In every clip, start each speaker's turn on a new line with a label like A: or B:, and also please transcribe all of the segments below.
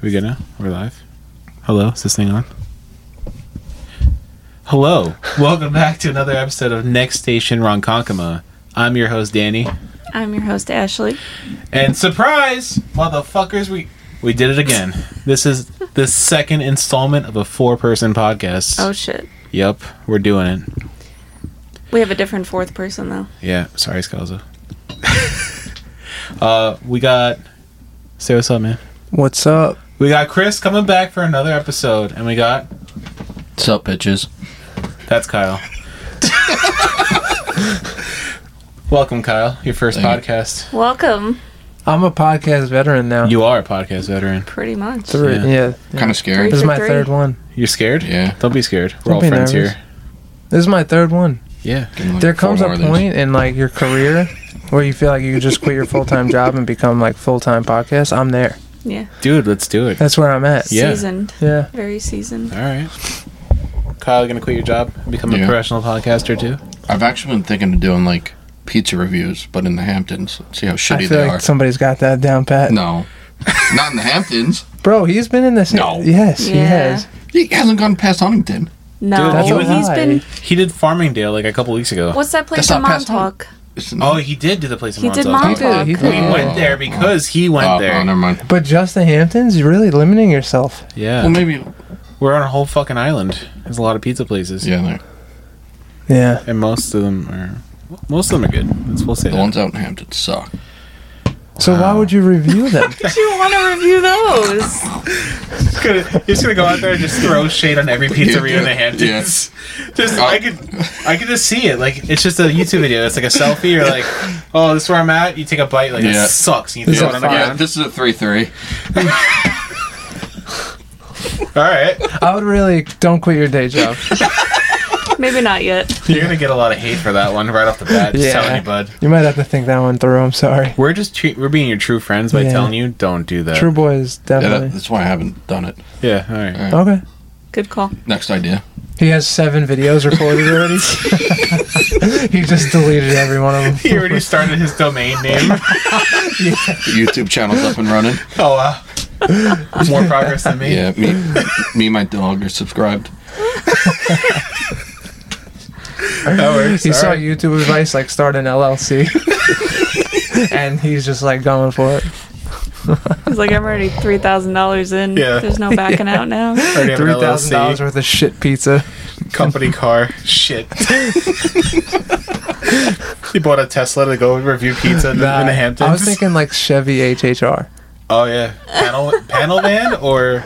A: We good now? We're live. Hello, is this thing on? Hello, welcome back to another episode of Next Station Ronkonkoma. I'm your host Danny,
B: I'm your host, Ashley.
A: and surprise, motherfuckers, we we did it again. This is the second installment of a four-person podcast.
B: Oh, shit.
A: Yep, we're doing it.
B: We have a different fourth person, though.
A: Yeah, sorry, Scalzo. uh, we got. Say what's up, man.
C: What's up?
A: We got Chris coming back for another episode, and we got
D: What's up, bitches?
A: That's Kyle. Welcome, Kyle. Your first
D: Thank
A: podcast.
B: Welcome,
C: I'm a podcast veteran now.
A: You are a podcast veteran.
B: pretty much.
C: Three-
A: Yeah.
C: yeah.
D: Kind of scary.
C: This is
B: for
C: my
B: three.
C: third one.
A: You're scared?
D: Yeah.
A: Don't be scared. We're
C: Don't
A: all
C: be
A: friends
C: nervous.
A: here.
C: This is my third one.
A: Yeah.
D: Getting, like,
C: there
D: four
C: comes a
D: more of these.
C: point in like your career where you feel like you could just quit your full time job and become like full time podcast. I'm there.
B: Yeah.
A: Dude, let's do it.
C: That's where I'm at.
A: Yeah.
B: Seasoned.
C: Yeah.
B: Very seasoned.
A: All right. Kyle, gonna quit your job and become a
D: Yeah.
A: professional podcaster too?
D: I've actually been thinking of doing like pizza reviews, but in the Hamptons. See how
C: I
D: shitty
C: feel
D: they
C: like
D: are.
C: somebody's got that down pat.
D: no, not in the Hamptons.
C: Bro, he's been in this.
D: No.
C: Yes, he
B: Yeah.
C: has.
D: He hasn't gone past Huntington.
A: Dude,
B: No,
A: that's a
B: he's
C: lie.
B: been.
A: He did Farmingdale like a couple weeks ago.
B: What's that place
D: That's
B: in
D: not past
B: Montauk?
D: It's in-
A: Oh, he did do the place in
B: He did
A: Montauk.
B: Montauk.
C: He
A: We
C: did. Oh.
A: went there because he went
D: Oh,
A: there.
D: oh, never mind.
C: But just the Hamptons, you're really limiting yourself.
A: Yeah.
D: Well, maybe.
A: We're on a whole fucking island. There's a lot of pizza places.
D: Yeah, there.
C: Yeah.
A: And most of them are most of them are good. Let's we'll say
D: the
A: that.
D: ones out in Hampton suck.
C: So why would you review them?
B: Did you want to review those?
A: gonna, you're just gonna go out there and just throw shade on every pizzeria in the Hamptons. Just I could, I could just see it. Like it's just a YouTube video. It's like a selfie. You're like, oh, this is where I'm at. You take a bite. Like
D: Yeah.
A: it sucks. And you throw
C: Yeah.
A: it on the
D: Yeah,
A: ground.
D: this is a three three.
A: All right,
C: I would really don't quit your day job.
B: Maybe not yet.
A: you're gonna get a lot of hate for that one right off the bat. Just
C: Yeah.
A: telling you, bud.
C: You might have to think that one through. I'm sorry.
A: We're just tre- we're being your true friends by
C: Yeah.
A: telling you don't do that.
C: True boys,
D: Yeah,
C: definitely.
D: that, that's why I haven't done it.
A: Yeah. All right.
C: Okay.
B: Good call.
D: Next idea.
C: He has seven videos recorded already. he just deleted every one of them.
A: He already started his domain name.
D: The YouTube channel's up and running.
A: Oh wow. More progress than me.
D: Yeah, me, me, and my dog are subscribed.
A: That works.
C: He
A: All
C: saw
A: right.
C: YouTube advice like start an LLC, and he's just like going for it.
B: He's like, I'm already three thousand dollars in.
A: Yeah.
B: There's no backing out now.
A: Already have an
C: Three thousand
A: LLC.
C: dollars worth of shit pizza.
A: company car. Shit. he bought a Tesla to go review pizza in, the, in the Hamptons.
C: I was thinking like Chevy HHR.
A: oh yeah, panel panel van or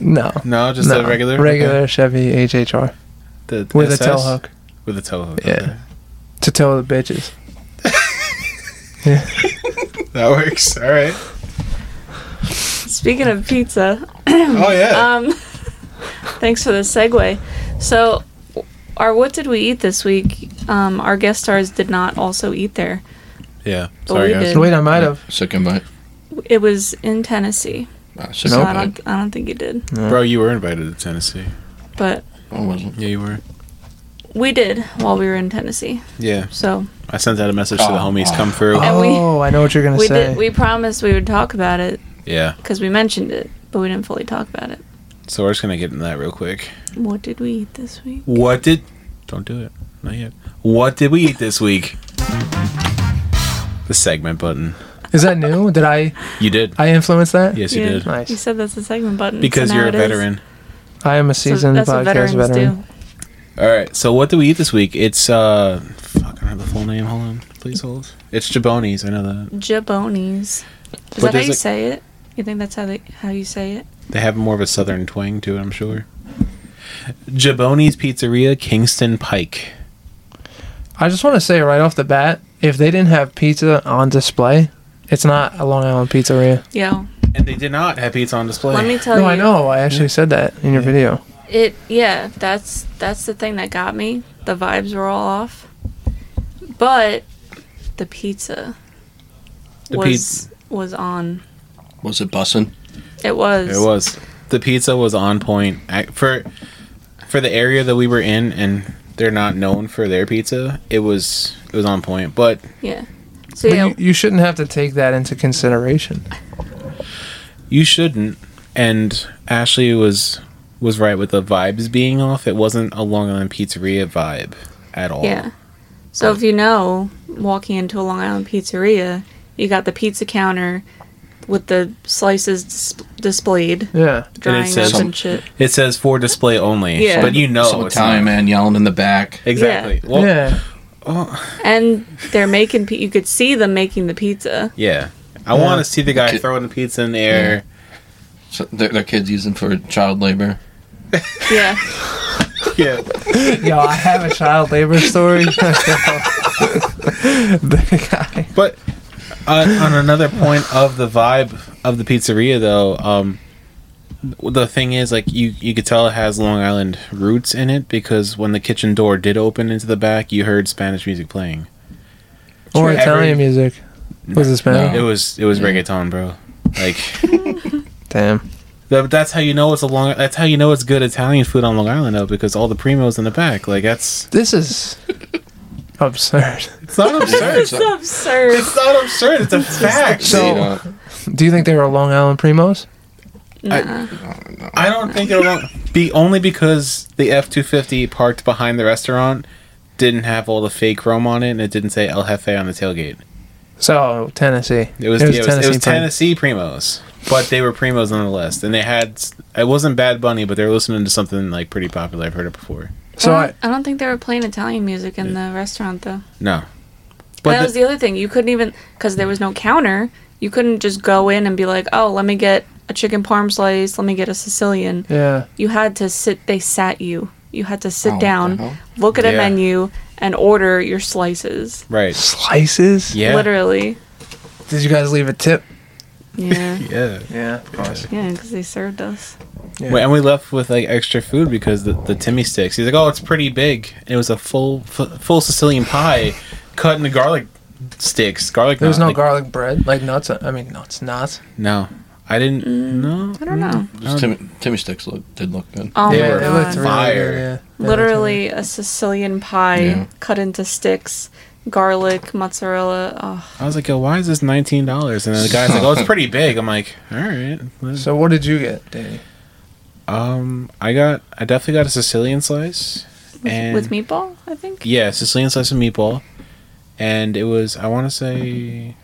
C: No,
A: no, just
C: no,
A: a regular
C: regular Chevy HHR
A: okay. The
C: with a
A: SS?
C: tailhook
A: With a tailhook.
C: Yeah.
A: okay.
C: to tow the bitches.
A: that works. All right.
B: Speaking of pizza,
A: Oh yeah.
B: um, thanks for the segue. So, our what did we eat this week? Um, our guest stars did not also eat there.
A: yeah.
B: but
A: Sorry
B: we
A: guys.
B: did.
C: Wait, I might have.
D: Sick invite.
B: It was in Tennessee.
D: Uh, sick
B: So I
D: invite.
B: don't, I don't think you did,
A: Bro, you were invited to Tennessee.
B: but
D: I wasn't.
A: Yeah, you were.
B: we did while we were in Tennessee.
A: Yeah,
B: So
A: I sent out a message to the
D: Oh.
A: homies. Come through.
B: And we-
C: Oh, I know what you're gonna
B: we
C: say.
B: did. We promised we would talk about it
A: Yeah.
B: because we mentioned it, but we didn't fully talk about it.
A: So we're just gonna get into that real quick.
B: What did we eat this week?
A: What did? Don't do it. Not yet. What did we eat this week? The segment button.
C: Is that new? Did I
A: You did.
C: I influence that?
A: Yes, you
B: Yeah.
A: did.
C: Nice.
B: You said that's a segment button so
A: Because
B: now
A: you're a
B: it is.
A: veteran.
C: I am a
B: So
C: seasoned
B: that's what
C: podcast
B: veterans
C: veteran.
B: do.
A: All right. So what do we eat this week? It's uh, fuck, I don't have the full name. Hold on, please hold. It's Jabonis. I know that
B: Jabonis. Is
A: But
B: that how
A: there's
B: you
A: a-
B: say it? You think that's how they how you say it?
A: they have more of a southern twang to it. I'm sure. Jabonis Pizzeria, Kingston Pike.
C: I just want to say right off the bat, if they didn't have pizza on display, it's not a Long Island pizzeria.
B: Yeah.
A: And they did not have pizza on display.
B: Let me tell
C: no,
B: you.
C: I know. I actually said that in your video.
B: It yeah, that's that's the thing that got me. The vibes were all off. But the pizza
A: The
B: was was on.
D: Was it bussin'?
B: It was.
A: It was. The pizza was on point I, for for the area that we were in, and they're not known for their pizza. It was it was on point, but
B: Yeah. So
C: But
B: yeah,
C: you, you shouldn't have to take that into consideration.
A: you shouldn't. and Ashley was was right with the vibes being off. It wasn't a Long Island pizzeria vibe at all.
B: Yeah. So if you know, walking into a Long Island pizzeria, you got the pizza counter with the slices dis- displayed,
C: Yeah.
B: drying
A: says-
B: up and shit.
A: It says for display only.
B: Yeah.
A: But you know
D: Some
A: it's not.
D: Italian man yelling in the back.
A: Exactly. Well, yeah.
C: yeah.
B: And they're making. P- you could see them making the pizza.
A: I want to see the guy
D: Kid-
A: throwing the pizza in the air.
D: So their, their kids using for child labor.
B: Yeah.
A: Yeah.
C: Yo, I have a child labor story. the guy.
A: But uh, on another point of the vibe of the pizzeria, though, um, the thing is, like you, you could tell it has Long Island roots in it because when the kitchen door did open into the back, you heard Spanish music playing.
C: Or
A: Every-
C: Italian music. Was it Spanish?
A: It was it was
D: Yeah.
A: reggaeton, bro. Like
C: Damn.
A: that, that's how you know it's a long. That's how you know it's good Italian food on Long Island, though, because all the primos in the back. Like that's
C: This is absurd.
A: it's not absurd.
B: it's absurd.
A: It's not absurd. It's a fact.
C: So-
D: They, uh,
C: Do you think they were Long Island primos?
B: Nah.
A: I don't think it will be only because the F two fifty parked behind the restaurant didn't have all the fake chrome on it, and it didn't say El Jefe on the tailgate.
C: So Tennessee.
A: It was, yeah, it was, it was Tennessee,
C: prim-
A: primos, but they were primos nonetheless, and they had it wasn't Bad Bunny, but they were listening to something like pretty popular. I've heard it before.
C: So
B: I,
C: I,
B: don't, I don't think they were playing Italian music in the restaurant though.
A: No,
B: that
A: but
B: was
A: the,
B: the other thing. You couldn't even because there was no counter. You couldn't just go in and be like, "Oh, let me get a chicken parm slice. Let me get a Sicilian."
C: yeah.
B: You had to sit. They sat you. You had to sit
D: Oh, what the
B: down,
D: hell?
B: look at a
A: Yeah.
B: menu, and order your slices.
A: right,
C: Slices.
A: yeah,
B: Literally.
C: Did you guys leave a tip?
B: Yeah.
A: yeah.
C: Yeah, of course.
B: yeah, because they served us.
A: Wait, and we left with like extra food because the, the Timmy sticks. He's like, "Oh, it's pretty big." And it was a full f- full Sicilian pie, cut into garlic sticks. Garlic.
C: There was
A: knot,
C: no
A: like-
C: garlic bread, like nuts. I mean, nuts, nuts.
A: No, I didn't.
B: Mm.
A: No,
B: I
D: Mm.
B: don't know.
D: just
C: Um,
D: Timmy, Timmy sticks look, did look good.
B: Oh
C: They
B: my
C: were-
B: god.
C: they looked really
A: Fire.
C: good, yeah. They looked really-
B: Literally a Sicilian pie
D: Yeah.
B: cut into sticks, garlic, mozzarella. Oh,
A: I was like, "Yo, why is this nineteen dollars?" And then the guy's like, "Oh, it's pretty big." I'm like, "All right." let's-"
C: So what did you get, Danny?
A: Um, I got, I definitely got a Sicilian slice, and
B: with meatball, I think.
A: yeah, Sicilian slice and meatball, and it was, I want to say,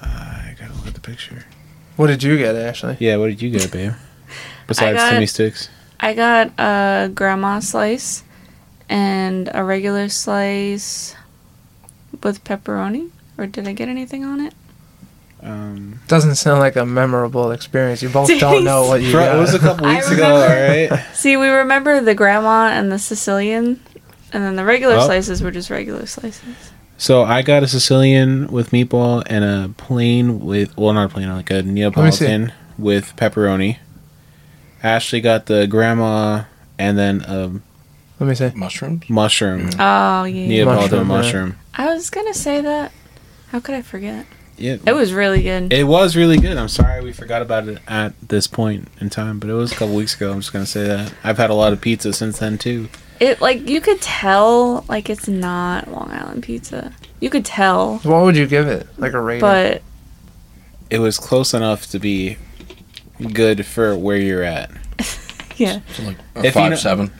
A: I gotta look at the picture.
C: What did you get, Ashley?
A: Yeah, what did you get, babe? Besides
B: got-
A: Timmy sticks,
B: I got a grandma slice and a regular slice with pepperoni. Or did I get anything on it?
A: um,
C: Doesn't sound like a memorable experience. You both don't
B: Jeez.
C: know what you
A: bro,
C: got.
A: it was a couple
B: I
A: weeks ago, all
B: remember.
A: right.
B: See, we remember the grandma and the Sicilian, and then the regular
A: Oh.
B: slices were just regular slices.
A: So I got a Sicilian with meatball and a plain with well not a plain like a
C: me see.
A: Neapolitan with pepperoni. Ashley got the grandma and then a
C: Let me see.
D: Mushrooms?
A: mushroom
B: Oh yeah. yeah.
A: Neapolitan Mm.
C: Mushroom, yeah.
A: mushroom.
B: I was gonna say that. How could I forget?
A: It,
B: It was really good.
A: it was really good. I'm sorry we forgot about it at this point in time, but it was a couple weeks ago. I'm just gonna say that I've had a lot of pizza since then too.
B: It like you could tell like it's not Long Island pizza. You could tell,
C: What would you give it? Like a rating?
B: but
A: It was close enough to be good for where you're at.
B: yeah,
D: So like
A: If
D: a
A: you
D: five
A: know-
D: seven.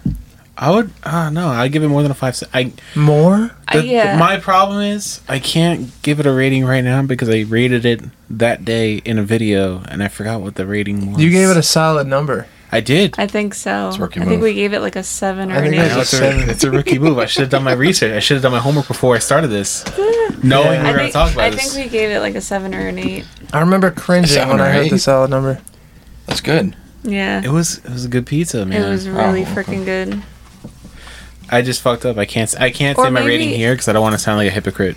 A: I would ah no, I'd give it more than a five. se- I
C: More?
B: I,
A: The-
B: yeah.
A: my problem is I can't give it a rating right now because I rated it that day in a video and I forgot what the rating was.
C: You gave it a solid number.
A: I did.
B: I think so. I
D: It's rookie
B: think
D: move.
B: we gave it like a seven or
C: I
B: an
C: think
A: I
C: it's
A: know
B: eight.
A: it's, a,
C: seven.
A: it's a rookie move. I should have done my research. I should have done my homework before I started this, knowing
C: Yeah.
A: we
B: I
A: were going to
B: think,
A: talk about
B: I
A: this.
B: think we gave it like a seven or an eight.
C: I remember cringing
D: Seven
C: when I
D: or
C: heard the
D: eight?
C: solid number.
D: That's good.
B: Yeah,
A: it was it was a good pizza, man.
B: it was really
D: Oh, okay.
B: freaking good.
A: I just fucked up. I can't I can't
B: Or
A: say my
B: maybe-
A: rating here because I don't want to sound like a hypocrite.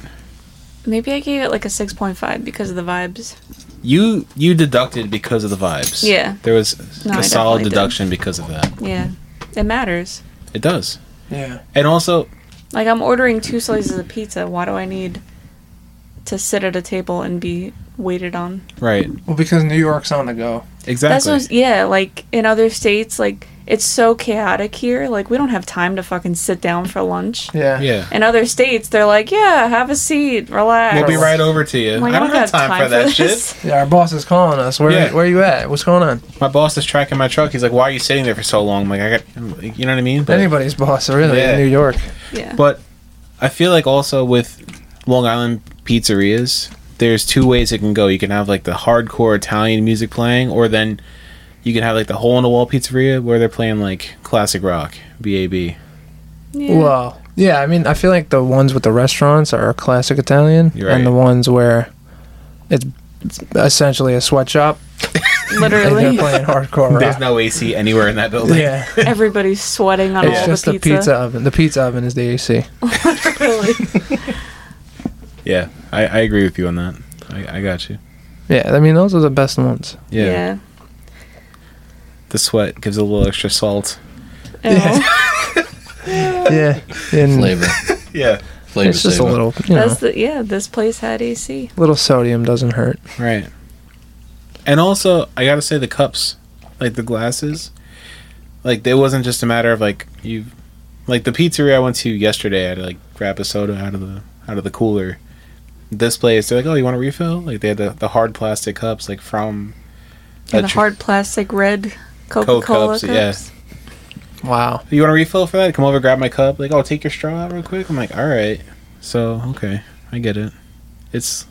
B: Maybe I gave it like a six point five because of the vibes.
A: You you deducted because of the vibes.
B: Yeah.
A: there was
B: No, I
A: a solid
B: definitely did.
A: deduction because of that.
B: Yeah, it matters.
A: It does,
C: Yeah.
A: and also
B: Like I'm ordering two slices of pizza. Why do I need to sit at a table and be waited on?
A: right
C: Well, because New York's on the go.
A: exactly.
B: That's what, yeah, like in other states, like it's so chaotic here. Like we don't have time to fucking sit down for lunch.
C: Yeah.
A: Yeah.
B: In other states, they're like, yeah, have a seat, relax.
A: We'll be right over to you.
B: I'm like,
A: I don't have time, for that shit.
C: Yeah, Our boss is calling us. Where
A: Yeah.
C: Where you at? What's going on?
A: My boss is tracking my truck. He's like, "Why are you sitting there for so long?" I'm like, I got, you know what I mean. But,
C: Anybody's boss, really,
A: Yeah.
C: in New York.
B: Yeah.
A: but I feel like also with Long Island pizzerias, there's two ways it can go. You can have like the hardcore Italian music playing, or then you can have like the hole in the wall pizzeria where they're playing like classic rock, BAB.
B: yeah.
C: Well, yeah, I mean, I feel like the ones with the restaurants are classic Italian,
A: You're
C: and the
A: right.
C: ones where it's essentially a sweatshop and they're
B: literally
C: playing hardcore
A: There's
C: rock.
A: no AC anywhere in that building.
C: yeah,
B: everybody's sweating on
C: it's
B: all
C: just
B: the
C: the
B: pizza.
C: pizza oven. The pizza oven is the AC.
B: Really.
A: Yeah, I, I agree with you on that. I, I got you.
C: Yeah, I mean, those are the best ones.
A: Yeah. the sweat gives a little extra salt.
C: Yeah.
B: Ew.
C: Yeah, and
D: Flavor.
A: Yeah,
D: Flavor
C: it's just a
D: saver.
C: little, you know,
B: That's the yeah. This place had AC.
C: little sodium doesn't hurt.
A: right. And also, I gotta say the cups, like the glasses, like it wasn't just a matter of like you, like the pizzeria I went to yesterday. I had to like grab a soda out of the out of the cooler. This place, they're like, oh, you want a refill? Like they had the, the hard plastic cups, like from
B: And the
A: tr-
B: hard plastic red Coca Cola
A: cups,
B: cups.
A: yeah.
C: Wow.
A: You want a refill for that? Come over, grab my cup. Like, oh, take your straw out real quick. I'm like, all right. So okay, I get it. It's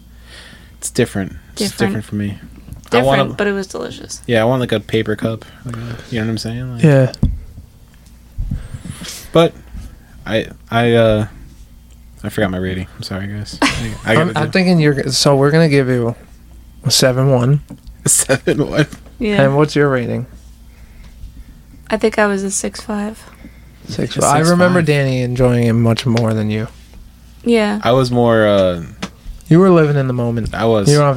A: it's different. It's
B: Different.
A: different for me. I
B: Different,
A: wanna-
B: but it was delicious.
A: Yeah, I want like a paper cup. Like a, you know what I'm saying? Like,
C: Yeah,
A: But I I uh I forgot my rating. I'm sorry, guys. I, I
C: I'm,
A: got
C: I'm
A: to
C: thinking you're. g- So we're gonna give you a seven one.
A: seven one.
B: Yeah.
C: And what's your rating?
B: I think I was a six five.
C: Six.
A: A
C: I
A: six
C: remember
A: five.
C: Danny enjoying it much more than you.
B: Yeah.
A: I was more. uh
C: You were living in the moment.
A: I was.
C: You were on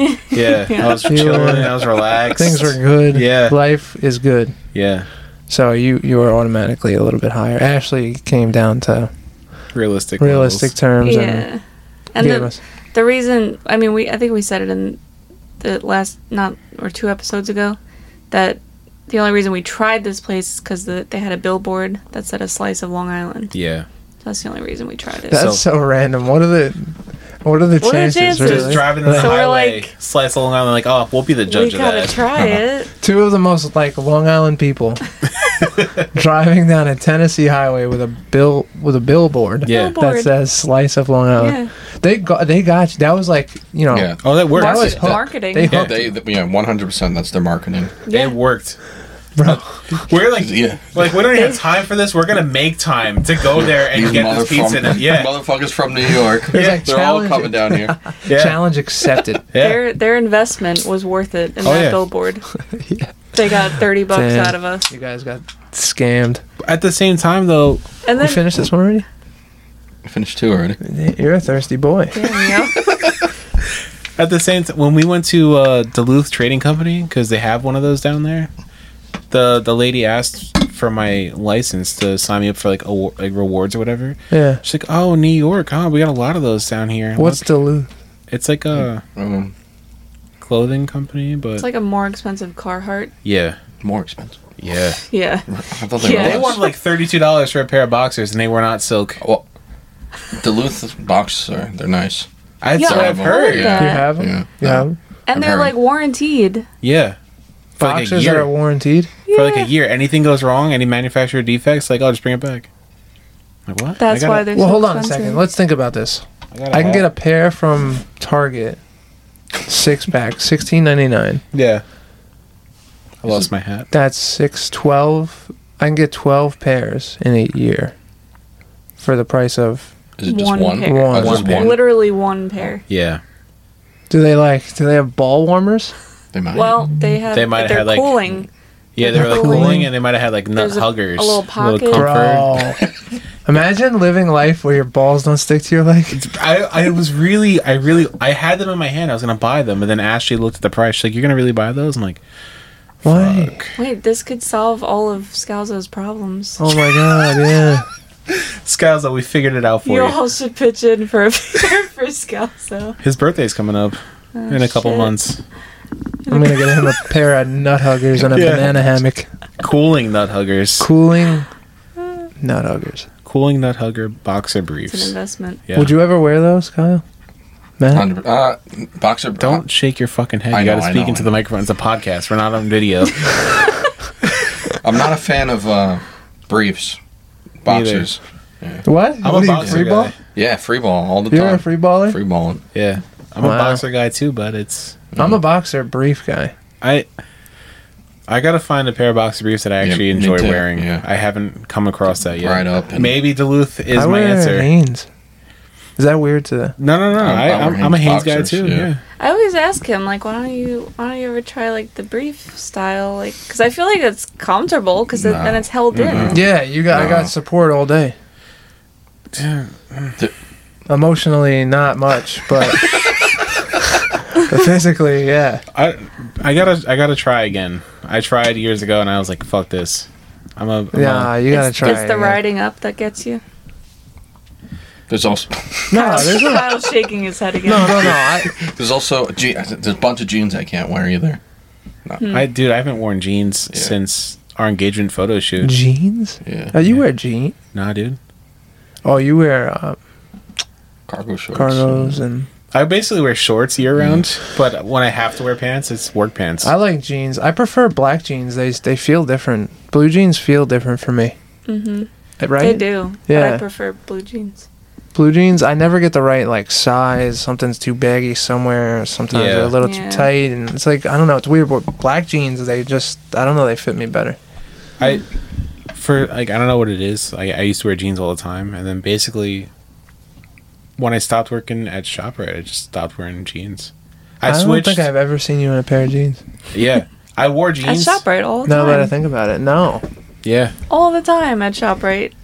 A: yeah,
B: Yeah.
A: I was
C: You
A: chilling.
C: were-
A: I was relaxed.
C: Things were good.
A: Yeah.
C: Life is good.
A: yeah
C: So you you were automatically a little bit higher. Ashley came down to
A: realistic.
C: realistic terms
B: yeah.
C: and
B: And
C: gave
B: the,
C: us
B: the reason I mean we I think we said it in the last not or two episodes ago that the only reason we tried this place is because the, they had a billboard that said a slice of Long Island.
A: Levels. Yeah.
B: That's the only reason we tried it.
C: That's so, random. What are the what are
B: What
C: the
B: are the
C: chances?
B: chances?
C: really?
A: Just driving on the
B: So we're
A: highway,
B: like-
A: slice along island, like, oh, we'll be the
B: we
A: judge of
B: gotta
A: that.
B: try it.
C: Two of the most like Long Island people driving down a Tennessee highway with a bill with a billboard
A: Yeah.
C: that
B: Billboard.
C: says "Slice of Long
A: Uh,
C: Island."
B: Yeah.
C: They got they got you. That was like you know
D: Yeah.
A: Oh, that worked.
C: That was
B: Market-
C: hooked.
B: marketing.
C: They
D: Yeah,
C: hooked,
D: they, th- yeah, 100% that's their marketing.
B: Yeah.
A: It worked.
C: bro.
A: We're like,
D: Yeah.
A: like we don't even have time for this. We're gonna make time to go there and
D: These
A: get this pizza.
D: motherfuckers,
A: And, yeah,
D: motherfuckers from New York.
C: There's, like,
D: They're all
C: challenges.
D: coming down here.
A: yeah,
C: Challenge accepted.
A: yeah.
B: Their their investment was worth it in
A: Oh,
B: that
A: yeah.
B: billboard.
C: Yeah.
B: They got thirty bucks
C: Damn.
B: out of us.
C: You guys got scammed.
A: At the same time, though,
B: And
C: We
B: then
C: finished this one already.
D: Finished two already.
C: You're a thirsty boy.
B: Damn, yeah.
A: at the same time, when we went to uh, Duluth Trading Company because they have one of those down there, the the lady asked for my license to sign me up for like award, like rewards or whatever.
C: Yeah.
A: She's like, "Oh, New York, huh? We got a lot of those down here.
C: What's
A: Look,
C: Duluth?
A: it's like a
D: Um,
A: clothing company, but
B: It's like a more expensive Carhartt.
A: yeah,
D: more expensive.
A: yeah."
B: Yeah.
D: I thought they
B: Yeah.
A: They
D: were
A: wanted
D: less.
A: like thirty two dollars for a pair of boxers, and they were not silk.
D: Well, Duluth boxes are they're nice.
A: I
B: Yeah,
A: that's what
D: I've
A: I've
B: heard
A: heard.
D: that.
C: Do you
B: Uh,
C: have them?
D: Yeah.
C: You have 'em?
B: And
D: I've
B: they're
D: heard.
B: like warrantied.
A: Yeah. For like a
C: Boxers are
A: year.
C: warranted.
A: For like
B: Yeah.
A: a year. Anything goes wrong, any manufacturer defects, like, oh, just bring it back. Like, what?
B: That's
A: I gotta-
B: why they're
C: Well,
B: so
C: hold on a
B: expensive.
C: second. Let's think about this.
A: gotta
C: I can
A: have-
C: get a pair from Target, six pack, sixteen ninety nine.
A: Yeah. I lost my hat.
C: That's six twelve. I can get twelve pairs in a year for the price of.
D: Is it just
B: One
D: one?
B: pair.
D: Oh,
C: One
D: just
C: pair.
D: one.
B: Literally one pair.
A: Yeah.
C: Do they like? Do they have ball warmers?
D: They might.
B: Well, they have.
A: They might have
B: they're
A: had, like,
B: cooling.
A: Yeah, they were like
B: Cooling.
A: cooling and they might have had like nut
B: There's a- a
A: huggers.
B: little pocket.
A: comfort.
C: Bro, imagine living life where your balls don't stick to your leg.
A: I, I was really, I really, I had them in my hand. I was going to buy them. And then Ashley looked at the price. She's like, you're going to really buy those? I'm like,
C: Why?
A: fuck.
B: Wait, this could solve all of Scalzo's problems.
C: Oh my god! Yeah.
A: Scalzo, we figured it out for
B: you
A: you.
B: all should pitch in for a pair for Scalzo.
A: His birthday's coming up in a couple
B: Oh, shit.
A: months.
C: I'm gonna get him a pair of nut huggers and a
A: Yeah.
C: banana hammock.
A: Cooling Nut Huggers.
C: Cooling nut huggers.
A: Cooling Nut Hugger boxer
B: It's an
A: briefs.
B: investment.
A: Yeah.
C: Would you ever wear those, Kyle? Matt?
D: Hundred- Uh, boxer.
A: Don't shake your fucking head.
D: I
A: You got to
D: know, I
A: speak
D: know,
A: into
D: I
A: the
D: know.
A: microphone. It's a podcast. We're not on video.
D: I'm not a fan of uh, briefs. Boxers.
C: What?
A: I'm
C: What
A: a
C: are you-
A: boxer
C: free ball?
A: guy. Mm-hmm.
D: Yeah, free ball all the
C: You're
D: time.
C: a free baller?
D: free balling.
A: Yeah, I'm a
C: Wow.
A: boxer guy too, but it's
C: I'm a boxer brief guy.
A: I. I gotta find a pair of boxer briefs that I
D: Yeah,
A: actually
D: me
A: enjoy
D: too,
A: wearing.
D: yeah.
A: I haven't come across that yet.
D: Right up and-
A: Maybe Duluth is
C: I
A: my
C: wear
A: answer.
C: Hanes. Is that weird to
A: No, no, no.
D: I'm-
A: I,
D: I'm
A: I'm,
D: Hanes
A: I'm a Hanes guy
D: boxers,
A: too.
D: yeah.
A: Yeah.
B: I always ask him like, why don't you why don't you ever try like the brief style like because I feel like it's comfortable because
D: No.
B: then it's held in.
C: Yeah, you got I
D: No.
C: got support all day.
A: yeah.
C: Emotionally not much, but but physically, yeah.
A: I I gotta I gotta try again. I tried years ago and I was like, fuck this. I'm a I'm
C: Yeah,
A: a-
C: you gotta
B: it's,
C: try.
B: It's the
C: it, yeah.
B: riding up that gets you.
D: There's also
C: No, there's no,
B: Kyle's shaking his head again.
C: no, no, no. I,
D: there's also a je- there's a bunch of jeans I can't wear either.
A: I dude, I haven't worn jeans
D: Yeah.
A: since our engagement photo shoot.
C: jeans?
D: Yeah,
C: Oh, you wear jeans?
A: nah, dude.
C: Oh, you wear uh,
D: cargo shorts.
C: cargos and
A: I basically wear shorts year round, but when I have to wear pants, it's work pants.
C: Mm. I like jeans. I prefer black jeans. They they feel different. Blue jeans feel different for me. Mm-hmm. Right?
B: They do, but
C: Yeah.
B: I prefer blue jeans.
C: Blue jeans. I never get the right like size. Something's too baggy somewhere. Sometimes
A: Yeah.
C: they're a little
B: Yeah.
C: too tight, and it's like I don't know. It's weird. But black jeans, they just I don't know. They fit me better.
A: I for like I don't know what it is. I, I used to wear jeans all the time, and then basically when I stopped working at Shoprite, I just stopped wearing jeans. I,
C: I, don't
A: switched.
C: think I've ever seen you in a pair of jeans.
A: yeah, I wore
B: At
A: jeans.
B: Shoprite all the
C: Now
B: time.
C: that I think about it, no.
A: Yeah,
B: all the time at Shoprite.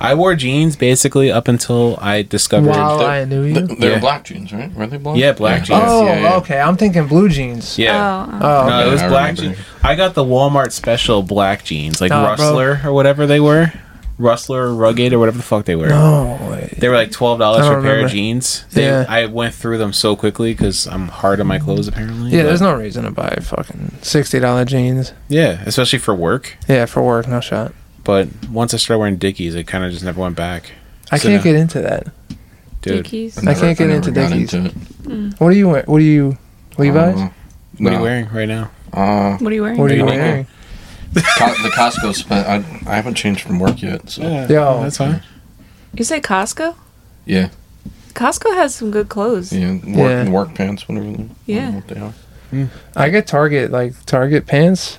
A: I wore jeans basically up until I discovered.
C: Wow.
D: They're-
C: Oh, I knew you.
D: th- They're
A: Yeah.
D: black jeans, right? Were they black?
A: Yeah, black jeans.
C: Oh,
D: yeah, yeah.
C: okay. I'm thinking blue jeans.
A: Yeah.
B: Oh, oh.
C: Oh,
A: No,
C: okay.
A: it was
D: I
A: black
D: remember.
A: jeans. I got the Walmart special black jeans, like
C: Oh, bro.
A: Rustler or whatever they were. Rustler, Rugged, or whatever the fuck they were.
C: no. wait.
A: They were like twelve dollars
C: I
A: for a
C: don't
A: pair of
C: remember.
A: jeans. They,
C: Yeah.
A: I went through them so quickly because I'm hard on my clothes apparently.
C: Yeah,
A: but-
C: there's no reason to buy fucking sixty dollar jeans.
A: Yeah, especially for work.
C: Yeah, for work, no shot.
A: But once I started wearing Dickies, I kind of just never went back,
C: I
A: So
C: can't
A: now-
C: get into that.
A: dude.
B: Dickies.
C: I can't get into
D: got
C: Dickies.
D: into it.
C: What are you wearing? What are you, Levi's?
A: Oh.
D: Uh,
A: What are
D: no.
A: you wearing right now?
D: Uh,
B: What are you wearing?
C: what are you
A: Maybe.
C: wearing?
D: co- the Costco. Spe- I, I haven't changed from work yet. So yeah,
C: Yo.
A: that's fine.
B: You say Costco?
D: yeah,
B: Costco has some good clothes. Yeah.
D: Work,
C: Yeah.
D: work pants, whatever. they- I don't
B: Yeah.
D: know what they are.
C: I get Target like Target pants.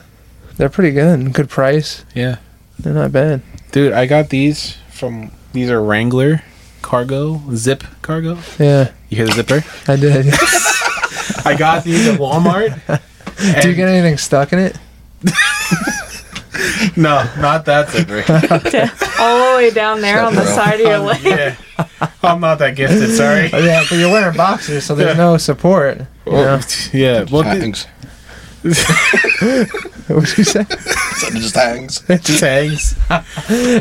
C: They're pretty good. Good price.
A: Yeah,
C: They're not bad.
A: dude. I got these from. These are Wrangler cargo, zip cargo.
C: Yeah,
A: You hear the zipper?
C: I did.
A: I got these at Walmart.
C: Do you
A: and-
C: get anything stuck in it?
A: No, not that zipper.
B: All the way down there on the
D: Bro.
B: side of your leg.
A: yeah, I'm not that gifted. Sorry.
C: Oh, yeah, but you're wearing boxers, so there's
A: Yeah. Oh.
C: no support. You know?
A: Yeah. Well,
D: Just
A: th-
D: hangs.
C: What'd you say?
D: So it just hangs.
A: just hangs.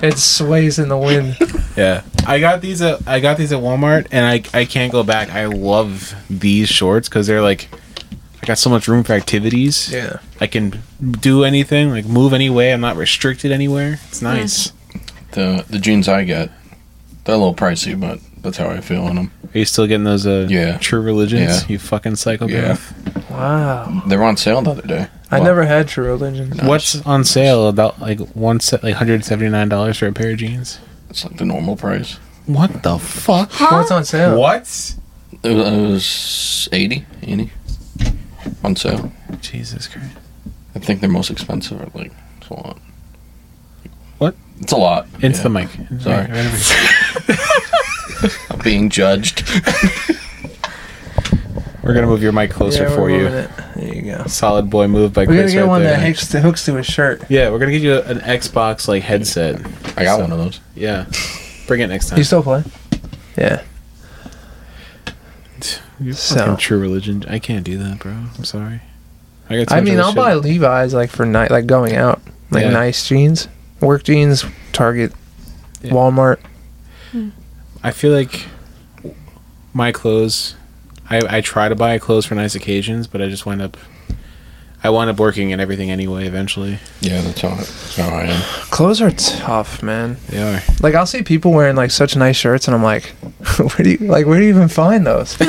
C: It sways in the wind.
A: Yeah, I got these at I got these at Walmart, and I I can't go back. I love these shorts because they're like I got so much room for activities.
C: Yeah.
A: I can do anything, like move any way. I'm not restricted anywhere. It's nice.
D: The the jeans I got, they're a little pricey, but that's how I feel in them.
A: Are you still getting those? Uh,
D: Yeah.
A: True religions.
D: Yeah.
A: You fucking psychopath.
C: Wow.
D: They were on sale the other day.
C: I
D: Well,
C: never had True Religion.
A: What's on sale? About like one set, like hundred seventy nine dollars for a pair of jeans.
D: It's like the normal price.
A: What the fuck?
C: What's on sale?
A: What?
D: It was, it was 80, 80 on sale.
A: Jesus Christ!
D: I think they're most expensive. Are like it's a lot.
A: What?
D: It's a lot.
A: Into
D: yeah.
A: the mic.
D: Sorry.
A: Right- right over here.
D: I'm being judged.
A: We're gonna move your mic closer
C: Yeah, we're
A: for you.
C: moving it. There you go.
A: Solid boy move by
C: We're gonna
A: Chris
C: get
A: right
C: one
A: there.
C: that hooks to, hooks to a shirt.
A: Yeah, we're gonna get you an Xbox like headset.
D: I got one of those.
A: Yeah, bring it next time.
C: You still play? Yeah.
A: You
C: So-
A: fucking True Religion. I can't do that, bro. I'm sorry. I, got too
C: I
A: much
C: mean,
A: other
C: I'll
A: shit.
C: buy Levi's like for night, like going out, like
A: Yeah.
C: nice jeans, work jeans, Target,
A: Yeah.
C: Walmart.
A: I feel like my clothes. I I try to buy clothes for nice occasions, but I just wind up. I wound up working in everything anyway. Eventually,
D: Yeah, that's how, that's how I am.
C: Clothes are tough, man.
A: they are.
C: Like I'll see people wearing like such nice shirts, and I'm like, where do you like where do you even find those?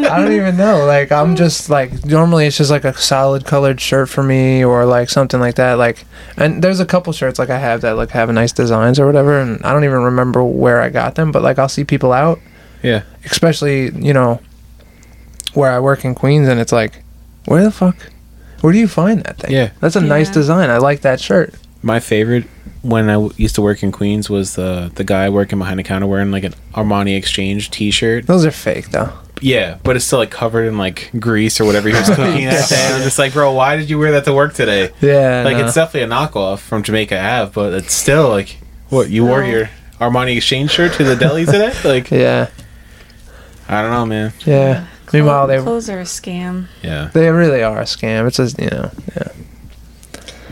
C: I don't even know. Like I'm just like normally it's just like a solid colored shirt for me, or like something like that. Like, and there's a couple shirts like I have that like have nice designs or whatever, and I don't even remember where I got them. But like I'll see people out,
A: Yeah,
C: especially you know where I work in Queens, and it's like, where the fuck, where do you find that thing?
A: Yeah.
C: that's a nice
B: Yeah.
C: design. I like that shirt.
A: my favorite when I w- used to work in Queens was the the guy working behind the counter wearing like an Armani Exchange T-shirt.
C: Those are fake though.
A: Yeah, but it's still like covered in like grease or whatever he was cooking that day. And I'm just like, bro, why did you wear that to work today?
C: Yeah,
A: Like
C: no.
A: it's definitely a knockoff from Jamaica Ave, but it's still like, what you wore
B: No.
A: your Armani Exchange shirt to the deli today? Like,
C: yeah.
A: I don't know, man.
C: Yeah. Meanwhile, they
B: clothes are a scam.
A: Yeah,
C: they really are a scam. It's just you know, yeah.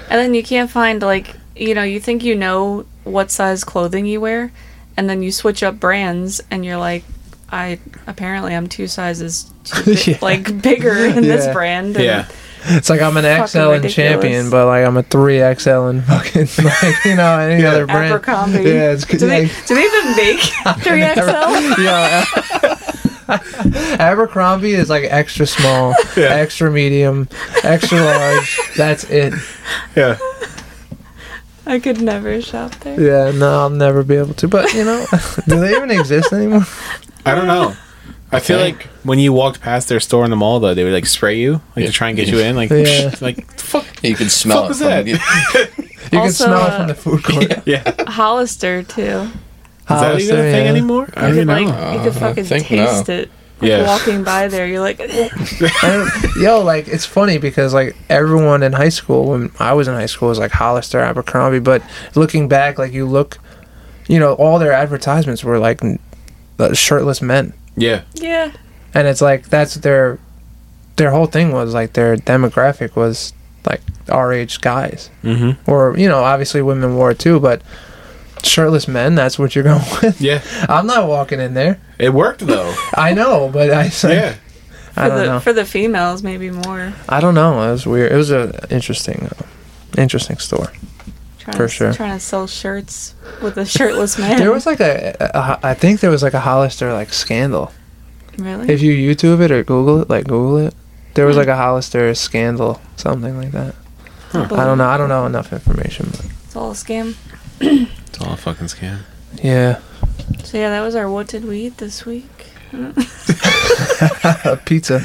B: And then you can't find like you know you think you know what size clothing you wear, and then you switch up brands and you're like, I apparently I'm two sizes too big,
C: Yeah.
B: like bigger in this
C: Yeah.
B: brand. and-
A: yeah,
C: It's like I'm an
B: Fucking
C: XL and
B: ridiculous.
C: champion, but like I'm a three XL and fucking like you know any
A: Yeah.
C: other brand.
B: Abercrombie.
C: Yeah, it's
B: Do they, do they even make 3XL?
C: yeah. Abercrombie is like extra small,
A: Yeah.
C: extra medium, extra large. That's it.
A: yeah.
B: I could never shop there.
C: Yeah, no, I'll never be able to. But you know, do they even exist anymore?
A: I don't know. I feel like when you walked past their store in the mall, though, they would like spray you, like
D: Yeah.
A: to try and get you in, like,
C: Yeah.
A: like fuck,
D: You can smell
A: Fuck
D: it.
A: was that?
C: You can
B: Also,
C: smell it
B: uh,
C: from the food court.
A: yeah. Is
B: Hollister too.
A: that even a
C: Hollister,
A: thing
C: yeah.
A: anymore? I
B: You
A: don't
B: could
A: know.
B: like you could
D: Uh, I
B: fucking
D: think
B: taste
D: no.
B: it. Like,
A: Yeah.
B: Walking by there, you're like,
C: I don't- yo, like it's funny because like everyone in high school when I was in high school was like Hollister, Abercrombie, but looking back, like you look, you know, all their advertisements were like n- uh, shirtless men,
A: yeah,
B: yeah,
C: and it's like that's their their whole thing was like their demographic was like our age guys,
A: mm-hmm.
C: or you know, obviously women wore it too, but shirtless men, that's what you're going with.
A: yeah.
C: I'm not walking in there.
A: It worked though.
C: I know, but I
A: yeah.
C: I
B: for
C: don't
B: the
C: know.
B: for the females maybe more.
C: I don't know. It was weird. It was a interesting, uh, interesting store.
B: Trying
C: For
B: to,
C: sure.
B: Trying to sell shirts with a shirtless man.
C: There was like a, a, a, I think there was like a Hollister like scandal.
B: really.
C: If you YouTube it or Google it, like Google it, there
B: Mm-hmm.
C: was like a Hollister scandal, something like that. I don't know. I don't know enough information. But
B: It's all a scam.
A: It's all a fucking scam.
C: yeah,
B: So yeah, that was our what did we eat this week.
C: pizza.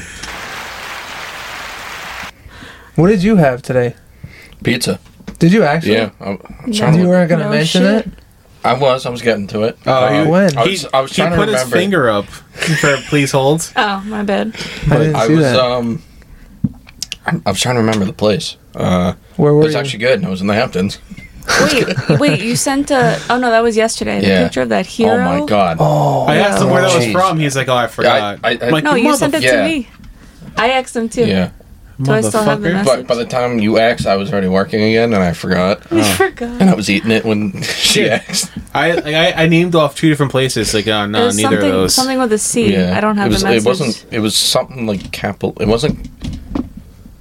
C: What did you have today?
D: Pizza.
C: Did you actually?
D: Yeah. I, I'm
B: No.
D: trying
C: You
D: to,
C: weren't gonna
B: No
C: mention
B: shit.
C: it.
D: I was. I was getting to it.
A: Oh,
D: Uh,
A: he-
C: When?
D: I
A: he,
D: was, I was
A: he
D: trying
A: put
D: to remember.
A: his finger up for please hold.
B: Oh my bad.
C: I
D: but
C: didn't
D: I
C: see
D: was.
C: that.
D: Um, I, I was trying to remember the place. Uh,
C: Where
D: it
C: were
D: was
C: you?
D: actually good. and I was in the Hamptons.
B: Wait, wait. You sent a. Oh no, that was yesterday. The
D: Yeah.
B: picture of that hero.
D: Oh my god.
C: oh,
A: I asked him where that was
D: Jeez.
A: from. He's like, oh, I forgot.
D: I- I-
A: I'm like,
B: No, you sent it
D: Yeah.
B: to me. I asked them too.
D: Yeah.
B: Do I still have the
A: Motherfucker.
B: message?
D: But oh. by the time you asked, I was already working again, and I forgot.
B: I
D: And
B: forgot.
D: I was eating it when she
A: Yeah.
D: asked.
A: I, like, I I named off two different places. Like, oh,
B: It
A: no,
B: was
A: neither of
B: something,
A: those.
B: something with a C.
D: Yeah.
B: I don't have
D: it was,
B: the message.
D: It wasn't. It was something like Capel. It wasn't.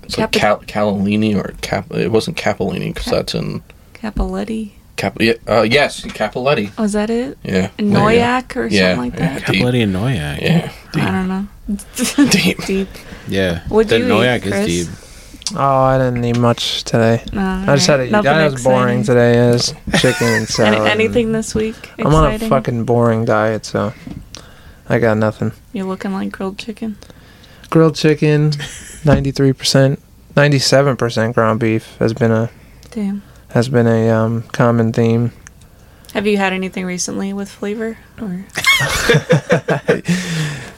D: It's like Cal-
B: Capi-
D: Calolini or Cap. It wasn't Capellini because
B: Cap-
D: that's in
B: Capoletti.
D: Cap. Yeah, uh, yes, Capelletti.
B: Was Oh, that it?
D: Yeah. There you go.
B: Noyak or
D: Yeah,
B: something like
D: yeah.
B: that.
D: Deep.
A: Bloody Noyak.
D: Yeah. Deep.
B: I don't know.
D: Deep.
B: Deep.
A: Yeah.
B: What'd
A: the
B: you eat,
A: Noyak
B: Chris?
A: is deep.
C: oh, I didn't eat much today.
B: No,
C: I just had
B: alright.
C: a.
B: Nothing
C: That was boring
B: exciting.
C: today. It was chicken and
B: Any-
C: salad.
B: anything this week? Exciting?
C: I'm on a fucking boring diet, so I got nothing.
B: You're looking like grilled chicken.
C: Grilled chicken, 93%, 97% ground beef has been a
B: Damn.
C: has been a um, common theme.
B: Have you had anything recently with flavor? Or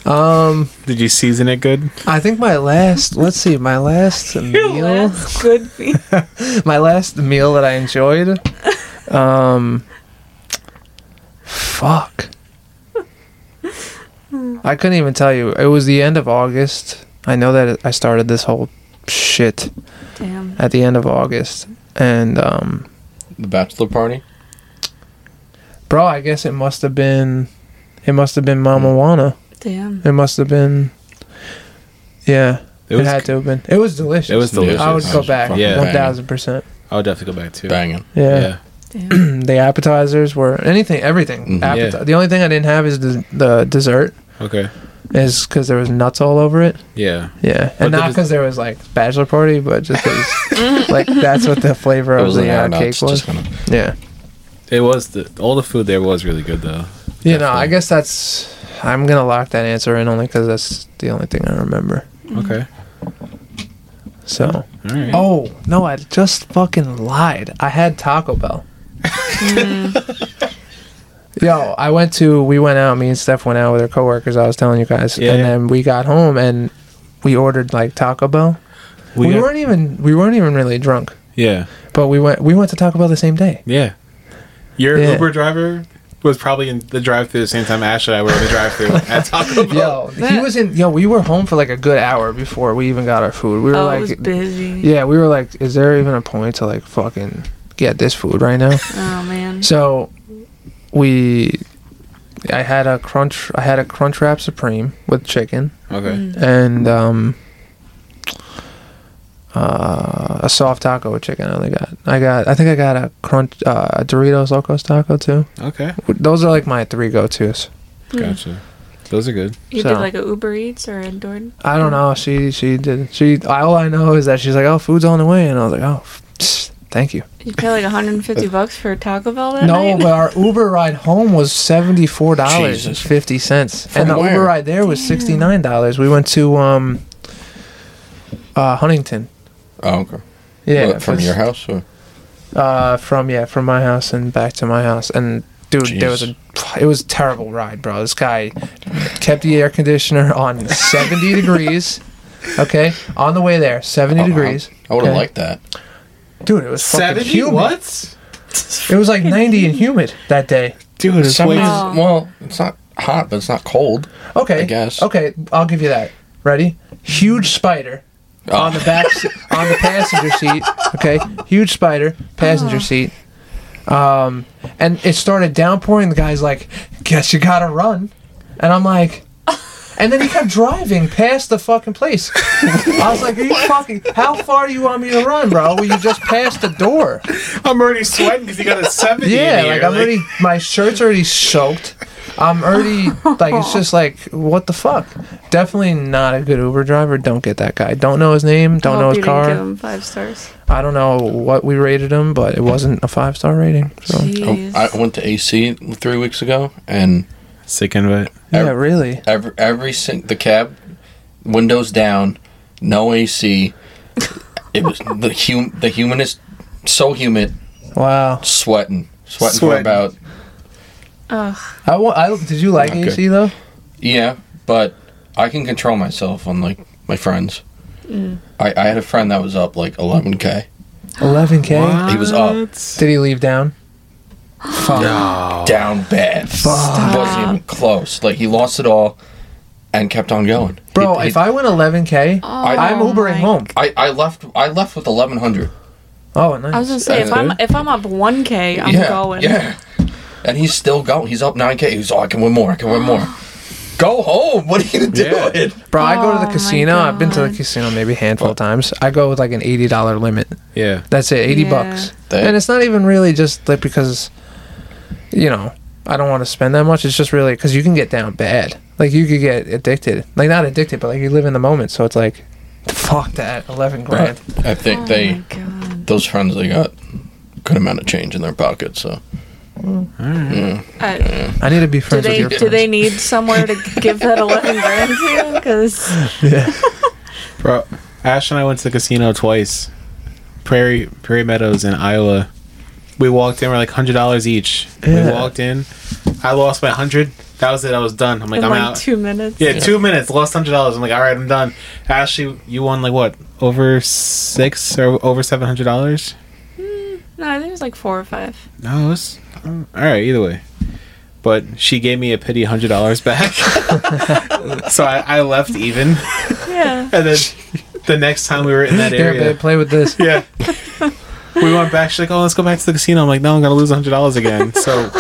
C: Um,
A: Did you season it good?
C: I think my last, let's see, my last meal,
B: good meal.
C: my last meal that I enjoyed, um, fuck. I couldn't even tell you. It was the end of August. I know that I started this whole shit
B: Damn.
C: at the end of August. And um
D: The bachelor party.
C: bro, I guess it must have been
A: Hmm.
C: it must have been Mama Wana.
B: Damn.
C: It must have been Yeah. It,
A: was-
C: had to have been. It was delicious.
A: It was delicious.
C: I would
D: It
C: go
D: was
C: back.
D: fucking
C: Yeah,
A: banging.
C: one thousand percent.
A: I would definitely go back too.
D: Banging.
C: Yeah.
B: Damn.
C: the appetizers were anything, everything.
D: Mhm.
C: Appeti-
A: Yeah.
C: The only thing I didn't have is the, the dessert,
A: Okay.
C: is because there was nuts all over it.
A: Yeah.
C: Yeah,
A: But
C: and not
A: there was-
C: because there was like bachelor party, but just 'cause, like that's what the flavor
D: It
C: of
D: was
C: the uh,
D: an
C: cake
D: cake
C: was.
D: Just gonna,
C: Yeah,
A: It was the all the food there was really good though.
C: you know, I
A: Definitely.
C: guess that's. I'm gonna lock that answer in only because that's the only thing I remember.
B: Mm-hmm.
A: Okay.
C: So,
A: All right.
C: oh no, I just fucking lied. I had Taco Bell.
A: Mm.
C: Yo, I went to. We went out. Me and Steph went out with her coworkers. I was telling you guys,
A: Yeah,
C: and
A: yeah.
C: then we got home and we ordered like Taco Bell. We,
A: got-
C: weren't even. We weren't even really drunk,
A: Yeah.
C: but we went. We went to Taco Bell the same day.
A: Yeah. Your
C: Yeah.
A: Uber driver was probably in the drive-through the same time Ash and I were in the drive-through at Taco
B: Oh,
A: Bell.
C: Yo, he was in. Yo, we were home for like a good hour before we even got our food. We were
B: Oh, it was
C: like,
B: busy.
C: yeah, we were like, is there even a point to like fucking get this food right now?
B: Oh man.
C: so, we, I had a crunch. I had a crunch wrap supreme with chicken
A: Okay.
B: Mm.
C: and um, uh, a soft taco with chicken. I only got. I got. I think I got a crunch uh, a Doritos Locos taco too.
B: Mm.
A: Okay.
C: Those are like my three go tos.
A: Gotcha. Those are good.
B: You
C: so-
B: did like a Uber Eats or a DoorDash?
C: I don't know. She she did. She all I know is that she's like, oh, food's on the way, and I was like, oh, f- psst, thank you.
B: You pay like 150 bucks for Taco Bell that
C: No, uh,
B: night.
C: but our Uber ride home was seventy four dollars and
D: Jesus.
C: fifty cents, and the
D: From where?
C: Uber ride there was sixty nine dollars. We went to um, uh, Huntington.
D: oh, okay.
C: Yeah,
D: What, from
C: that's-
D: your house? Or?
C: Uh, from yeah, from my house and back to my house, and dude, there was a. It was a terrible ride, bro. This guy kept the air conditioner on seventy degrees. Okay, on the way there, seventy
D: Oh, I-
C: degrees.
D: I would have
C: okay?
D: liked that.
C: Dude, it was fucking
A: Seventy?
C: humid.
A: What?
C: It was like 90 and humid that day.
A: Dude, it's
D: Some
A: way.
D: days-
B: Oh.
D: well, it's not hot, but it's not cold.
C: Okay.
D: I guess.
C: Okay, I'll give you that. Ready? Huge spider
D: Uh, Oh.
C: on the back se- on the passenger seat. Okay. Huge spider, passenger seat. Um and it started downpouring. The guy's like, "Guess you got to run." And I'm like, and then he kept driving past the fucking place. I was like, "Are you fucking? How far do you want me to run, bro? Well, you just passed the door."
A: I'm already sweating because you got a seventy.
C: Yeah,
A: in here.
C: like I'm already my shirt's already soaked. I'm already like it's just like what the fuck. Definitely not a good Uber driver. Don't get that guy. Don't know his name. Don't
B: I
C: know
B: hope
C: his
B: Oh, you Didn't give
C: car.
B: him five stars.
C: I don't know what we rated him, but it wasn't a five star rating. So
B: Jeez.
D: I went to AC three weeks ago, and
A: sick invite.
C: yeah, really.
D: every every sing- the cab windows down, no AC. It was the hum the humanist, so humid,
C: Wow.
D: sweating, sweating, for
A: Sweating.
D: about
B: Ugh.
C: I, wa- I did you like
D: Not
C: AC
D: good.
C: though?
D: yeah. But I can control myself, unlike my friends.
C: Mm.
D: I, I had a friend that was up like 11k.
C: Eleven k.
D: He was up.
C: Did he leave down? Fuck.
A: Oh.
D: down bad. It wasn't even close. Like he lost it all and kept on going.
C: Bro,
D: He- he-
C: if I went eleven k, I'm
B: Oh
C: Ubering
B: my-
C: home.
D: I, I left I left with eleven hundred.
C: Oh, nice.
B: I was gonna say if
A: That's
B: I'm
A: good.
B: if I'm up one k, I'm
D: yeah,
B: going.
D: Yeah. And he's still going. He's up nine K. He's oh I can win more. I can win more. Go home. What are you
A: Yeah.
D: doing?
C: Bro, I go to
B: Oh
C: the
B: my
C: casino. I've been to the
B: God.
C: casino maybe a handful of times. I go with like an eighty dollar limit.
A: Yeah.
C: That's it, eighty
B: Yeah.
C: bucks.
D: That-
C: and it's not even really just like because, you know, I don't want to spend that much. It's just really because you can get down bad. Like you could get addicted. Like not addicted, but like you live in the moment. So it's like, fuck that, eleven grand.
D: But I think
B: Oh
D: they
B: my god.
D: those friends they got good amount of change in their pocket. So
B: I,
C: I need to be
B: Uh, do
C: friends
B: they
C: with your
B: do they
C: friends.
B: need somewhere to give that eleven grand to? Because
A: Bro, Ash and I went to the casino twice. Prairie Prairie Meadows in Iowa. We walked in, we're like hundred dollars each.
C: Yeah.
A: We walked in. I lost my hundred. That was it. I was done. I'm like,
B: in
A: I'm
B: like
A: out.
B: two minutes.
A: yeah, two minutes. Lost hundred dollars. I'm like, all right, I'm done. Ashley, you won like what? Over six or over seven hundred dollars?
B: No, I think it was like four or five.
A: No, it was all right. Either way, but she gave me a pity hundred dollars back. so I, I left even,
B: Yeah.
A: and then the next time we were in that
C: Here,
A: area,
C: babe, play with this.
A: yeah. We went back. She's like, "Oh, let's go back to the casino." I'm like, "No, I'm gonna lose hundred dollars again." So,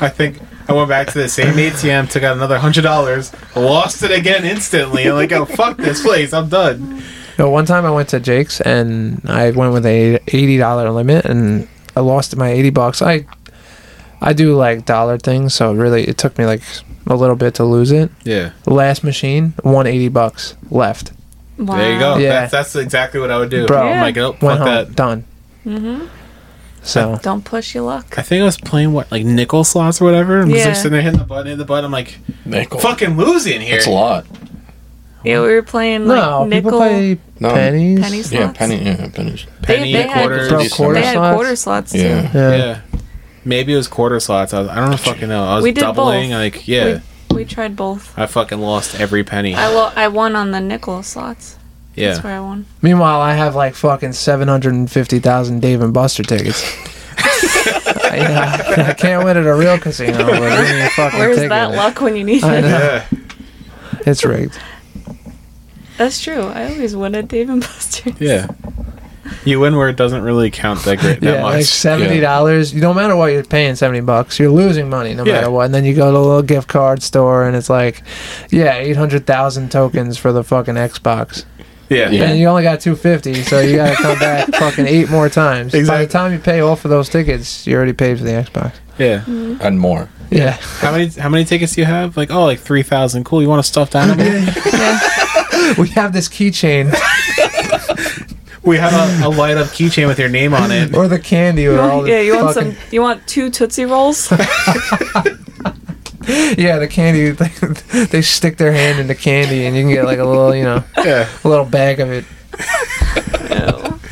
A: I think I went back to the same ATM, took out another hundred dollars, lost it again instantly. I'm like, oh fuck this place, I'm done.
C: No, one time I went to Jake's and I went with a eighty dollar limit and I lost my eighty bucks. I I do like dollar things, so really it took me like a little bit to lose it.
A: Yeah,
C: Last machine, one eighty bucks left.
B: Wow.
A: there you go.
C: Yeah.
A: That's, that's exactly what I would do.
C: Bro.
A: I'm like, oh,
C: Went
A: fuck
C: home,
A: that.
C: done.
B: Mm-hmm.
C: So
B: Don't push your luck.
A: I think I was playing what like nickel slots or whatever. I'm just
B: Yeah.
A: like, sitting there hitting the button, hitting the button. I'm like,
D: Nickel.
A: fucking losing here.
D: That's a lot.
B: Yeah, we were playing like
C: no,
B: nickel.
C: people play
A: Um,
D: No.
C: pennies.
B: penny slots.
D: Yeah, penny. Yeah, pennies.
A: Penny,
B: They- they had-
A: quarters,
C: Bro,
A: yeah.
C: quarter
B: They had
C: slots?
B: quarter slots too.
D: Yeah.
C: Yeah.
A: yeah. Maybe it was quarter slots. I, was, I don't know, fucking know. I was
B: We did
A: doubling.
B: both.
A: Like, yeah,
B: We, we tried both.
A: I fucking lost every penny.
B: I, lo- I won on the nickel slots. That's
A: yeah,
B: where I won.
C: Meanwhile, I have like fucking seven hundred and fifty thousand Dave and Buster tickets. I, I can't win at a real casino. With any fucking
B: Where's
C: ticket.
B: that luck when you need
C: I
B: it?
C: know.
A: yeah.
C: It's rigged.
B: That's true. I always win at Dave and Buster's.
A: Yeah. You win where it doesn't really count that great that
C: yeah,
A: much.
C: like seventy dollars. You don't matter what you're paying seventy bucks. You're losing money no
A: Yeah.
C: matter what. And then you go to a little gift card store and it's like, yeah, eight hundred thousand tokens for the fucking Xbox,
A: yeah.
D: Yeah.
C: and you only got two fifty. So you gotta come back fucking eight more times. By
A: Exactly.
C: the time you pay off for those tickets, you already paid for the Xbox.
A: Yeah.
D: And more.
C: Yeah,
A: How many how many tickets do you have? Like oh like three thousand. Cool. You want a stuffed animal?
C: we have this keychain
A: we have a, a light up keychain with your name on it.
C: or the candy
B: You
C: or all
B: want,
C: the
B: yeah, you want
C: fucking-
B: some? You want two Tootsie Rolls?
C: yeah the candy. they stick their hand in the candy and you can get like a little you know
A: Yeah.
C: a little bag of it.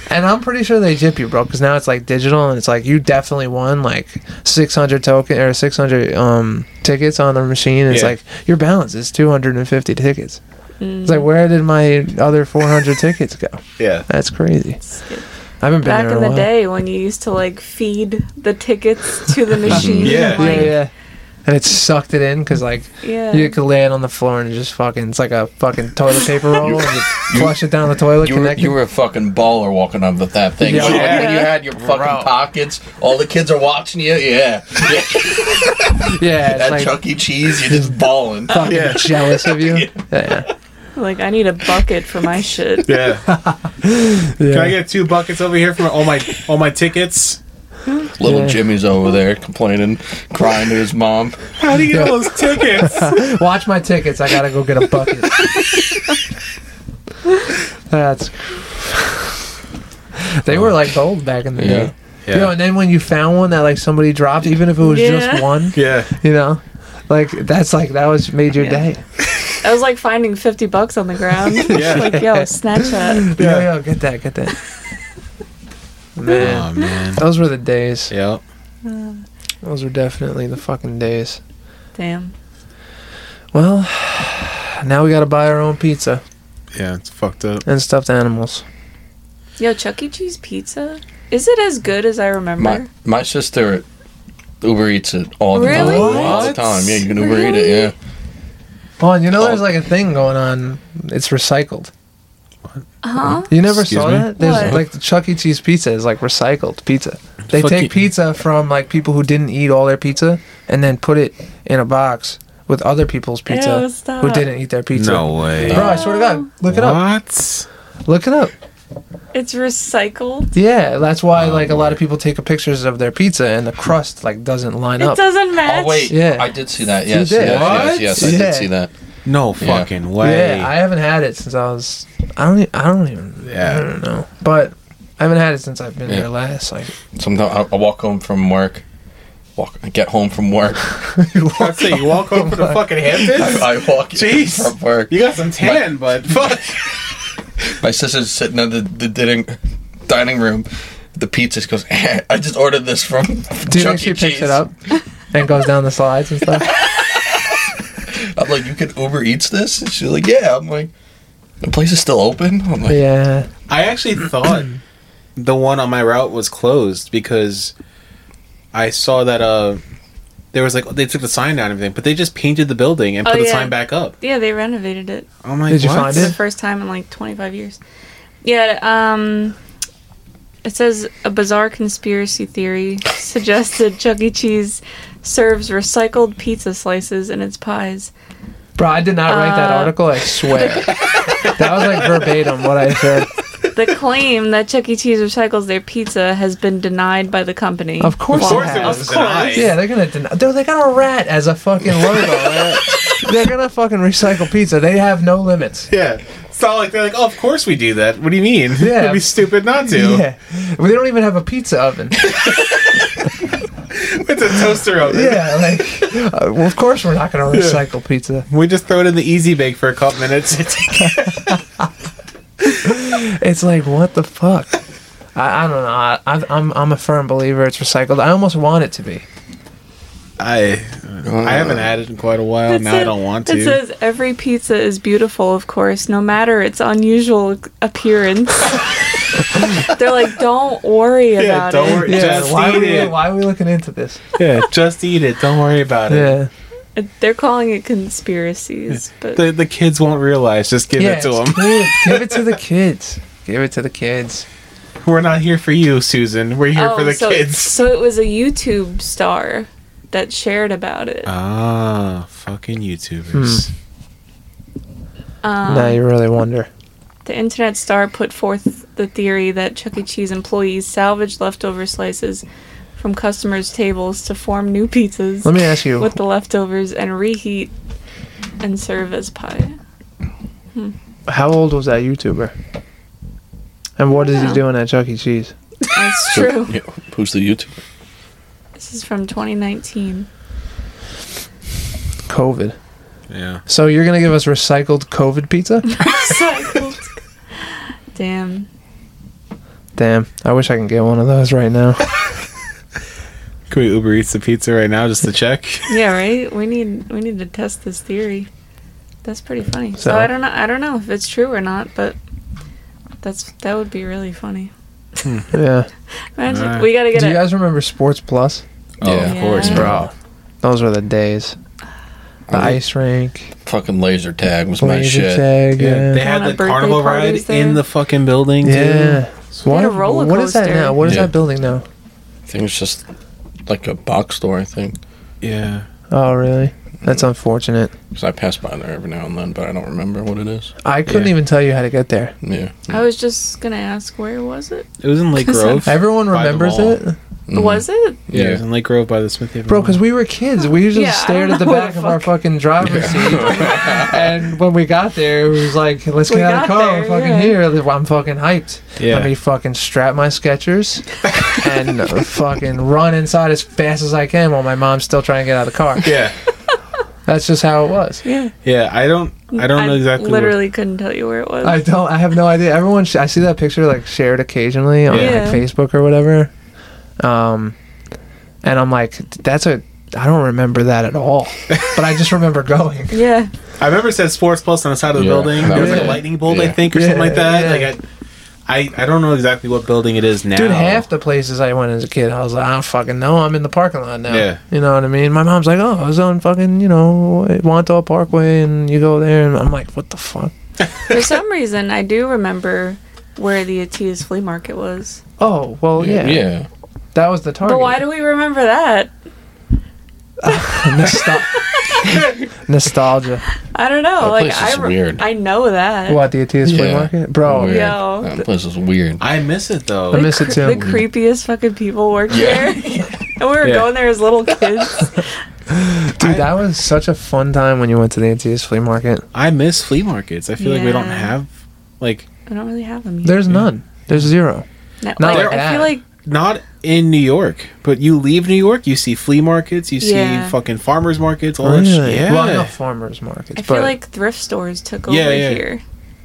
C: And I'm pretty sure they jip you, bro, because now it's like digital, and it's like you definitely won like 600 token or 600 um tickets on the machine. And It's
A: Yeah.
C: like your balance is 250 tickets. It's
B: Mm.
C: like where did my other 400 tickets go?
A: Yeah.
C: That's crazy. I haven't been
B: Back in
C: there in, a
B: the
C: while.
B: day when you used to like feed the tickets to the machine.
A: Yeah.
C: Yeah,
B: like-
C: yeah. And it sucked it in because like
B: yeah.
C: you could lay it on the floor and just fucking it's like a fucking toilet paper roll and you flush it down the toilet.
D: You were,
C: connect it.
D: you were a fucking baller walking up with that thing.
C: Yeah.
D: Like,
A: Yeah.
D: When you had your fucking pockets, all the kids are watching you. Yeah. yeah.
C: yeah, it's
D: At
C: like
D: Chuck E. Cheese, you're just balling.
C: fucking
A: Yeah.
C: jealous of you. Yeah,
B: Like I need a bucket for my shit.
A: Yeah. Can I
C: yeah.
A: get two buckets over here for all my all my tickets?
D: Little
C: Yeah.
D: Jimmy's over there complaining, crying to his mom.
A: How do you get all those tickets?
C: Watch my tickets. I gotta go get a bucket. That's. They were like gold back in the
D: Yeah.
C: day. You know, and then when you found one that like somebody dropped, even if it was
B: Yeah.
C: just one,
A: Yeah.
C: you know, like that's like that was made your
B: Yeah.
C: day.
B: I was like finding fifty bucks on the ground.
A: Yeah.
B: like yo, snatch that.
C: Yeah.
A: Yeah.
C: Yo, yo, get that, get that. Man,
A: Oh man.
C: those were the days.
A: Yeah.
C: Those were definitely the fucking days.
B: Damn.
C: Well, now we gotta buy our own pizza
A: Yeah. It's fucked up.
C: and stuffed animals.
B: Yo, Chuck E. Cheese pizza. Is it as good as I remember?
D: My my sister Uber eats it all the
B: Really?
D: time. All the
A: What?
D: time. Yeah, you can Uber eat
B: Really?
D: it. Yeah.
C: Oh, and you know, there's like a thing going on. It's recycled.
B: huh?
C: You never
A: Excuse
C: saw
A: me?
C: that? There's
B: What?
C: like the Chuck E. Cheese pizza is like recycled pizza. They
A: Fuck
C: take
A: you.
C: pizza from like people who didn't eat all their pizza and then put it in a box with other people's pizza
B: Ew, stop.
C: who didn't eat their pizza.
A: way.
C: Bro, I swear to God, look it up.
A: What?
C: Look it up.
B: It's recycled.
C: Yeah, that's why like a lot of people take pictures of their pizza and the crust like doesn't line
B: It
C: up.
B: doesn't match.
D: Oh wait,
C: Yeah.
D: I did see that.
C: You
D: Yes,
C: did?
D: yes,
A: What?
D: yes, yes, I
C: Yeah.
D: did see that.
A: No
D: Yeah.
A: fucking way.
C: Yeah, I haven't had it since I was. I don't. e- I don't even. I
A: yeah.
C: don't know. But I haven't had it since I've been
D: Yeah.
C: here last. Like
D: Sometimes I, I walk home from work. Walk, I get home from work.
A: I'd say you walk over to the fucking Hamptons.
D: I walk in
A: Jeez.
D: from work.
A: You got some tan, but fuck.
D: My sister's sitting in the, the dining, dining room. The pizza she goes. "Eh, I just ordered this from
C: Do you
D: Chuck
C: think she
D: E.
C: picks
D: Cheese.
C: it up and goes down the slides and stuff?
D: I'm like, you can Uber Eats this? And she's like, yeah. I'm like, the place is still open. I'm like,
C: yeah.
A: I actually thought the one on my route was closed because I saw that uh there was like they took the sign down and everything, but they just painted the building and
B: Oh,
A: put the
B: yeah.
A: sign back up.
B: Yeah, they renovated it.
A: I'm like,
C: Did you
A: what?
C: find
B: for the
C: it?
B: first time in like 25 years. Yeah, um, it says a bizarre conspiracy theory suggested Chuck E. Cheese serves recycled pizza slices in its pies.
C: Bro, I did not write that
B: Uh,
C: article. I swear. that was like verbatim what I said.
B: The claim that Chuck E. Cheese recycles their pizza has been denied by the company.
C: Of course,
A: Of course
C: it
A: it
C: has.
A: was denied.
C: Yeah, they're gonna deny. Dude, they got a rat as a fucking logo. right? they're gonna fucking recycle pizza. They have no limits.
A: Yeah. It's not like they're like, oh, of course we do that. What do you mean?
C: Yeah.
A: It'd be stupid not to.
C: Yeah, Well, they don't even have a pizza oven.
A: It's a toaster oven.
C: yeah, like, uh, well, of course we're not gonna recycle pizza.
A: We just throw it in the easy bake for a couple minutes.
C: It's like, what the fuck? I, I don't know. I, I, I'm I'm a firm believer it's recycled. I almost want it to be.
A: I I haven't had it in quite a while.
B: That's
A: now Oh, I
B: it.
A: don't want
B: It
A: to.
B: says every pizza is beautiful, of course, no matter its unusual appearance. They're like, don't worry
A: Yeah,
B: about
A: don't
B: it.
A: worry.
C: Yeah,
A: just
C: why are
A: eat
C: we
A: it.
C: why are we looking into this?
A: yeah, just eat it. Don't worry about it.
C: Yeah,
B: They're calling it conspiracies, but
A: The, the kids won't realize. Just give
C: yeah,
A: it to
C: it's
A: them.
C: good. Give it to the kids. Give it to the kids.
A: We're not here for you, Susan. We're here for the
B: Oh, so,
A: kids.
B: So it was a YouTube star that shared about
A: Uh,
B: it.
A: Ah, fucking YouTubers.
B: Um,
C: now you really wonder.
B: The internet star put forth the theory that Chuck E. Cheese employees salvage leftover slices from customers' tables to form new pizzas
C: Let me ask you.
B: with the leftovers and reheat and serve as pie.
C: How old was that YouTuber? And what is he
B: Yeah.
C: doing at Chuck E. Cheese?
B: That's true.
D: Yeah, who's the YouTuber?
B: This is from 2019.
C: COVID.
A: Yeah.
C: So you're gonna give us recycled COVID pizza?
B: Cycled. Damn.
C: Damn, I wish I can get one of those right now.
A: Can we Uber Eats the pizza right now just to check?
B: Yeah, right. We need we need to test this theory. That's pretty funny. So,
C: So-
B: I don't know. I don't know if it's true or not, but that's that would be really funny.
C: Yeah.
B: Imagine
A: Alright.
B: we gotta get
C: Do
B: a
C: you guys remember Sports Plus?
A: Oh,
B: of course, Yeah.
C: Bro, those were the days. The
D: I think
C: ice rink,
D: Fucking laser tag was my
C: laser
D: shit.
C: tag.
A: Yeah, they
C: Yeah.
A: had
B: Kinda
A: the
B: birthday
A: carnival ride
B: parties
A: in
B: there.
A: the fucking building. too.
C: Yeah. What,
B: a roller
C: what is that
B: coaster.
C: now? What is
D: Yeah.
C: that building now?
D: I think it's just like a box store. I think
A: yeah.
C: Oh, really? That's unfortunate.
D: because I pass by there every now and then, but I don't remember what it is.
C: I couldn't
A: Yeah.
C: even tell you how to get there.
D: Yeah,
A: Hmm.
B: I was just gonna ask where was it?
A: It was in Lake Grove.
C: Everyone
A: By the
C: remembers
A: mall.
C: it,
A: Mm-hmm.
D: Mhm.
B: Was it?
A: Yeah, it
D: Yeah.
A: was in Lake Grove by the Smithfield.
C: bro. Because we were kids. We usually
B: Yeah, I
C: stared
B: don't
C: at the
B: know where
C: back
B: the
C: of our fucking driver's seat. and when we got there, it was like, let's get
B: We
C: out of
B: got
C: the car.
B: there,
C: I'm fucking
B: yeah.
C: here. I'm fucking hyped.
A: Yeah.
C: Let me fucking strap my Skechers and fucking run inside as fast as I can while my mom's still trying to get out of the car.
A: yeah,
C: That's just how it was.
B: Yeah.
A: yeah. I don't, I don't know exactly. where-
B: Literally couldn't tell you where it was.
C: I don't. I have no idea. Everyone, sh- I see that picture like shared occasionally on
B: Yeah.
C: like, Facebook or whatever, um, and I'm like, that's a. I don't remember that at all, but I just remember going.
B: yeah.
A: I remember it said Sports Plus on the side of the
D: Yeah,
A: building.
D: that
A: There was
C: was
A: like a
C: it.
A: lightning bolt, I
D: Yeah.
A: think, or something
C: Yeah,
A: like that.
C: yeah.
A: Like I, I, I don't know exactly what building it is now.
C: Dude, half the places I went as a kid, I was like, I don't fucking know. I'm in the parking lot now.
A: Yeah.
C: You know what I mean? My mom's like, oh, I was on fucking, you know, Wantagh Parkway, and you go there, and I'm like, what the fuck?
B: For some reason, I do remember where the Atias flea market was.
C: Oh, well, yeah.
D: yeah. yeah.
C: That was the target.
B: But why do we remember that?
C: Nostal- Nostalgia.
B: I don't know.
D: That
B: like
D: place is
B: I, re-
D: weird.
B: I know that.
C: What, the Atias flea
D: Yeah.
C: market? Bro,
D: Weird.
B: Yo.
D: That place is weird.
A: I miss it though.
C: I miss it too.
B: The creepiest fucking people worked
D: Yeah.
B: there. and we were
A: Yeah.
B: going there as little kids.
C: dude, that was such a fun time when you went to the Atias flea market.
A: I miss flea markets. I feel like we don't
B: Yeah.
A: have, like,
B: I don't really have them. Here.
C: There's none. There's zero.
B: No,
C: not
B: like,
A: like
B: I
C: that.
B: feel like
A: not in New York, but you leave New York, you see flea markets, you
B: Yeah.
A: see fucking farmers markets, all that shit. Yeah.
C: Well, I know farmers markets,
B: I feel
C: but
B: like thrift stores took
A: Yeah,
B: over
A: yeah.
B: here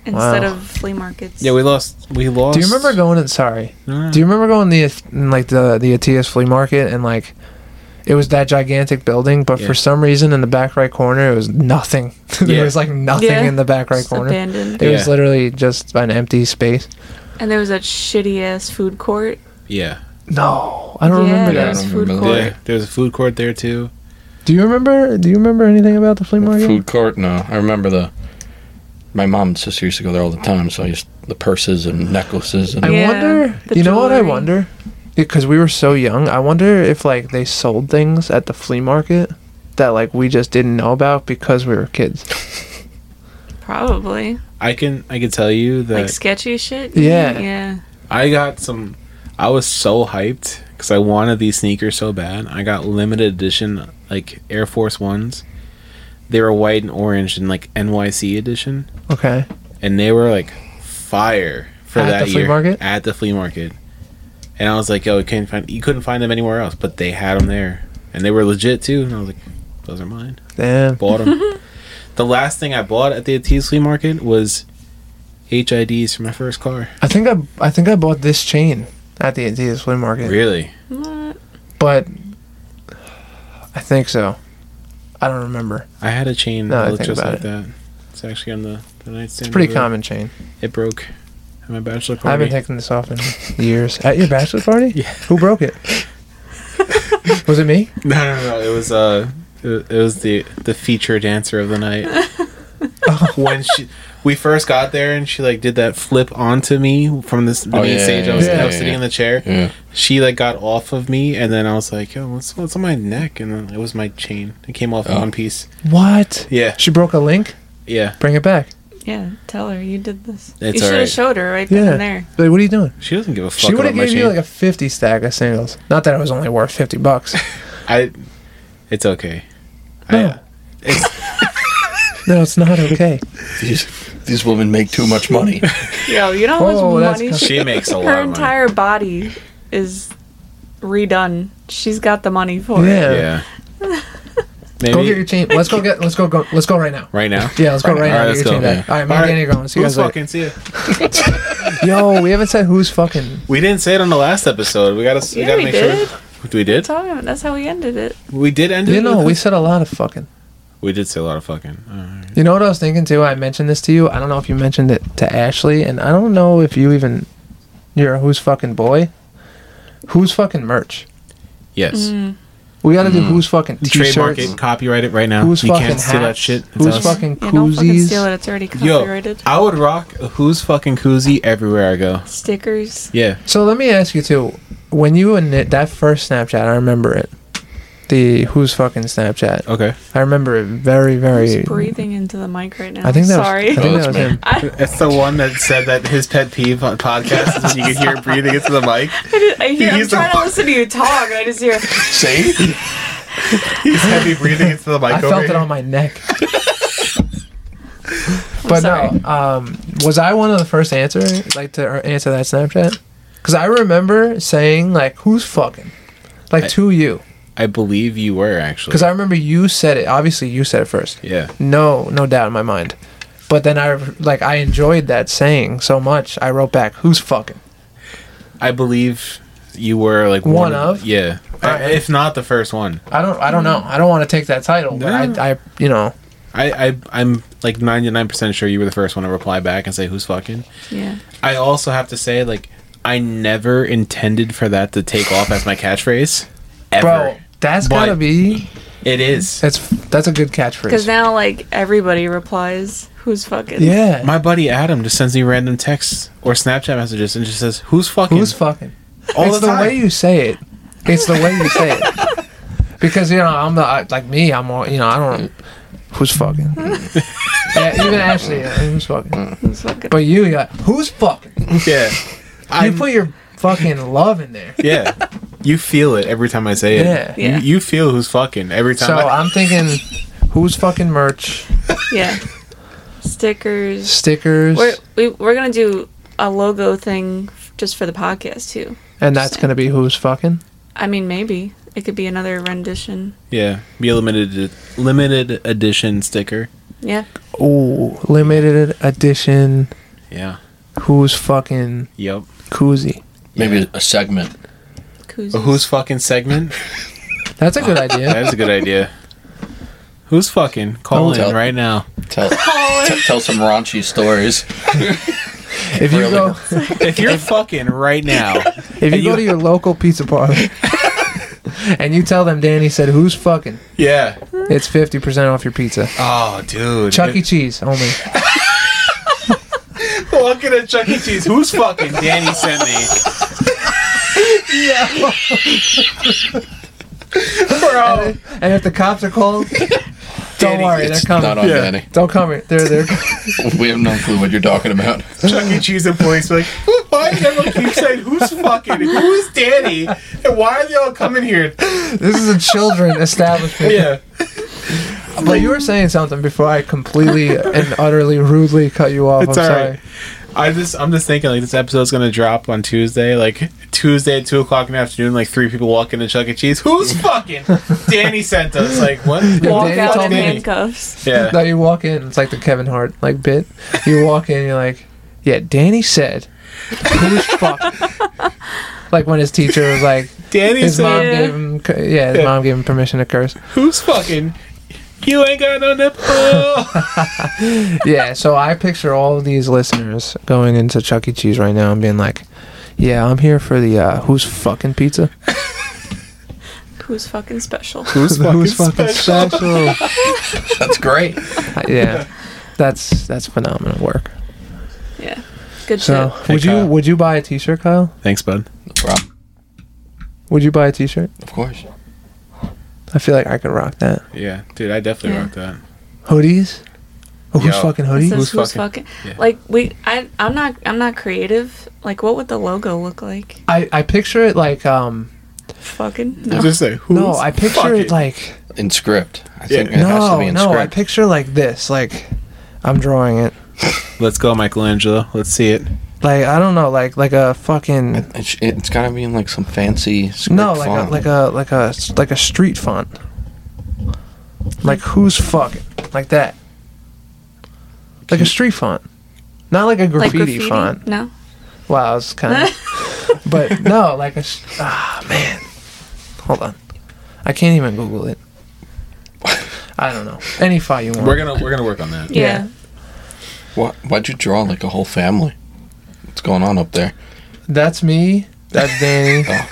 B: instead
C: Wow.
B: of flea markets.
A: yeah, we lost. We lost.
C: do you remember going in, sorry,
A: No.
C: Do you remember going the in, like the the Atias flea market and like it was that gigantic building, but
A: Yeah.
C: for some reason in the back right corner it was nothing. there
A: Yeah.
C: was like nothing
B: Yeah.
C: in the back right
B: Just
C: corner.
B: abandoned.
C: It was
A: Yeah.
C: literally just an empty space.
B: And there was that shitty ass food court.
A: Yeah.
C: No, I don't remember
B: there
D: Yeah, I
C: that.
B: was
D: don't
B: food
D: remember
B: court.
A: yeah. There's a food court there too.
C: Do you remember? Do you remember anything about the flea market?
D: Food court? No, I remember the. My mom and sister used to go there all the time, so I used the purses and necklaces and
C: I
B: Yeah,
C: wonder.
B: the
C: You know what I
B: jewelry.
C: wonder? because we were so young. I wonder if like they sold things at the flea market that like we just didn't know about because we were kids.
B: Probably.
A: I can I can tell you that
B: Like sketchy shit?
C: Yeah.
B: Yeah.
A: I got some. I was so hyped because I wanted these sneakers so bad. I got limited edition like Air Force Ones. They were white and orange and like NYC edition,
C: Okay.
A: and they were like fire for
C: At
A: that
C: the
A: year
C: flea market?
A: at the flea market. And I was like, "Yo, you can't find you couldn't find them anywhere else, but they had them there, and they were legit too." And I was like, "Those are mine."
C: Damn.
A: Bought them. the last thing I bought at the Atiz flea market was HIDs for my first car.
C: I think I I think I bought this chain at the Adidas flea market.
A: Really.
B: What?
C: But I think so. I don't remember.
A: I had a chain
C: No, I
A: that looked
C: think
A: just
C: about
A: like
C: it.
A: that. It's actually on the, the nightstand.
C: It's a pretty
A: over there.
C: common chain.
A: It broke at my bachelor
C: I
A: party.
C: haven't taken this off in years. At your bachelor party?
A: Yeah.
C: Who broke it? Was it me?
A: no, no, no. It was uh, it, it was the the feature dancer of the night. when she, we first got there, and she like did that flip onto me from this the
D: Oh,
A: main
D: yeah,
A: stage. I
D: yeah,
A: was,
C: yeah,
A: I
C: yeah,
A: was sitting
D: yeah.
A: in the chair.
D: Yeah.
A: She like got off of me, and then I was like, "Yo, what's what's on my neck?" And then it was my chain. It came off in
D: Oh.
A: one piece.
C: What?
A: Yeah,
C: She broke a link?
A: yeah.
C: Bring it back.
B: Yeah. Tell her you did this.
A: It's
B: you should have
A: alright.
B: showed her right
C: Yeah.
B: then and there.
C: Like, what are you doing?
A: She doesn't give a fuck
C: she would
A: about
C: have
A: my
C: gave
A: chain.
C: you like a 50 stack of singles. Not that it was only worth 50 bucks.
A: I, it's okay.
C: No.
A: I, it's,
C: no, it's not okay.
D: These these women make too much money.
B: Yo, you know how
C: Whoa,
B: much
C: Oh, that's
B: money
C: kinda-
B: she
A: she makes a lot.
B: her
A: of money.
B: entire body is redone. She's got the money for it.
C: Yeah.
A: Yeah. Maybe
C: Go get your chain. Let's go get. Let's go. Go. Let's go right now.
A: right now.
C: Yeah, let's go right now.
A: Alright,
C: Get your
A: let's go.
C: chain back. All right, me and
A: Alright,
C: Danny are going. See you
A: Who's
C: guys later.
A: fucking see it?
C: Yo, we haven't said who's fucking.
A: We didn't say it on the last episode. We gotta. we
B: Yeah,
A: gotta
B: we
A: make
B: did.
A: sure. We did.
B: That's how, that's how we ended it.
A: We did end it.
C: You know,
A: with-
C: we said a lot of fucking.
A: we did say a lot of fucking. uh, Alright.
C: You know what I was thinking too? I mentioned this to you. I don't know if you mentioned it to Ashley, and I don't know if you even. You're a who's fucking boy. Who's fucking merch?
A: Yes.
B: Mm.
C: We gotta do who's fucking
A: Trademark
C: Mm. t-shirts.
A: it. Copyright it right now.
C: Who's
A: you
C: fucking
A: can't steal that
C: hats?
A: shit. It's
C: Who's
A: us.
C: fucking
B: Yeah, don't fucking
C: koozies?
B: steal it. It's already
A: Yo,
B: copyrighted.
A: I would rock a who's fucking koozie everywhere I go.
B: Stickers.
A: Yeah.
C: So let me ask you too. When you and that first Snapchat, I remember it. The who's fucking Snapchat.
A: Okay.
C: I remember it very,
B: I'm
C: very.
B: just breathing into the mic right now.
C: I think that
B: Sorry.
C: was. I think
D: Oh,
C: that
D: that's
C: was
D: me.
C: him.
B: I,
A: It's the one that said that his pet peeve on podcast is you can hear breathing into the mic.
B: I, did- I hear, I'm
A: He's the
B: trying to
A: one-
B: listen to you talk, and I just hear.
D: See?
A: He's heavy breathing into the mic.
C: I felt it on my neck. but
B: sorry.
C: no, um, was I one of the first answer like to er, answer that Snapchat? Because I remember saying like, "Who's fucking," like
A: I-
C: to you.
A: I believe you were actually.
C: Because I remember you said it. Obviously, you said it first.
A: yeah.
C: No, no doubt in my mind. But then I like I enjoyed that saying so much. I wrote back, "Who's fucking?"
A: I believe you were like
C: One of?
A: yeah,
C: Alright.
A: I- if not the first one.
C: I don't. I don't know. I don't want to take that title. But I, I, you know,
A: I, I I'm like ninety nine percent sure you were the first one to reply back and say who's fucking.
B: Yeah.
A: I also have to say like I never intended for that to take off as my catchphrase. Ever.
C: bro, that's
A: But-
C: gotta be.
A: It is.
C: That's that's a good
B: Because
C: catchphrase.
B: now, like, everybody replies, who's fucking.
C: yeah.
A: My buddy Adam just sends me random texts or Snapchat messages and just says who's fucking
C: Who's fucking?
A: all
C: it's
A: the,
C: the,
A: time.
C: way you say it. It's the way you say it. Because you know, I'm the I, like me. I'm all you know. I don't. Who's fucking? yeah, even Ashley. uh, who's fucking?
B: Who's fucking.
C: But you, you're like, who's fucking? You
A: yeah. I
C: put your fucking love in there.
A: yeah. You feel it every time I say it.
C: Yeah.
A: You,
B: Yeah.
A: you feel who's fucking every time.
C: So
A: I,
C: I'm thinking, who's fucking merch
B: yeah. Stickers.
C: stickers,
B: We're, we, we're going to do a logo thing f- just for the podcast, too.
C: and that's gonna be who's fucking.
B: I mean, maybe. It could be another rendition.
A: yeah. Be a limited limited edition sticker.
B: Yeah.
C: Ooh, limited edition.
A: Yeah.
C: Who's fucking
A: Yep.
C: koozie?
D: Maybe a segment.
B: Koozies.
A: A who's fucking segment?
C: That's a good idea.
A: That is a good idea. Who's fucking? Call
D: Oh, tell-
A: in right now.
D: Tell
C: Oh,
D: t- tell some raunchy stories.
C: If you
D: Really?
C: go,
A: If you're fucking right now,
C: If you,
A: And
C: go
A: you-
C: to your local pizza parlor and you tell them Danny said who's fucking,
A: yeah.
C: it's fifty percent off your pizza.
A: Oh, dude.
C: Chuck E. Cheese only.
A: Walking at Chuck E. Cheese. Who's fucking? Danny sent me. Bro.
C: And if the cops are called, don't
D: Danny,
C: worry, they're
D: it's
C: coming.
D: not on
A: Yeah.
D: Danny.
C: Don't come here. They're there.
D: We have no clue what you're talking about.
A: Chuck E. Cheese employees be like, "Who- why does everyone keep saying who's fucking, who's Danny, and why are they all coming here?
C: This is a children establishment.
A: Yeah.
C: But you were saying something before I completely and utterly rudely cut you off.
A: It's
C: I'm
A: all
C: sorry.
A: right. I just I'm just thinking like this episode's gonna drop on Tuesday, like Tuesday at two o'clock in the afternoon, like three people walk into Chuck E. Cheese. Who's fucking Danny sent us? Like what?
B: Walk
C: Danny
B: out
C: told
B: in
C: me-
B: handcuffs.
A: Yeah.
C: No, you walk in. It's like the Kevin Hart like bit. You walk in, you're like, yeah, Danny said, who's fuck? like when his teacher was like,
A: Danny
C: his mom
A: said
B: Yeah.
C: gave him, cu- yeah, his
A: Yeah.
C: mom gave him permission to curse.
A: who's fucking you ain't got no nipple.
C: Yeah, so I picture all of these listeners going into Chuck E. Cheese right now and being like, yeah, I'm here for the uh, who's fucking pizza.
B: Who's fucking special?
A: who's
C: The who's fucking special. Uh,
D: That's great.
C: yeah, that's that's phenomenal work.
B: Yeah. Good
C: So
B: shit.
A: Hey,
C: would you
A: Kyle.
C: would you buy a T-shirt, Kyle?
A: Thanks, bud.
D: No problem.
C: Would you buy a T-shirt?
D: Of course.
C: I feel like I could rock that.
A: Yeah, dude, I definitely
B: Yeah.
A: rock that.
C: hoodies. Oh, who's
A: Yo.
C: fucking
B: It
C: hoodie?
B: says
A: Who's
B: who's,
A: fucking-
B: fucking,
A: yeah.
B: like we I I'm not I'm not creative. Like what would the logo look like?
C: I, I picture it like um
B: Fucking
A: I
B: no.
A: Just say who's
C: no, I picture
A: fucking-
C: it like
D: In script. I
A: Yeah.
D: think it has to
C: no,
D: be in
C: no, I
D: script.
C: picture like this. Like I'm drawing it.
A: Let's go, Michelangelo. Let's see it.
C: Like I don't know, like like a fucking
D: It- it's, it's gotta be in like some fancy script
C: no, like
D: font.
C: a, like a like a like a street font. Like who's fucking like that? Like a street font, not like a
B: like
C: graffiti,
B: graffiti?
C: font.
B: No.
C: Wow, it's kind of. but no, like a s- ah man, hold on, I can't even Google it. I don't know any font you want.
A: We're gonna we're gonna work on that.
B: Yeah.
D: Why, why'd you draw like a whole family? What's going on up there?
C: That's me. That's Danny.
D: Oh.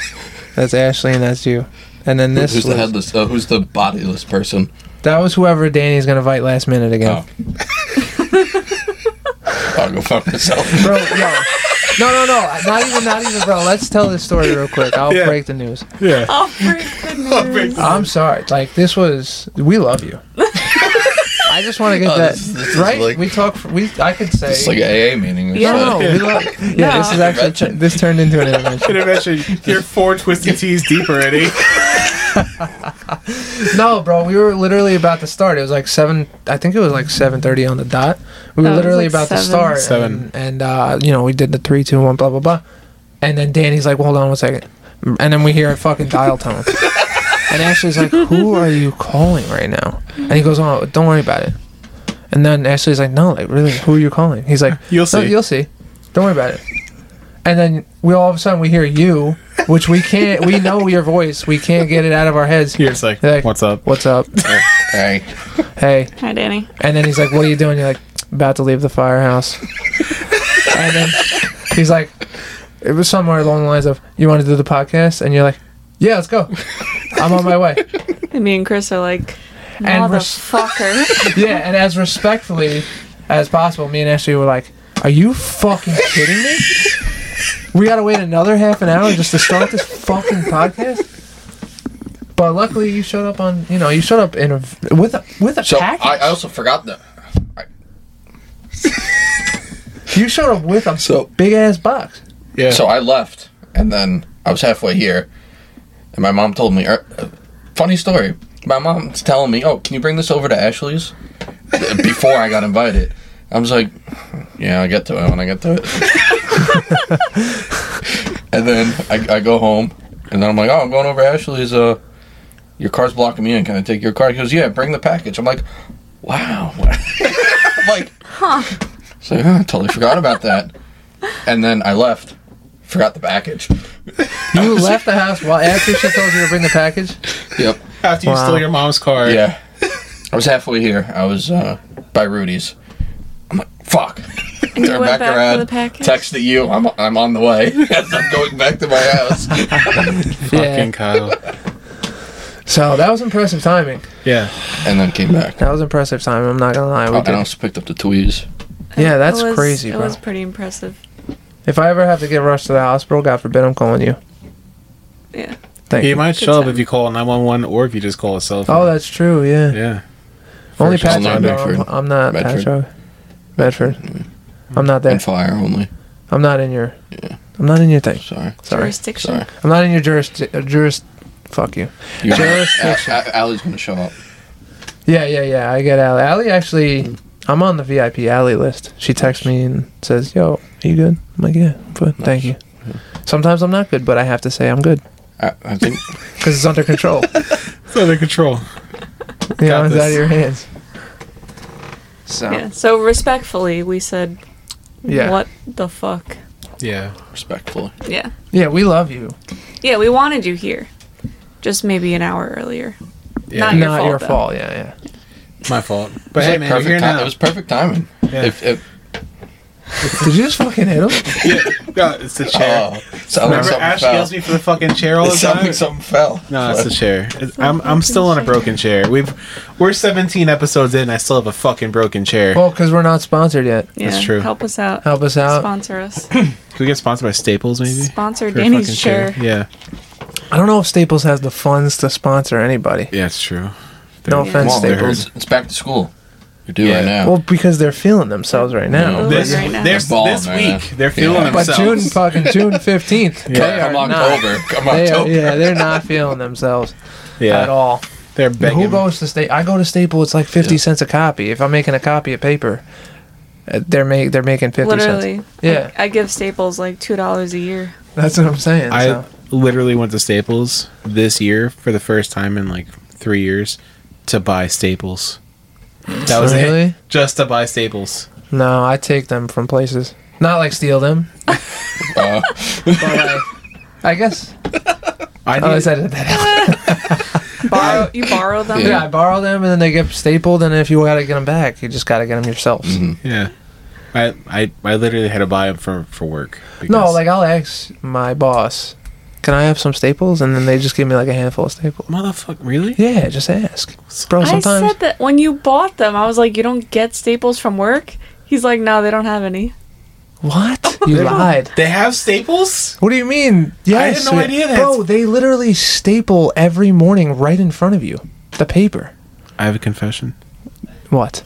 C: That's Ashley, and that's you. And then
D: Who-
C: this
D: who's the
C: was-
D: headless? Uh, who's the bodiless person?
C: that was whoever Danny's gonna fight last minute again.
D: Oh. I'll go fuck myself.
C: Bro, yo. No, no, no. Not even, not even, bro. Let's tell this story real quick. I'll
A: Yeah.
C: break the news.
A: Yeah.
B: Oh, for goodness.
C: I'm sorry. Like this was, we love you. I just want to get
D: Oh,
C: that
D: this is- this is
C: right.
D: like-
C: we talk. For, we. I could say.
D: It's like an AA meeting. Or
B: Yeah.
C: no, no.
D: something.
C: We love, yeah, this is actually
D: Intervention.
C: this turned into an intervention.
A: Intervention. You're four twisted tees deep already.
C: No, bro, we were literally about to start. It was like seven. I think it was like seven thirty on the dot. We were
B: Oh, it was
C: literally
B: like
C: about to
B: seven.
C: start.
A: Seven.
C: And, and, uh, you know, we did the three, two, one, blah blah blah. And then Danny's like, "Hold on one second. And then we hear a fucking dial tone. and Ashley's like, "Who are you calling right now?" And he goes, "Oh, don't worry about it." And then Ashley's like, "No, like really, who are you calling?" He's like,
A: You'll
C: "No,
A: see."
C: you'll see. Don't worry about it." And then we all of a sudden we hear you, which we can't. We know your voice. We can't get it out of our heads.
A: You're just like,
C: You're like,
A: what's up?
C: What's up?
D: Hey,
C: hey.
B: Hi Danny.
C: And then he's like, what are you doing? You're like, about to leave the firehouse. and then he's like, it was somewhere along the lines of, you want to do the podcast? And you're like, yeah, let's go. I'm on my way.
B: And me and Chris are like
C: And we're-
B: motherfucker.
C: Yeah, and as respectfully as possible, me and Ashley were like, are you fucking kidding me? We gotta wait another half an hour just to start this fucking podcast? But luckily, you showed up on, you know, you showed up in a, with a, with a
D: so
C: package.
D: I, I also forgot that.
C: you showed up with a
D: So-
C: big ass box.
A: Yeah.
D: So I left, and then I was halfway here, and my mom told me. er, uh, funny story. My mom's telling me, "Oh, can you bring this over to Ashley's?" Before I got invited, I was like, "Yeah, I get to it when I get to it." and then I, I go home, and then I'm like, "Oh, I'm going over to Ashley's. Uh, your car's blocking me in. Can I take your car?" He goes, "Yeah, bring the package." I'm like, "Wow." I'm like, huh? So yeah, I totally forgot about that. And then I left. Forgot the package.
C: You left the house while after she told you to bring the package.
D: Yep.
A: After you
C: Wow.
A: stole your mom's car.
D: Yeah. I was halfway here. I was uh, by Rudy's. I'm like, fuck.
B: and you
D: Turn
B: went back
D: back,
B: for the
D: around.
B: package.
D: Texted you. I'm I'm on the way. As I'm going back to my house.
A: Fucking Kyle.
C: So Oh, that was impressive timing.
A: Yeah.
D: And then came back.
C: That was impressive timing. I'm not gonna lie. We
D: Oh, and I
C: did.
D: also picked up the tweezers.
C: Yeah, that's
B: It was-
C: crazy,
B: It
C: bro.
B: was pretty impressive.
C: If I ever have to get rushed to the hospital, God forbid, I'm calling you.
B: Yeah.
C: Thank
A: You
C: you.
A: might
B: Good
A: show up
B: time.
A: if you call 911 or if you just call a cell phone.
C: Oh, that's true. Yeah.
A: yeah.
C: Only
A: First
C: Patch.
D: online
C: I'm,
D: Medford.
C: I'm not
D: Medford.
C: Patch. Medford. I'm not there.
D: And fire only.
C: I'm not in your.
D: Yeah.
C: I'm not in your thing.
D: Sorry.
C: Sorry.
B: Jurisdiction.
D: Sorry.
C: I'm not in your jurist. Uh, jurist. Fuck you.
D: You're
C: Jurisdiction.
D: A- A- Allie's gonna show up.
C: Yeah, yeah, yeah. I get Allie. Allie actually, I'm on the VIP Allie list. She texts me and says, "Yo, are you good?" I'm like, "Yeah, I'm good. Thank you." Sometimes I'm not good, but I have to say I'm good
D: I, I think
C: because it's under control.
A: It's under control.
C: you know,
A: Got
C: it's
A: this.
C: out of your hands. So
B: Yeah. So respectfully, we said,
C: yeah,
B: "What the fuck?"
A: Yeah.
D: respectfully.
B: Yeah.
C: yeah, we love you.
B: Yeah. We wanted you here, just maybe an hour earlier.
A: Yeah.
B: Not your
C: not
B: fault,
C: your
B: though.
C: fault. Yeah, yeah.
A: My fault. But
D: It was
A: hey,
D: like
A: man, you're
D: perfect
A: here
D: ti-
A: now.
D: It was perfect timing.
A: Yeah.
D: If, if,
C: Did you just fucking hit him?
A: Yeah, it's the chair.
D: oh, sounds like
A: Remember,
D: something
A: Ash
D: fell.
A: yells me for the fucking chair all the
D: Something,
A: time.
D: something fell.
A: No, it's the chair. It's- I'm I'm
B: fucking
A: still on a
B: chair.
A: broken chair. We've we're 17 episodes in. I still have a fucking broken chair.
C: Well, because we're not sponsored yet.
B: Yeah.
A: That's true.
B: Help us out.
C: Help us out.
B: Sponsor us.
A: Could we get sponsored by Staples maybe?
B: Sponsor
A: For a
B: Danny's
A: fucking
B: chair.
A: Yeah,
C: I don't know if Staples has the funds to sponsor anybody.
A: yeah, it's true.
C: No
A: They're-
C: offense,
D: Come on,
A: they're-
C: Staples.
D: It's, it's back to school. You're due
A: Yeah.
D: right now.
C: Well, because they're feeling themselves right now.
B: No.
A: This,
B: Right now.
A: there's-
D: They're balling
A: this
D: right now.
A: week, they're feeling
D: Yeah.
C: But
A: themselves.
C: June fucking June fifteenth.
A: Yeah.
D: come October. Come
C: They are,
D: October.
C: yeah, they're not feeling themselves
A: yeah,
C: at all.
A: they're begging.
C: Who goes to Staple? I go to Staple. It's like fifty cents a copy. If I'm making a copy of paper, uh, they're make they're making fifty
B: Literally.
C: cents. Yeah,
B: I, I give Staples like two dollars a year.
C: that's what I'm saying.
A: I
C: so.
A: literally went to Staples this year for the first time in like three years to buy Staples. That was it.
C: Really?
A: Just to buy Staples.
C: No, I take them from places. Not like steal them,
D: Uh,
C: but like, I guess.
A: I
C: Oh, I
A: need-
C: said it that.
B: Borrow you borrow them.
C: Yeah, I borrow them and then they get stapled, and if you gotta get them back, you just gotta get them yourself.
A: yeah. I, I, I literally had to buy them for, for work.
C: No,
A: because-
C: like I'll ask my boss, "Can I have some staples?" And then they just give me like a handful of staples.
A: motherfucker, really?
C: Yeah, just ask, bro.
B: I
C: Oh, Sometimes
B: said that when you bought them, I was like, you don't get Staples from work. He's like, no, they don't have any.
C: what you lied.
A: They have Staples?
C: Oh, What do you mean? Yes,
A: no
C: we-
A: idea that-
C: bro. They literally staple every morning right in front of you the paper.
A: I have a confession.
C: What?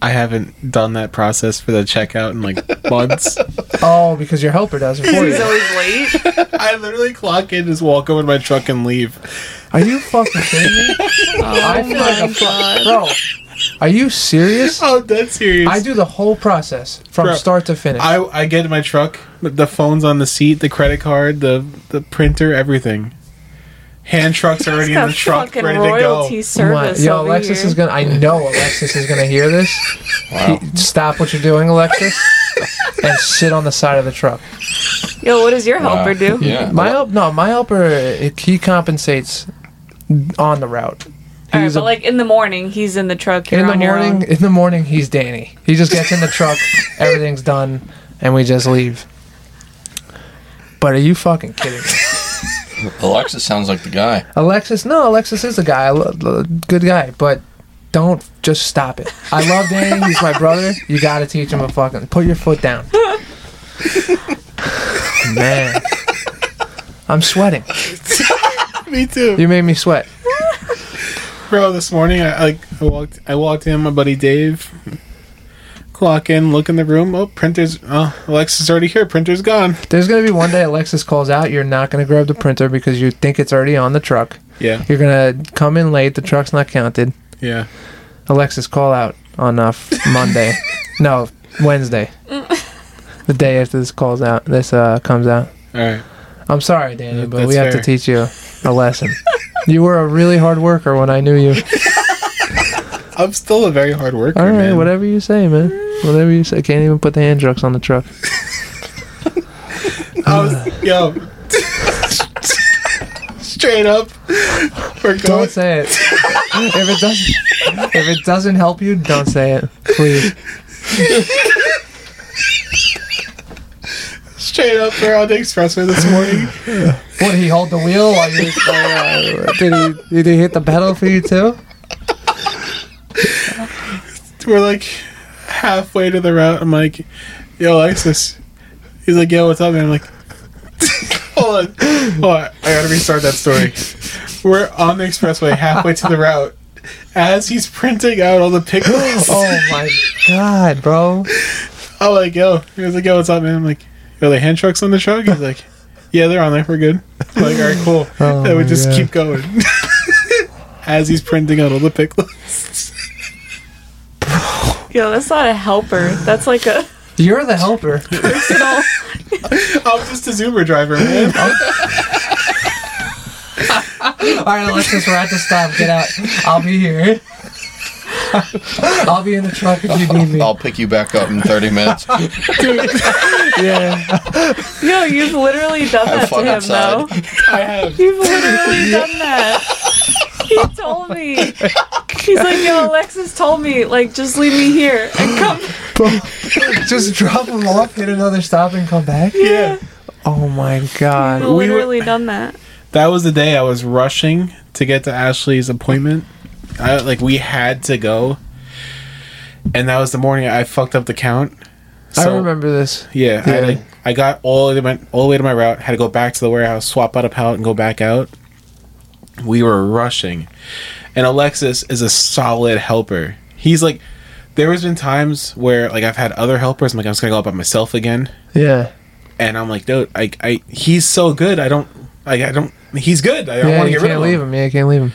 A: I haven't done that process for the checkout in like months.
C: Oh, because your helper does it for
B: He's
C: you.
B: always late.
A: I literally clock in, just walk over to my truck and leave.
C: Are you fucking kidding
A: Oh
C: me? I feel like a fuck, bro. Are you serious?
A: Oh, that's serious.
C: I do the whole process from
A: Bro,
C: start to finish.
A: I, I get in my truck, the phone's on the seat, the credit card, the, the printer, everything. Hand truck's already in
B: Got
A: the truck,
B: fucking
A: ready
B: royalty
A: to
B: service.
C: Yo,
B: over
C: Alexis
B: here.
C: is gonna. I know Alexis is gonna hear this.
D: wow.
C: He- stop what you're doing, Alexis, and sit on the side of the truck.
B: Yo, what does your
D: Wow.
B: helper do?
D: Yeah.
C: My help, no, my helper, it, he compensates on the route.
B: All right,
C: He's
B: but
C: a-
B: like in the morning, he's in the truck. You're
C: in the
B: on your
C: morning,
B: own.
C: in the morning, he's Danny. He just gets in the truck, everything's done, and we just leave. But are you fucking kidding me?
D: Alexa sounds like the guy.
C: Alexis, no, Alexis is a guy, I lo- lo- good guy, but don't just stop it. I love Danny, he's my brother. You gotta teach him a fucking put your foot down. Man, I'm sweating.
A: Me too.
C: You made me sweat.
A: Bro, this morning I like I walked I walked in my buddy Dave. Clock in, look in the room. Oh, printer's oh, Alexa's already here. Printer's gone.
C: There's gonna be one day Alexis calls out. You're not gonna grab the printer because you think it's already on the truck.
A: Yeah,
C: You're gonna come in late. The truck's not counted.
A: yeah.
C: Alexis, call out on uh, f- Monday. no, Wednesday. the day after this calls out, this uh, comes out.
A: All right.
C: I'm sorry, Danny,
A: That-
C: but
A: that's
C: we have
A: fair.
C: to teach you a lesson. you were a really hard worker when I knew you.
A: I'm still a very hard worker.
C: All right,
A: man.
C: whatever you say, man. Whatever you say. Can't even put the hand trucks on the truck.
A: I was, yo. Straight up. We're going.
C: Don't say it. if it doesn't, if it doesn't help you, don't say it, please.
A: Straight up, we're on the expressway this morning.
C: What did he hold the wheel while you? Uh, did he? Did he hit the pedal for you too?
A: We're like halfway to the route. I'm like, yo, Alexis. He's like, yo, what's up, man? I'm like, hold hold on. Hold on. I gotta restart that story. We're on the expressway halfway to the route. As he's printing out all the pickles,
C: Oh my god, bro.
A: I'm like, yo. He was like, yo, what's up, man? I'm like, yo, the hand trucks on the truck? He's like, yeah, they're on there. We're good. I'm like, all right, cool.
C: Oh
A: and we
C: my
A: just
C: God.
A: keep going. As he's printing out all the pickles.
B: Yo, that's not a helper. That's like a
C: You're the helper.
B: personal.
A: I'm just a Uber driver, man.
C: Alright, Alexis, we're at the stop. Get out. I'll be here. I'll be in the truck if you need me.
D: I'll pick you back up in 30 minutes.
C: Yeah.
B: Yo, you've literally done that
D: Have
B: to
D: fun
B: him,
D: outside.
B: though.
A: I have.
B: You've literally done that. He told me. He's like, yo, Alexis told me, like, just leave me here and come.
C: Just drop him off, hit another stop, and come back.
A: Yeah.
C: Oh my god.
B: You've
A: We were-
B: literally done that.
A: That was the day I was rushing to get to Ashley's appointment. I like we had to go. And that was the morning I fucked up the count.
C: I remember this.
A: Yeah, I,
C: Yeah.
A: like, I got all the went all the way to my route. Had to go back to the warehouse, swap out a pallet, and go back out. We were rushing, and Alexis is a solid helper. He's like, there has been times where like I've had other helpers. I'm like, I'm just gonna go out by myself again,
C: Yeah.
A: and I'm like, dude, I, I he's so good. I don't, I, I don't. He's good. I don't
C: yeah,
A: want to
C: you
A: get rid
C: can't
A: of
C: leave him. Yeah, you can't leave him.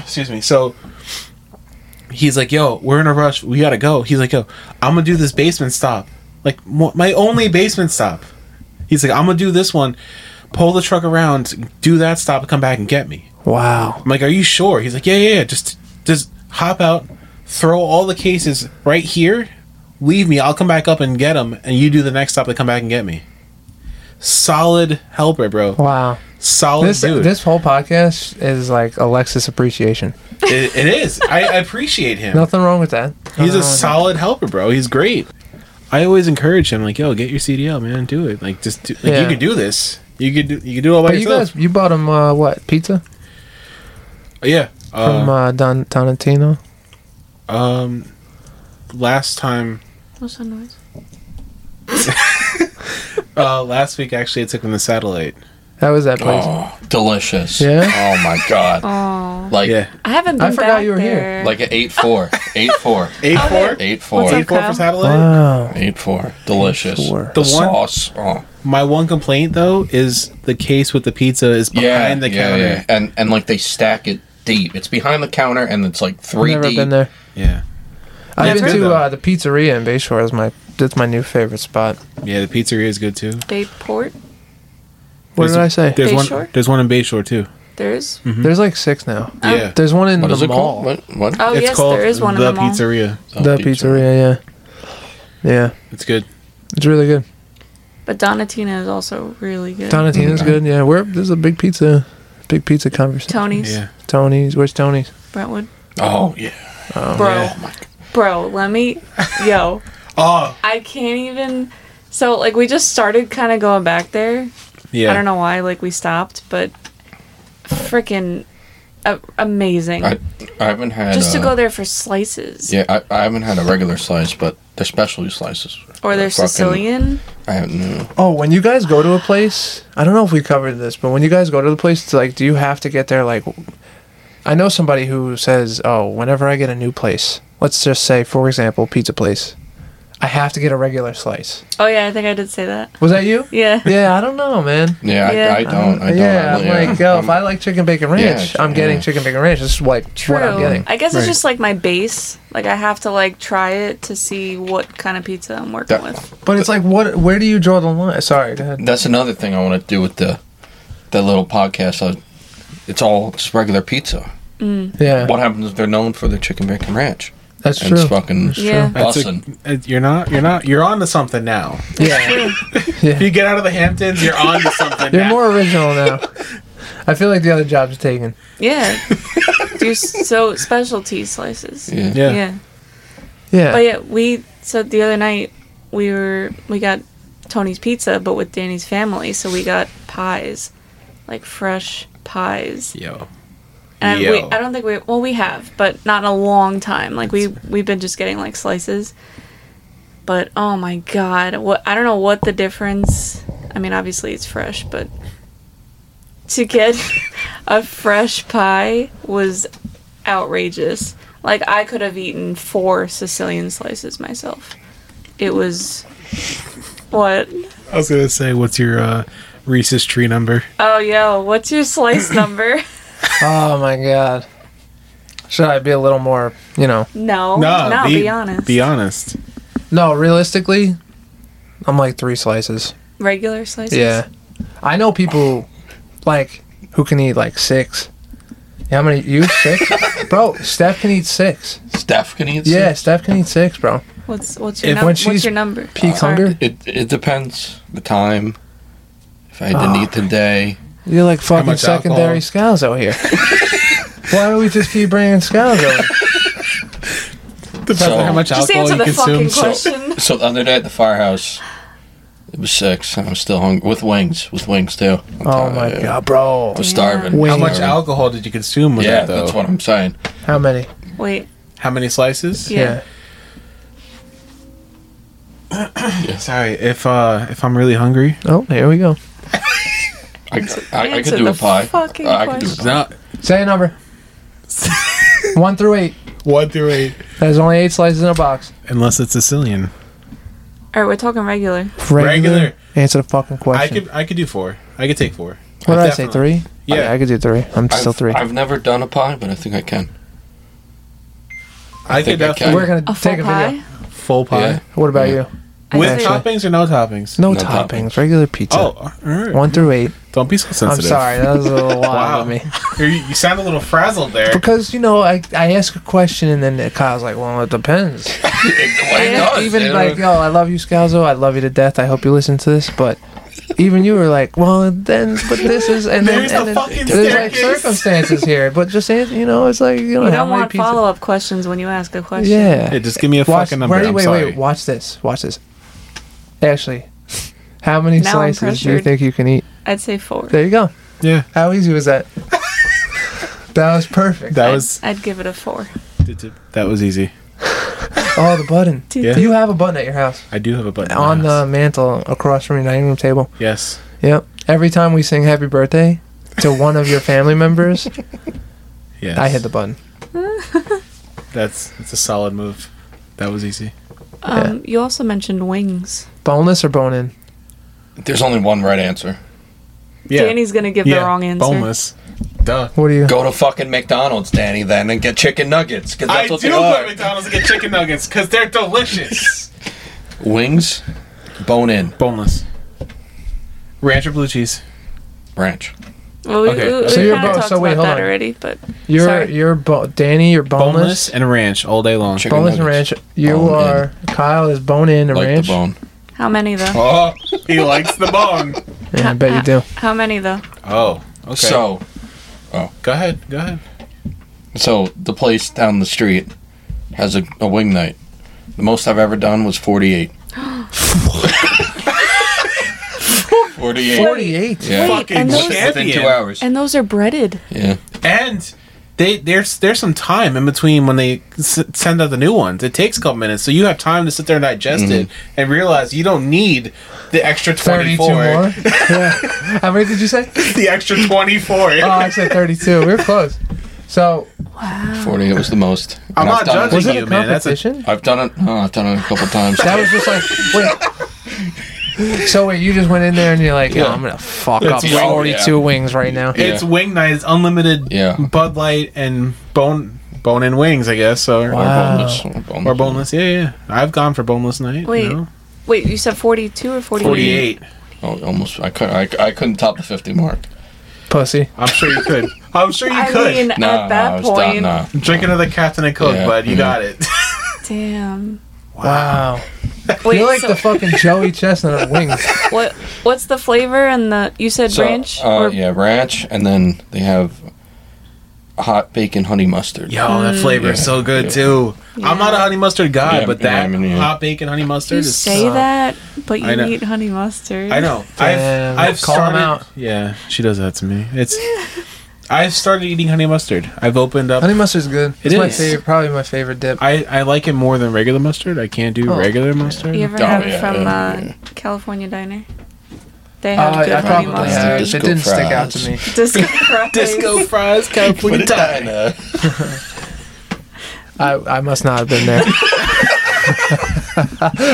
A: excuse me. So he's like, "Yo, we're in a rush. We gotta go." He's like, "Yo, I'm gonna do this basement stop, like mo- my only basement stop." He's like, "I'm gonna do this one, pull the truck around, do that stop, and come back and get me."
C: Wow.
A: I'm like, "Are you sure?" He's like, "Yeah, yeah, yeah. Just, just hop out, throw all the cases right here, leave me. I'll come back up and get them, and you do the next stop and come back and get me." Solid helper, bro.
C: Wow.
A: Solid
C: This
A: dude.
C: this whole podcast is like Alexis appreciation.
A: It- it is. I, I appreciate him.
C: Nothing wrong with that.
A: He's
C: Nothing
A: a
C: wrong with
A: solid helper, bro. He's great. I always encourage him, like, yo, get your CDL, man. Do it. Like, just do, like
C: Yeah.
A: you could do this. You could do you could do it all by
C: But you
A: yourself.
C: guys, you bought him uh, what pizza
A: yeah.
C: from
A: Uh,
C: uh, Don Tonantino?
A: um, last time,
B: What's that noise?
A: uh, last week actually, I took him to satellite.
C: That was that place.
D: Oh, delicious.
C: Yeah?
D: Oh my god.
B: Oh,
D: Like
A: Yeah,
B: I haven't been
C: I forgot
B: back
C: you were here.
B: there.
D: like an 8-4. 8-4.
A: eight four,
D: 8-4.
A: eight
B: What's
A: four
B: Kyle?
A: for satellite.
C: Wow.
D: 8-4. Delicious.
A: The
C: 8-4.
D: The,
A: one-
D: sauce. Oh.
A: My one complaint though is the case with the pizza is behind
D: Yeah.
A: the
D: yeah,
A: counter.
D: yeah.
A: Yeah,
D: And and like they stack it deep. It's behind the counter and it's like 3
C: Never
D: deep.
C: been there. I've
A: it's
C: been
A: good,
C: to
A: though.
C: uh, the pizzeria in Bayshore. Is my that's my new favorite spot.
A: Yeah, the pizzeria is good too.
B: Dateport.
C: What
A: There's-
C: did I say?
A: There's one.
B: Bayshore?
A: There's one in Bayshore too.
B: There's.
C: There's like six now.
A: Yeah,
C: There's one in
D: What
C: the
D: is it
C: mall.
D: called? What? what?
B: Oh, yes, there is one
A: the
B: in the mall.
A: pizzeria.
D: Oh,
C: the
D: pizza.
C: pizzeria. Yeah. Yeah.
A: It's good.
C: It's really good.
B: But Donatina is also really good.
C: Donatina's
D: Okay.
C: good. Yeah. We're this is a big pizza, big pizza conversation.
B: Tony's.
A: Yeah,
C: Tony's. Where's Tony's?
B: Brentwood.
D: Oh, yeah. Oh,
B: bro.
A: yeah.
B: Bro, let me. Yo.
A: Oh,
B: I can't even. So like we just started kind of going back there.
A: yeah.
B: I don't know why like we stopped, but freaking a- amazing.
D: I, I haven't had
B: just to
D: uh,
B: go there for slices
D: Yeah, I, I haven't had a regular slice, but their specialty slices.
B: or
D: are
B: their
D: fucking-
B: Sicilian.
D: I haven't. no.
C: Oh, when you guys go to a place, I don't know if we covered this, but when you guys go to the place, it's like, do you have to get there? Like, I know somebody who says, oh, whenever I get a new place, let's just say, for example, pizza place, I have to get a regular slice.
B: Oh yeah, I think I did say that.
C: Was that you?
B: Yeah.
C: yeah, I don't know, man.
D: Yeah,
B: Yeah.
D: I, I don't. I don't.
C: yeah,
D: I
C: I'm
D: don't- yeah.
C: like, uh, yo, if I like chicken bacon ranch,
D: Yeah,
C: I'm getting
D: yeah.
C: chicken bacon ranch. This is like
B: True.
C: what I'm getting.
B: I guess
A: Right.
B: it's just like my base. Like I have to like try it to see what kind of pizza I'm working
D: That-
B: with.
C: But it's like, what? Where do you draw the line? Sorry, go ahead.
D: That's another thing I want to do with the that little podcast. I, it's all just regular pizza.
C: Yeah,
D: What happens if they're known for their chicken bacon ranch?
C: that's
D: And it's
C: true.
D: fucking
B: Yeah.
A: That's a-
D: bussin'.
A: uh, you're not. You're not. You're on to something now.
C: Yeah,
A: If you get out of the Hamptons, you're on to something.
C: you're
A: now.
C: more original now. I feel like the other job's taken.
B: Yeah. Do s- so specialty slices.
D: Yeah.
A: Yeah.
B: yeah.
C: Yeah.
B: But yeah, we so the other night we were we got Tony's pizza, but with Danny's family, so we got pies, like fresh pies.
A: Yo.
B: And Uh, we,
A: Yo.
B: I don't think we well we have, but not in a long time. Like we we've been just getting like slices. But oh my god, what I don't know what the difference. I mean, obviously it's fresh, but to get a fresh pie was outrageous. Like I could have eaten four Sicilian slices myself. It was what?
A: I was gonna say, what's your uh, Reese's tree number?
B: Oh yo, what's your slice number?
C: Oh my god. Should I be a little more, you know?
B: No, Oh, no, be, honest.
A: Be honest.
C: No, realistically, I'm like three slices.
B: Regular slices.
C: Yeah. I know people like who can eat like six. Yeah, how many? You six, bro? Steph can eat six.
D: Steph can eat.
C: Yeah, Steph can eat six, bro.
B: What's what's your
C: If-
B: number?
C: when
B: What's
C: she's
B: your number?
C: Peak
B: Sorry.
C: hunger.
D: It it depends the time. If I didn't eat today,
C: You're like fucking
A: much
C: secondary
A: alcohol?
C: scows out here. Why do we just keep bringing scows over?
A: Depends
D: So-
A: on how much
B: Just
A: alcohol
B: answer
A: you
B: the fucking
A: consume.
B: question.
D: so the other day at the firehouse, it was six, and I'm still hungry with wings, with wings too. I'm
C: Oh
D: tired.
C: my god, bro!
D: I'm starving.
C: Wings.
A: How much
D: Starving.
A: alcohol did you consume with
D: Yeah,
A: that, though?
D: that's what I'm saying.
C: How many?
B: Wait,
A: How many slices?
B: Yeah.
A: Sorry, if uh, if I'm really hungry,
C: Oh, here we go.
D: I, I, I could
B: Answer
D: do a
B: the
D: pie.
B: fucking
D: I could do a
B: question.
D: pie.
A: no,
C: Say a number. One through eight.
A: one through eight,
C: There's only eight slices in a box.
A: unless it's Sicilian.
B: all right, we're talking regular.
A: Regular.
C: Answer the fucking
A: I
C: question.
A: could I could do four. I could take four.
C: what did I say?
A: Definitely.
C: Three.
A: Yeah.
C: I could do three. I'm
D: I've,
C: still 3
D: I've never done a pie, but I think I can.
A: I,
D: think
A: could
D: I
A: definitely
C: We're gonna
B: A full
C: take a
B: pie.
C: video.
A: full pie
D: Yeah.
C: What about you?
B: I
A: with
B: say-
C: Actually-
A: toppings or no toppings.
C: No,
D: No
C: toppings.
D: toppings.
C: Regular pizza.
A: Oh, all right.
C: One through eight.
A: Don't be so
C: I'm
A: sensitive.
C: sorry, that was a little wild
A: Wow.
C: of me.
A: You, you sound a little frazzled there.
C: Because you know, I I ask a question and then Kyle's like, "Well, it depends."
D: It does,
C: even
D: dude.
C: like, "Yo, I love you, Scalzo. I love you to death. I hope you listen to this." But even you were like, "Well, then, but this is and then,
A: There's the
C: and then
A: fucking
C: there's like
A: staircase.
C: circumstances here." But just an- you know, it's like you know,
B: You
C: how
B: don't
C: many
B: want
C: pizza-
B: follow up questions when you ask a question.
C: Yeah.
A: Hey, just give me a
C: Watch-
A: fucking number.
C: Wait,
A: I'm
C: wait,
A: sorry.
C: wait. Watch this. Watch this. Ashley, how many
B: Now I'm
C: slices do you
B: pressured.
C: think you can eat?
B: I'd say four.
C: There you go.
A: Yeah,
C: How easy was that? that was perfect.
A: that
B: I'd-
A: was
B: I'd, give it a four.
A: that was easy.
C: Oh, the button.
A: Yeah.
C: You have a button at your house.
A: I do have a button
C: On
A: in my house.
C: the mantle across from your dining room table.
A: yes.
C: Yep. Every time we sing happy birthday to one of your family members,
A: Yes.
C: I hit the button.
A: That's that's a solid move. That was easy.
B: Um, You also mentioned wings.
C: Boneless or bone in?
D: There's only one right answer.
A: Yeah.
B: Danny's gonna give the wrong answer.
A: Boneless. Duh.
C: What do you?
D: Go to fucking McDonald's, Danny, then, and get chicken nuggets. 'cause
A: I
D: that's
A: do
D: what
A: go
D: they
A: to
D: are.
A: McDonald's and get chicken nuggets because they're delicious.
D: Wings, bone in,
A: Boneless. Ranch or blue cheese?
D: branch.
B: Well, we,
A: Okay,
B: we,
A: so
B: we
A: you're
B: kind of
C: both-
B: talked
C: so wait,
B: about
C: hold
B: that
C: on.
B: already, but
C: You're
B: Sorry.
C: you're bo- Danny. You're boneless.
A: Boneless and ranch all day long.
D: Chicken
C: Boneless, and
D: nuggets.
C: ranch. You
D: Bone in.
C: are Kyle is bone in and
D: Like
C: ranch.
D: the bone.
B: how many though?
A: Oh, he likes the bone.
C: Yeah, I bet you do.
B: How many though?
A: Oh, okay.
D: So,
A: go ahead, go ahead.
D: so the place down the street has a, a wing night. The most I've ever done was 48. 48.
C: Forty-eight.
D: Yeah.
A: Fucking
B: and those-
D: Within
A: champion.
D: two hours.
B: And those are breaded.
D: Yeah.
A: And they there's there's some time in between when they s- send out the new ones. It takes a couple minutes, so you have time to sit there and digest it
D: Mm-hmm.
A: and realize you don't need the extra twenty
C: Thirty-two
A: four.
C: more. yeah. How many did you say?
A: the extra twenty four.
C: Oh, I said thirty-two. We were close. So
D: 48 was the most.
A: I'm
D: And
A: not
D: I've done
A: judging
C: was
A: you,
C: it a
A: man. That's a
C: competition?
D: I've done it. Oh, I've done it a couple times.
C: That was just like wait. So wait, you just went in there and you're like, yo,
D: Yeah.
C: I'm gonna fuck
A: It's
C: up
A: wing-
C: 42 wings right now.
D: Yeah.
A: It's wing night. It's unlimited
D: Yeah.
A: Bud Light and bone bone and wings, I guess. So
D: or
C: Wow.
D: boneless. Or boneless.
A: or boneless. Yeah, yeah. I've gone for boneless night.
B: Wait, Wait, you said forty-two or
A: forty
B: forty-eight?
A: eight.
D: Oh, almost. I could. I, I couldn't top the 50 mark.
C: Pussy.
A: I'm sure you could. I'm sure you
B: I
A: could.
B: mean,
D: No,
B: at that
D: I was
B: point,
D: done. Nah.
A: Drink another Captain and Coke,
D: Yeah,
A: bud. You
D: mhm.
A: got it.
B: damn.
C: Wow.
B: Wait,
C: you're like
B: so
C: the fucking Joey Chestnut of wings.
B: what? What's the flavor and the? You said
D: So,
B: ranch
D: Uh,
B: or
D: yeah, ranch, and then they have hot bacon honey mustard.
A: Yo,
B: Mm.
A: that flavor is
D: Yeah,
A: so good
D: yeah.
A: too. I'm not a honey mustard guy,
D: Yeah,
A: but
D: yeah,
A: that
D: I mean, yeah.
A: hot bacon honey mustard
B: You
A: is.
B: say
C: uh,
B: that, but you
A: I know.
B: eat honey mustard.
A: I know.
C: Damn,
A: I've I've
C: call him
A: started.
C: out.
A: Yeah, she does that to me. It's. I've started eating honey mustard. I've opened up.
C: Honey mustard's good. It's
A: It
C: my
A: is.
C: favorite, probably my favorite dip.
A: I, I like it more than regular mustard. I can't do
C: Oh.
A: regular mustard.
B: You ever
D: Oh,
B: have it
D: yeah,
B: from
D: yeah,
B: uh, California Diner? They had
C: Uh,
B: good
C: I
B: honey
C: probably
D: mustard.
C: had.
B: mustard.
C: It
D: Disco
C: didn't stick out
D: fries.
C: to me.
B: Disco fries.
A: fries, California
D: Diner.
C: I, I must not have been there.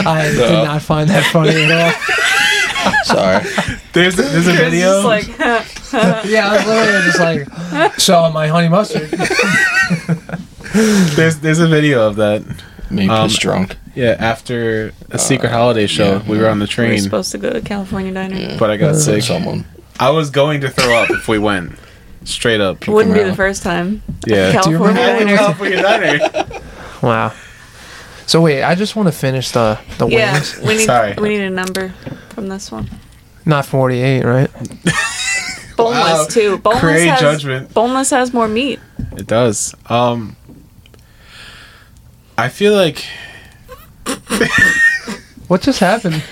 C: I
D: No.
C: did not find that funny at all.
D: Sorry.
A: There's there's a
B: It was
A: video.
B: just like,
C: Yeah, I was literally just like, saw my honey mustard.
A: there's there's a video of that.
D: Me
A: Um,
D: was drunk.
A: Yeah, after a secret holiday show,
D: yeah.
A: we were on the
B: we were
A: train,
B: supposed to go to California Diner.
A: but I got sick.
D: Someone.
A: I was going to throw up if we went. Straight up.
B: Wouldn't be
D: around.
B: the first time.
A: Yeah.
C: Do you
B: California
C: remember when we
B: Diner.
C: were-
A: California Diner.
C: Wow. So wait, I just want to finish the the
B: Yeah,
C: wings.
B: we need
A: Sorry.
B: we need a number from this one.
C: Not 48, right?
B: Boneless too. Boneless
A: Great
B: has
A: judgment.
B: boneless has more meat.
A: It does. Um, I feel like
C: What just happened?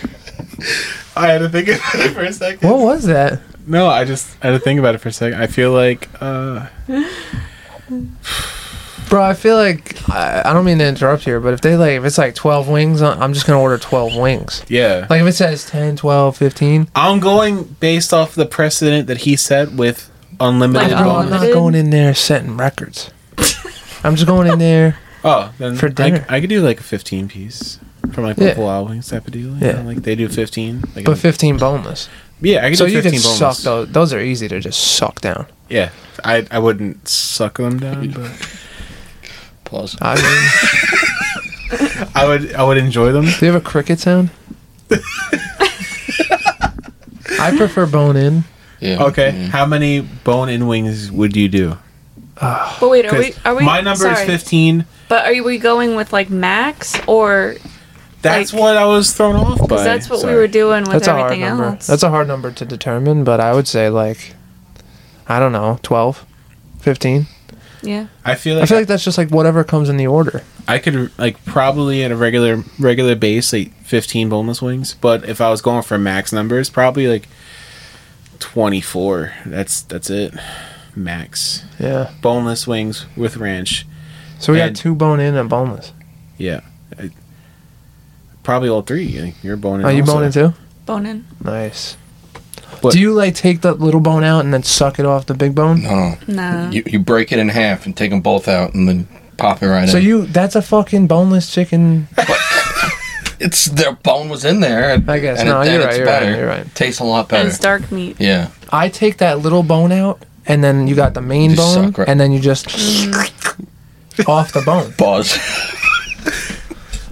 A: I had to think about it for a second.
C: What was that?
A: No, I just had to think about it for a second. I feel like uh,
C: Bro, I feel like I, I don't mean to interrupt here, but if they like if it's like 12 wings, I- I'm just going to order 12 wings.
A: yeah.
C: Like if it says 10, 12, 15,
A: I'm going based off the precedent that he set with unlimited
B: Like,
C: bro, I'm
A: bonus.
C: not going in there setting records. I'm just going in there.
A: Oh, then
C: For
A: I-
C: dinner.
A: I, could do like a 15 piece from like
C: Yeah.
A: Buffalo Wild Wings type of deal. You
C: Yeah.
A: know, like they do 15. Like
C: But
A: a-
C: 15 boneless.
A: yeah, I could
C: So
A: do
C: you
A: 15
C: can
A: bonus.
C: suck those. Those are easy to just suck down.
A: Yeah, I I wouldn't suck them down, but
D: Pause.
C: I mean,
A: I would I would enjoy them.
C: do you have a cricket sound? I prefer bone in.
D: Yeah.
A: Okay,
D: Mm.
A: how many bone-in wings would you do?
B: But wait, are
A: 'Cause
B: we are we
A: my number
B: sorry.
A: is 15.
B: But are we going with like max or
A: That's
B: Like-
A: what I was thrown off by.
B: because that's what
A: Sorry.
B: we were doing with
C: That's a hard
B: everything
C: number.
B: else?
C: That's a hard number to determine, but I would say like, I don't know, 12, 15.
B: yeah.
A: I feel like
C: I feel like that's just like whatever comes in the order.
A: I could like probably at a regular regular base like 15 boneless wings, but if I was going for max numbers, probably like 24. That's that's it. Max
C: Yeah.
A: boneless wings with ranch.
C: So we got
A: And-
C: two bone in and boneless.
A: Yeah. I- Probably all three. Like, You're boning.
C: Are Oh, you
A: also.
C: bone in too?
B: Bone in.
C: Nice.
A: What-
C: Do you like take the little bone out and then suck it off the big bone?
D: No.
B: Nah.
D: You, you break it in half and take them both out and then pop it right
C: So
D: in.
C: you that's a fucking boneless chicken.
D: it's their bone was in there. And,
C: I guess.
D: and
C: No,
D: it- and
C: you're right,
D: it's
C: you're right,
D: better.
C: you're right.
D: Tastes a lot
B: and
D: better.
B: it's dark meat.
D: yeah.
C: I take that little bone out and then you got the main
D: You just
C: bone
D: suck right-
C: and then you just off the bone.
D: Pause.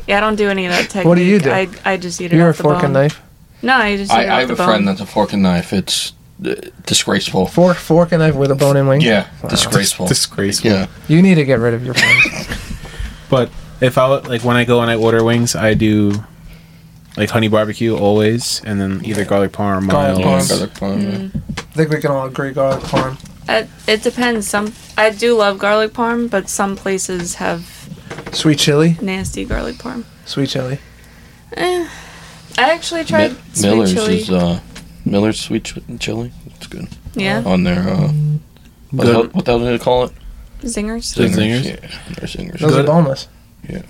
B: Yeah, I don't do any of that technique.
C: What do you do?
B: I, I just eat it
C: You're a
B: off the
C: fork
B: bone.
C: and knife.
B: No, I just eat
D: I,
B: it
D: I
B: off
D: have
B: the
D: a
B: bone.
D: friend that's a fork and knife. It's uh, disgraceful.
C: Fork fork and knife with a bone in wing.
D: Yeah.
C: Wow.
D: Disgraceful.
A: Disgraceful.
D: yeah.
C: You need to get rid of your phone.
A: But if I would- like when I go and I order wings, I do like honey barbecue always, and then either garlic parm or
C: Garlic
A: mild.
C: parm.
D: Yeah, garlic
B: Mm.
D: parm, yeah.
C: I think we can all agree garlic farm.
B: It, it depends. Some I do love garlic parm, but some places have
C: Sweet chili.
B: nasty garlic parm.
C: Sweet chili.
B: Eh. I actually tried
D: Mi-
B: sweet
D: Miller's
B: chili.
D: is uh, Miller's sweet ch- chili. It's good
B: yeah,
D: on their. Uh, what,
A: Good.
D: the hell, what the hell do they call it?
B: zingers.
A: Good zingers?
D: Yeah, they're zingers.
C: Those
A: Good.
C: are boneless.
D: Yeah.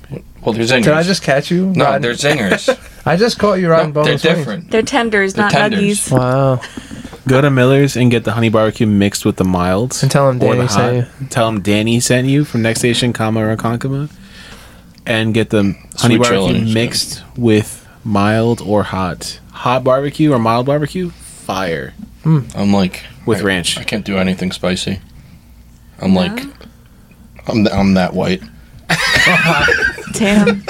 D: Well, they're zingers.
C: Did I just catch you?
D: No,
C: Riding-
D: they're zingers.
C: I just caught you
D: no,
C: riding
D: they're
C: boneless. wings.
D: different.
B: They're tenders,
D: They're
B: not
D: tenders.
B: nuggies.
C: Wow.
A: Go to Miller's and get the honey barbecue mixed with the mild.
C: And tell 'em
A: or the
C: Danny sent
A: hot. Tell them Danny sent you from Next Station, comma Ronkonkoma, and get the honey
D: Sweet chili,
A: barbecue
D: yeah.
A: mixed with mild or hot. Hot barbecue or mild barbecue, fire
D: I'm like
A: with
D: I-
A: ranch.
D: I can't do anything spicy. I'm like,
B: No?
D: I'm th- I'm that white.
B: Damn.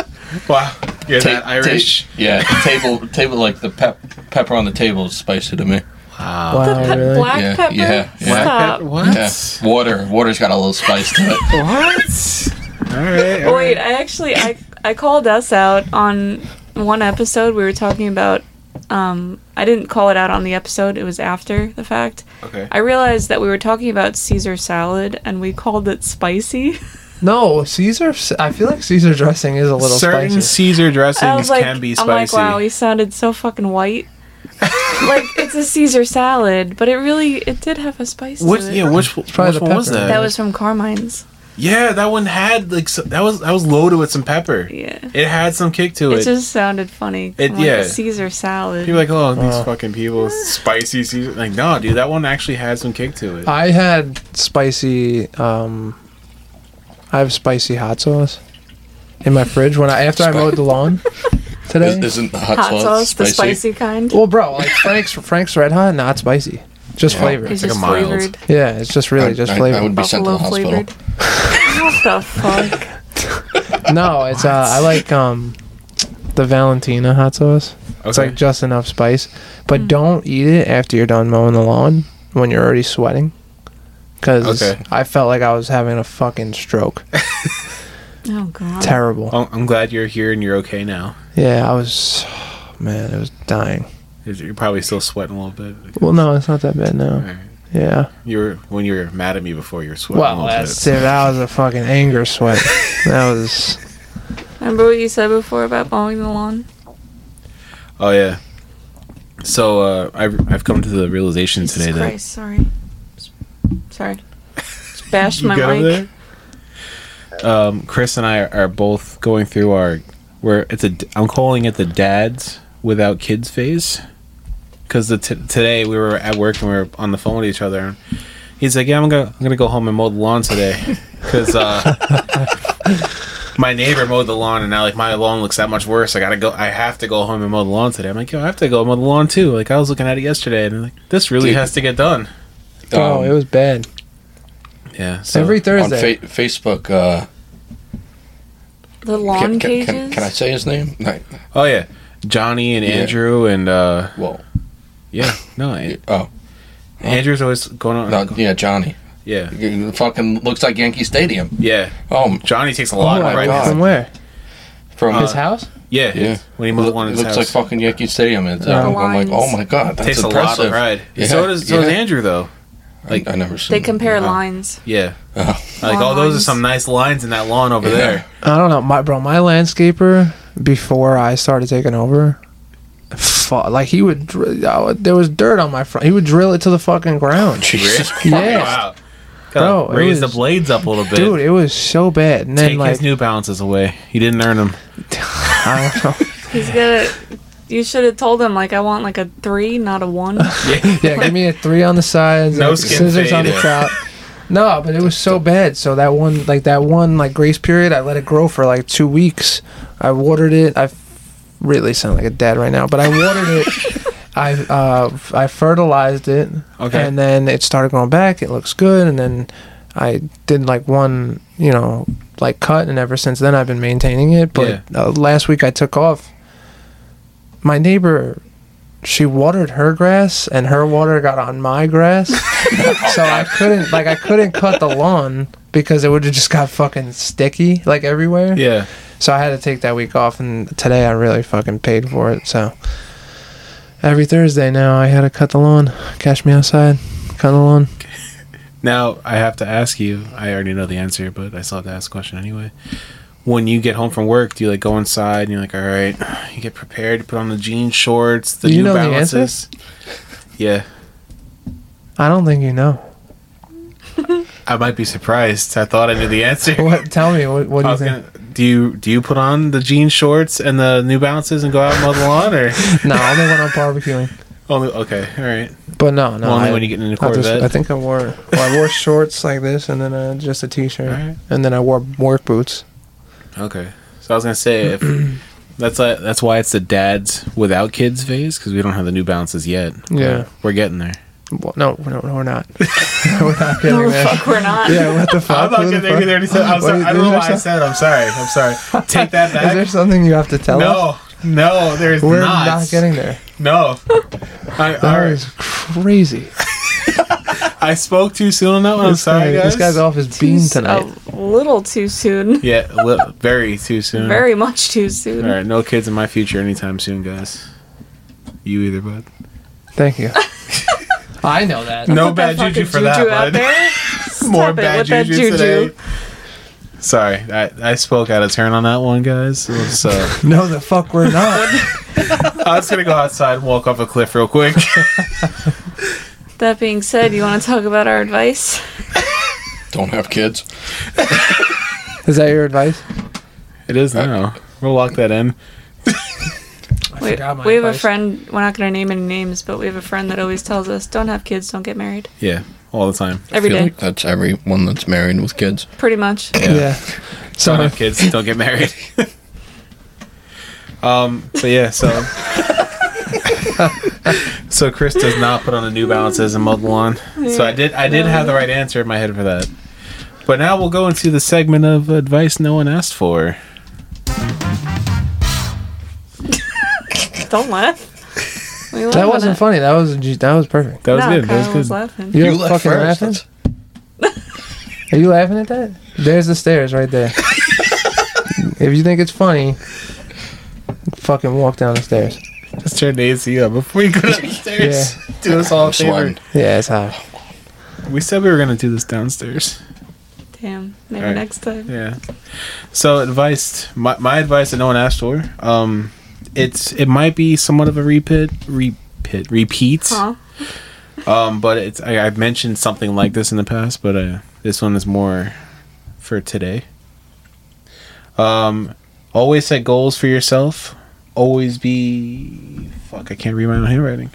A: Wow, you're
D: Ta- ta- yeah. Table table like the pep pepper on the table is spicy to me.
A: Wow.
C: Wow,
B: Pe-
C: Oh, really?
B: Black
D: Yeah,
B: pepper.
D: yeah, yeah.
B: Stop.
A: What?
D: Yeah. Water water's got a little spice to it.
A: What? all right. all
B: Wait,
A: right.
B: I actually I I called us out on one episode. We were talking about. Um, I didn't call it out on the episode. It was after the fact.
A: Okay.
B: I realized that we were talking about Caesar salad and we called it spicy.
C: No, Caesar. I feel like Caesar dressing is a little
A: Certain
C: spicy.
A: Caesar
B: I
A: dressings
B: was like,
A: can be
B: I'm like,
A: spicy.
B: wow, he sounded so fucking white. like it's a Caesar salad, but it really it did have a spice
A: which
B: to it.
A: yeah, which, which
C: probably
A: one
C: the
A: was
C: pepper.
A: that?
B: that was from Carmine's.
A: Yeah, that one had like so, that was that was loaded with some pepper.
B: Yeah.
A: It had some kick to it.
B: It just sounded funny.
A: It-
B: I'm like,
A: yeah.
B: Caesar salad.
A: People are like, oh, these
C: Oh.
A: fucking people, spicy season. Like, no, dude, that one actually had some kick to it.
C: I had spicy. Um, I have spicy hot sauce in my fridge when I after I
D: Spi-
C: mowed the lawn today.
D: Is, not hot,
B: Hot
D: sauce,
B: sauce, the
D: spicy?
B: spicy kind.
C: well, bro, like Frank's Frank's Red Hot, not spicy, just
D: Yeah.
C: flavor.
B: It's
A: like a
B: just
A: mild.
B: flavored.
C: Yeah, it's just really
D: I-
C: just
D: I-
C: flavor.
D: I would be sent to the
B: Buffalo
D: hospital.
B: flavored. what the fuck?
C: no, it's uh, I like um, the Valentina hot sauce. It's
A: Okay.
C: like just enough spice, but don't eat it after you're done mowing the lawn when you're already sweating. Because
A: Okay.
C: I felt like I was having a fucking stroke.
B: Oh god.
C: Terrible.
A: Oh, I'm glad you're here and you're okay now.
C: Yeah, I was, man, I was dying.
A: You're probably still sweating a little bit.
C: Well, no, it's not that bad now.
A: Alright.
C: Yeah.
A: You were when you were mad at me before. You were sweating a
C: Well,
A: little
C: that's
A: bit.
C: it. That was a fucking anger sweat. That was.
B: Remember what you said before about mowing the lawn?
A: Oh yeah. So uh, I've I've come to the realization
B: Jesus
A: today that
B: Christ, sorry. Sorry. Just bashed my
A: got over there?
B: mic.
A: Um, Chris and I are, are both going through our where it's a d- I'm calling it the dads without kids phase because the t- today we were at work and we were on the phone with each other. And he's like, "Yeah, I'm gonna I'm gonna go home and mow the lawn today because uh, my neighbor mowed the lawn and now like my lawn looks that much worse. I gotta go. I have to go home and mow the lawn today. I'm like, yo, I have to go mow the lawn too. Like I was looking at it yesterday and I'm like this really
D: Dude.
A: has to get done.
C: Oh,
D: Um,
C: it was bad.
A: Yeah. So
C: Every Thursday.
D: On fa- Facebook, uh,
B: The
D: can,
B: lawn
D: can,
B: cages?
D: can, can I say his name? No,
A: oh yeah, Johnny and
D: Yeah.
A: Andrew and. uh
D: well,
A: Yeah, no.
D: yeah,
A: An-
D: oh,
A: Andrew's always going on.
D: no, yeah, Johnny.
A: Yeah,
D: It fucking looks like Yankee Stadium.
A: yeah.
D: Oh,
A: Johnny takes a
C: Oh
A: lot
C: my
A: right
C: God.
D: God.
C: From where?
D: from
C: His
A: uh,
C: house?
A: Yeah,
D: Yeah.
A: When he
D: It
A: moved
D: look-
A: one
D: it
A: in his
D: looks
A: house,
D: like fucking Yankee Stadium. It's,
C: Yeah.
D: I'm, I'm like,
B: Lines.
D: oh my god, that's
A: takes a lot
D: impressive.
A: of pride.
D: Yeah,
A: so does so
D: yeah.
A: does Andrew though.
D: Like
A: Like-
D: I, I never seen.
B: They compare
A: Wow.
B: lines.
A: Yeah,
D: Oh.
A: like
B: Lawn
A: all those are
B: lines.
A: some nice lines in that lawn over
D: Yeah.
A: there.
C: I don't know, my bro. My landscaper before I started taking over, fu- like he would. Dr- I would- there was dirt on my front. He would drill it to the fucking ground,
D: Jesus.
C: Yeah.
A: Wow.
C: Bro, it
A: raise
C: was-
A: the blades up a little bit.
C: dude. It was so bad. And then
A: Take
C: like,
A: his New Balances away. He didn't earn them.
C: I don't know.
B: He's gonna. You should have told him like I want like a three, not a one.
A: Yeah.
C: Yeah, give me a three on the sides,
A: No
C: like,
A: skin
C: scissors on the
A: fade.
C: top. No, but it was so bad. So that one, like that one, like grace period, I let it grow for like two weeks. I watered it. I really sound like a dad right now, but I watered it. I uh, I fertilized it.
A: Okay.
C: And then it started growing back. It looks good. And then I did like one, you know, like cut, and ever since then I've been maintaining it. But uh, last week I took off. My neighbor she watered her grass and her water got on my grass so i couldn't like i couldn't cut the lawn because it would have just got fucking sticky like everywhere
A: yeah.
C: so i had to take that week off and today i really fucking paid for it so every thursday now i had to cut the lawn catch me outside cut the lawn
A: Now I have to ask you. I already know the answer, but I still have to ask the question anyway. When you get home from work, do you like go inside and you're like, all right, you get prepared, you put on the jean shorts, the New
C: You know the answer?
A: Balances. yeah,
C: i don't think you know
A: I might be surprised. I thought I knew the answer.
C: what tell me what, what do
A: I
C: you
A: was
C: think
A: gonna, do you do you put on the jean shorts and the New Balances and go out and mow the lawn, or
C: no i only went on barbecuing
A: only okay, all right,
C: but no no
A: only
C: I-
A: when you get in the
C: I, just,
A: Corvette?
C: I think I wore well, I wore shorts like this and then uh, just a t-shirt
A: Alright.
C: and then I wore work boots.
A: okay. So I was gonna say if that's uh that's why it's the dads without kids phase because we don't have the New Balances yet.
C: Yeah.
A: we're getting there.
C: Well, no, no, no, we're not. we're not getting
B: no,
C: there.
B: fuck, we're not.
C: Yeah, what the fuck?
A: I'm not
C: Who the
A: getting angry
C: fuck?
A: there. he said- I'm
C: What
A: sorry.
C: is-
A: I don't
C: is
A: know
C: there
A: why I
C: some-
A: said. I'm sorry. I'm sorry. Take that
C: Is there
A: back.
C: something you have to tell us?
A: No, no, there's
C: We're
A: not.
C: not, getting there.
A: no. I, all
C: That
A: right.
C: is crazy.
A: I spoke too soon on that one. I'm
C: this,
A: sorry,
C: guy,
A: guys.
C: this guy's off his
B: Too
C: bean
B: s-
C: tonight.
B: A little too soon.
A: Yeah, li- very too soon.
B: Very much too soon.
A: All right, no kids in my future anytime soon, guys. You either, bud.
C: Thank you. I know that.
A: No
B: Put that
A: bad juju
B: fucking
A: for that,
B: juju out
A: bud.
B: there.
A: More
B: Stop it
A: bad
B: with that
A: juju today.
B: juju.
A: Sorry, I, I spoke out of turn on that one, guys. It was, uh,
C: No, the fuck we're not.
A: I was gonna go outside and walk off a cliff real quick.
B: That being said, you want to talk about our advice?
D: don't have kids.
C: Is that your advice?
A: It is now. We'll lock that in.
B: We,
C: forgot my
B: we have a
C: advice.
B: friend. We're not going to name any names, but we have a friend that always tells us, "Don't have kids, don't get married."
A: Yeah, all the time.
B: Every
D: I
B: day,
D: feel like that's everyone that's married with kids.
B: pretty much.
C: Yeah. So
A: Don't have kids. Don't get married. um. But yeah. So. so Chris does not put on the New Balances and mow the lawn. So I did. I did have the right answer in my head for that. But now we'll go into the segment of advice no one asked for.
B: Don't laugh. We laugh
C: that
B: at
C: wasn't
B: it.
C: funny. That was that was perfect.
A: That was
B: no,
A: good.
B: Kyle
A: That was
B: was
A: good.
B: laughing.
C: You're fucking laughing. Are you laughing at that? There's the stairs right there. if you think it's funny, fucking walk down the stairs.
A: Let's turn the AC up before you go downstairs. Do us all a
D: I'm
A: favor.
D: sweating.
C: Yeah, it's hot.
A: We said we were gonna do this downstairs.
B: Damn. Maybe
A: Alright.
B: next time.
A: Yeah. So advice, my, my advice that no one asked for. Um, it's it might be somewhat of a repeat, repeat, repeat.
B: Huh?
A: Um, but it's I, I've mentioned something like this in the past, but uh, this one is more for today. Um, always set goals for yourself. Always be fuck. I can't read my own handwriting.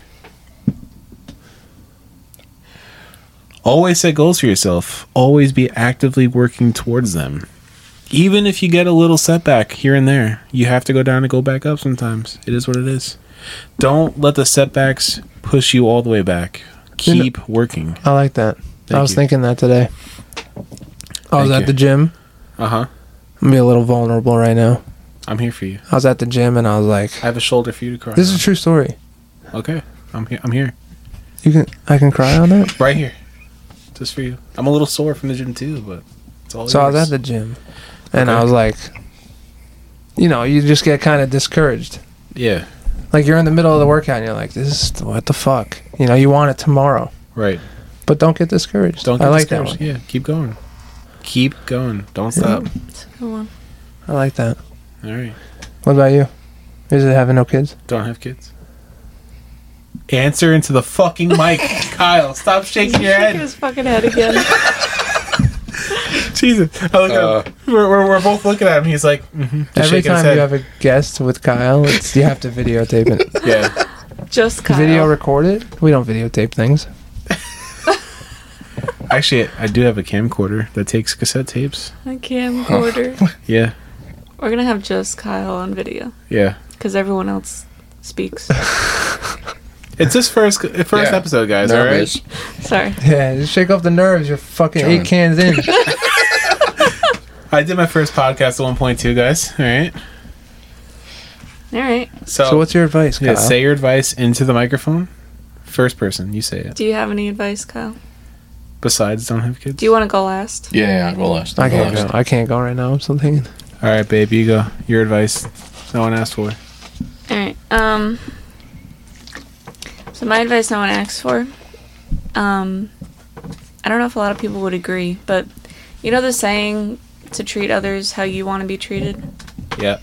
A: Always set goals for yourself. Always be actively working towards them. Even if you get a little setback here and there, you have to go down and go back up sometimes. It is what it is. Don't let the setbacks push you all the way back. Keep working.
C: I like that.
A: Thank
C: I was
A: you.
C: thinking that today. I was
A: Thank
C: at
A: you.
C: the gym.
A: Uh huh.
C: I'm gonna be a little vulnerable right now.
A: I'm here for you.
C: I was at the gym and I was like,
A: I have a shoulder for you to cry.
C: "This is a true story.
A: on. okay. I'm here. I'm here.
C: You can I can cry on that."
A: Right here. Just for you. I'm a little sore from the gym too, but it's all.
C: So I was
A: yours.
C: at the gym, and
A: Oh, Okay.
C: I was like, you know, you just get kind of discouraged.
A: yeah.
C: Like you're in the middle of the workout, and you're like, "This is what the fuck." You know, you want it tomorrow,
A: Right.
C: but don't get discouraged.
A: Don't.
C: Don't. I like
A: discouraged. Yeah. Keep going. Keep going. Don't stop.
B: It's a good one.
C: that one. I like that.
A: All right.
C: What about you? Is it having no kids?
A: Don't have kids. Answer into the fucking mic, Kyle. Stop shaking your
B: Look at
A: head.
B: his fucking head again.
A: Jesus. I look at him. We're, we're, we're both looking at him. He's like, mm-hmm.
C: Every time you have a guest with Kyle, it's, you have to videotape it.
A: yeah.
B: Just Kyle.
C: Video record it. We don't videotape things.
A: Actually, I do have a camcorder that takes cassette tapes.
B: A camcorder.
A: Yeah.
B: We're gonna have just Kyle on video
A: Yeah.
B: because everyone else speaks.
A: It's his first first
D: Yeah.
A: episode, guys. All right.
D: Nervous.
B: Sorry.
C: Yeah, just shake off the nerves. You're fucking
D: John.
C: eight cans in.
A: I did my first podcast at 1.2, guys. All right.
B: All right.
A: So,
C: so what's your advice, Kyle?
A: yeah, say your advice into the microphone. First person, you say it.
B: Do you have any advice, Kyle?
A: Besides, don't have kids.
B: Do you want to go last?
D: Yeah, yeah, I'll go last. I'll
C: I
D: go
C: can't
D: last.
C: go. I can't go right now. I'm still thinking.
A: All right, babe, you go. Your advice. No one asked for.
B: All right. Um. So my advice, no one asks for. Um, I don't know if a lot of people would agree, but you know the saying to treat others how you want to be treated.
A: Yeah.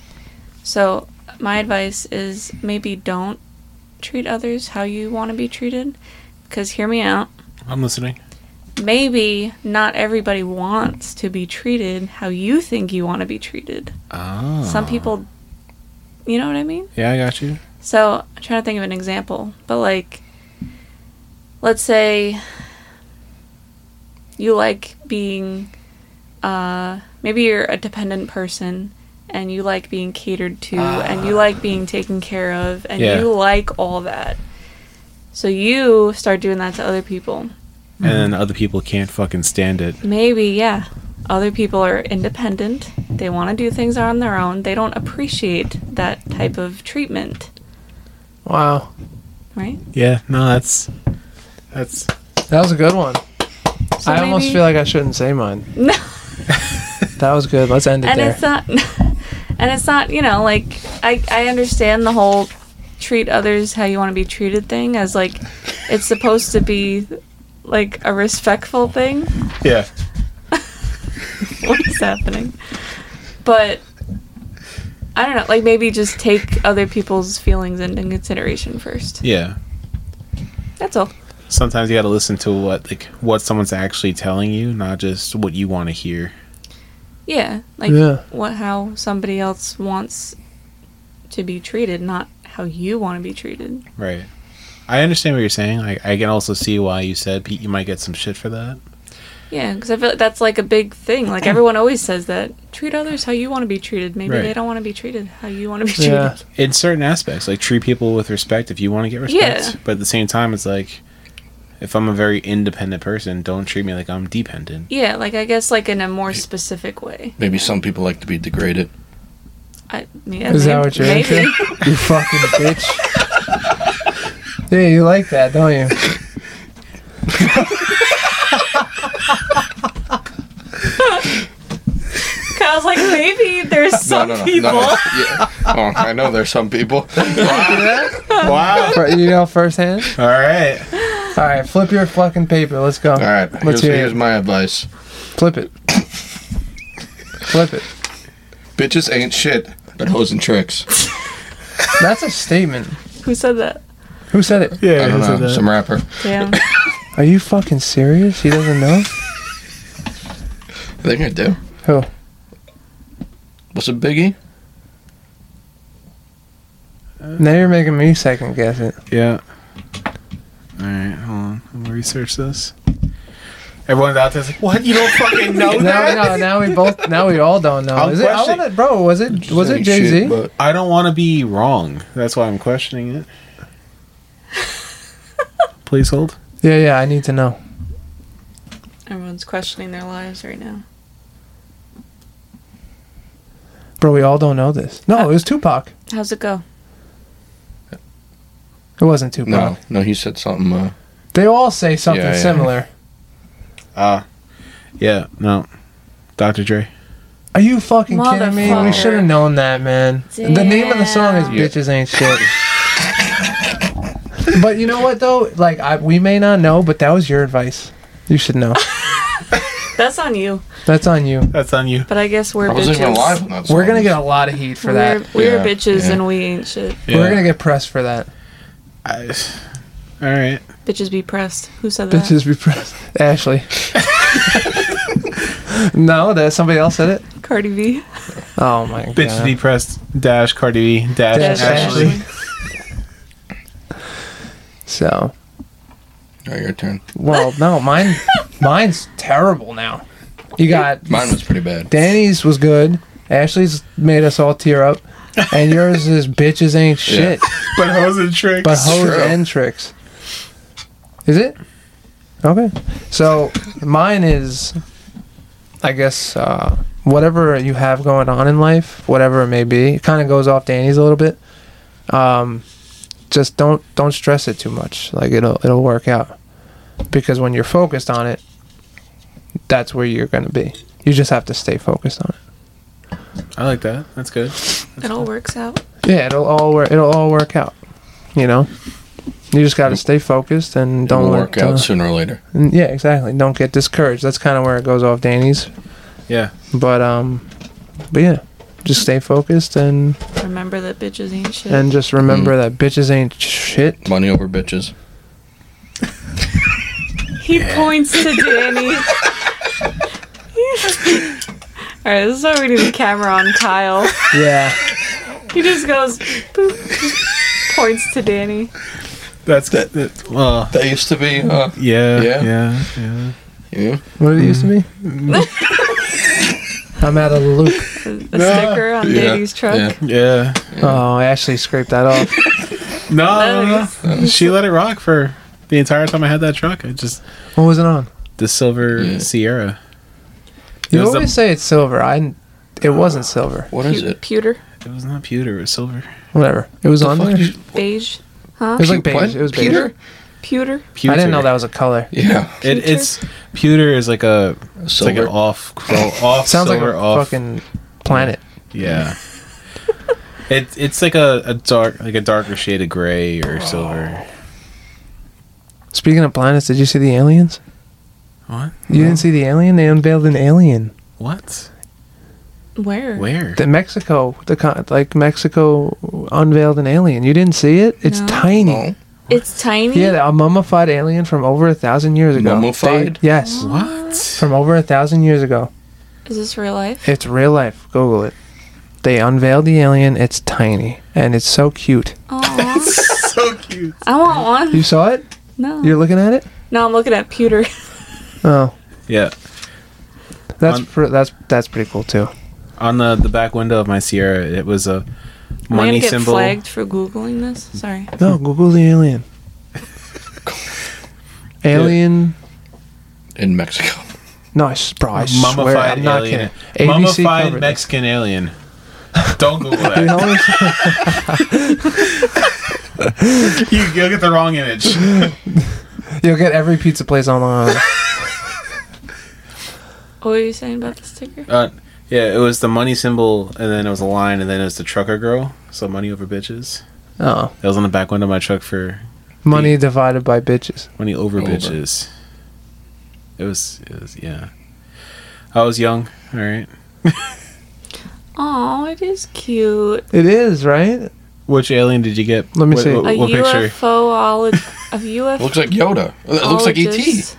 B: So my advice is maybe don't treat others how you want to be treated. Because hear me out.
A: I'm listening.
B: Maybe not everybody wants to be treated how you think you want to be treated.
A: Oh.
B: Some people, you know what I mean.
A: Yeah, I got you.
B: So I'm trying to think of an example, but like, let's say you like being, uh, maybe you're a dependent person and you like being catered to and you like
C: Ah.
B: being taken care of and
A: Yeah.
B: you like all that. So you start doing that to other people.
A: And then other people can't fucking stand it.
B: Maybe, yeah. Other people are independent. They want to do things on their own. They don't appreciate that type of treatment,
C: Wow,
B: right?
A: Yeah. No, that's that's
C: that was a good one.
B: So
C: I almost
B: maybe-
C: feel like I shouldn't say mine.
B: No.
C: That was good. Let's end it
B: and
C: there.
B: it's not and it's not you know like i i understand the whole treat others how you want to be treated thing as like it's supposed to be like a respectful thing
A: yeah.
B: what is happening but i don't know like maybe just take other people's feelings into consideration first
A: Yeah.
B: that's all
A: sometimes you got to listen to what like what someone's actually telling you, not just what you want to hear.
B: Yeah, like
C: Yeah.
B: what how somebody else wants to be treated, not how you want to be treated.
A: Right. I understand what you're saying. Like, I can also see why you said Pete, you might get some shit for that.
B: Yeah, because I feel like that's like a big thing. Like everyone always says that treat others how you want to be treated. Maybe
A: Right.
B: they don't want to be treated how you want to be treated.
C: Yeah.
A: In certain aspects, like treat people with respect if you want to get respect.
B: Yeah.
A: But at the same time, it's like if I'm a very independent person, don't treat me like I'm dependent.
B: Yeah, like I guess like in a more specific way.
D: Maybe some people like to be degraded.
B: I, yeah,
C: Is that
B: maybe-
C: what you're
B: maybe.
C: into? You fucking bitch. Yeah, you like that, don't you?
B: Kyle's like maybe there's some people.
D: yeah. Oh, I know there's some people.
A: wow.
C: For- You know firsthand.
A: All right.
C: All right, flip your fucking paper. Let's go.
D: All right,
C: let's
D: here's,
C: hear
D: here's
C: it.
D: my advice.
C: Flip it. flip it.
D: Bitches ain't shit, but hoes and tricks.
C: That's a statement.
B: Who said that?
C: Who said it?
A: Yeah.
D: I don't know, some rapper.
B: Damn.
C: Are you fucking serious? He doesn't know.
D: I think I do.
C: Who?
D: What's a biggie?
C: Now you're making me second guess it.
A: Yeah. All right, hold on. I'm gonna research this. Everyone's out there's like, what? You don't fucking know
C: Now,
A: that?
C: no, now we both, now we all don't know.
A: I'm
C: Is it? I
A: questioning-
C: wanna, bro. Was it? Was it
D: Ain't
C: Jay
D: shit,
C: Z?
D: but-
A: I don't want to be wrong. That's why I'm questioning it. Please hold.
C: Yeah, yeah. I need to know.
B: Everyone's questioning their lives right now.
C: Bro, we all don't know this. No, it was Tupac.
B: How's it go?
C: It wasn't Tupac.
D: No, no, he said something. Uh,
C: They all say something
D: Yeah, yeah.
C: similar.
A: Ah. yeah, no. Dr. Dre.
C: Are you fucking kidding me? We
B: Motherfucker.
C: should have known that, man. The name of the song is
D: Damn.
C: "Bitches Ain't Shit." but you know what though? Like, I, we may not know, but that was your advice. You should know.
B: That's on you.
C: That's on you.
A: That's on you.
B: But I guess we're
D: I
B: bitches.
D: wasn't even alive when that song
C: We're gonna
D: was-
C: get a lot of heat for
B: we're,
C: that.
B: We're
D: Yeah,
B: bitches
D: yeah.
B: and we ain't shit.
C: We're gonna get pressed for that.
A: I, all right.
B: Bitches be pressed. Who said that?
C: Bitches be pressed. Ashley. no, that somebody else said it.
B: Cardi B.
C: Oh my god.
A: Bitch depressed dash Cardi B dash,
C: Dash
A: Ashley.
C: Ashley. So,
D: All right, Oh, your turn.
C: well, no, mine, mine's terrible now. You got
D: Mine was pretty bad.
C: Danny's was good. Ashley's made us all tear up. And yours is bitches ain't shit.
A: But hoes and tricks.
C: But hoes
D: true.
C: and tricks. Is it? Okay. So mine is, I guess, uh, whatever you have going on in life, whatever it may be, it kind of goes off Danny's a little bit. Um, just don't don't stress it too much. Like it'll it'll work out because when you're focused on it, that's where you're gonna be. You just have to stay focused on it.
A: I like that. That's good.
B: It all works out.
C: Yeah, it'll all work. It'll all work out. You know, you just got to stay focused and
D: Don't
C: don't let,
D: work out
C: uh,
D: sooner or later.
C: n- yeah, exactly. Don't get discouraged. That's kind of where it goes off, Danny's.
A: Yeah.
C: But um, but yeah, just stay focused and
B: Remember that bitches ain't shit.
C: and just remember that bitches ain't shit.
D: Money over bitches.
B: he points to Danny. Alright, this is why we need a camera on Kyle.
C: Yeah,
B: He just goes, boop, just points to Danny.
A: That's good. That, well,
D: That used to be. Uh,
A: yeah.
D: Yeah.
A: Yeah. Yeah. yeah.
D: you.
C: what did it used to be? I'm out of the loop.
B: A, a sticker on
D: Yeah,
B: Danny's truck.
D: yeah.
A: Yeah.
C: Oh, Ashley scraped that off.
A: No, no,
B: Nice.
A: no. She let it rock for the entire time I had that truck. I just
C: What was it on?
A: the silver
D: Yeah.
A: Sierra. It
C: You
A: was the-
C: always say it's silver. I, n- it wasn't silver.
D: What is it?
B: Pewter.
A: It was not pewter. It was silver.
C: Whatever. It was on
D: fuck
C: there.
D: you-
C: It
B: Beige. Huh?
C: was like beige.
D: What?
C: It was beige.
D: Peter?
B: Pewter.
A: Pewter.
C: I didn't know that was a color.
D: Yeah.
A: It, it's pewter is like a it's like an
D: Silver.
A: off well, off
C: Sounds like
A: silver
C: a
A: off
C: fucking planet.
A: yeah. it it's like a, a dark like a darker shade of gray or silver.
C: Speaking of planets, did you see the aliens?
A: What?
C: You didn't see the alien? They unveiled an alien.
A: What?
B: Where?
A: Where?
C: The Mexico, the con- like Mexico unveiled an alien. You didn't see it? It's
B: No.
C: tiny.
D: No.
B: It's tiny.
C: Yeah, a mummified alien from over a thousand years ago.
D: Mummified?
C: They- yes,
A: What?
C: from over a thousand years ago.
B: Is this real life?
C: It's real life. Google it. They unveiled the alien. It's tiny and it's so cute.
B: Aw,
A: so cute.
B: I want one.
C: You saw it?
B: No.
C: You're looking at it?
B: No, I'm looking at pewter.
C: Oh,
A: Yeah.
C: that's
A: On-
C: pr- that's that's pretty cool too.
A: On the, the back window of my Sierra, it was a
B: Am I
A: money
B: gonna get
A: symbol.
B: flagged for googling this? Sorry.
C: No, Google the alien. alien.
D: in Mexico.
C: No, I, s- bro, I
A: mummified
C: swear, I'm not
A: alien.
C: kidding. ABC
A: mummified
C: covered it.
A: Mexican alien. Don't Google
C: You
A: that.
C: know, it's-
A: you, you'll get the wrong image.
C: You'll get every pizza place on Long Island.
B: What were you saying about the sticker?
A: Uh, yeah, it was the money symbol, and then it was a line, and then it was the trucker girl. So money over bitches.
C: Oh,
A: That was on the back window of my truck for
C: money divided by bitches.
A: money over,
D: Over.
A: bitches. It was, it was, yeah. I was young. All right.
B: Oh, it is cute.
C: It is right.
A: Which alien did you get?
C: Let me
A: What-
C: see.
A: What,
B: A
A: what picture?
B: UFO a UFO.
D: It looks like Yoda. It looks
B: Oh,
D: like E ET.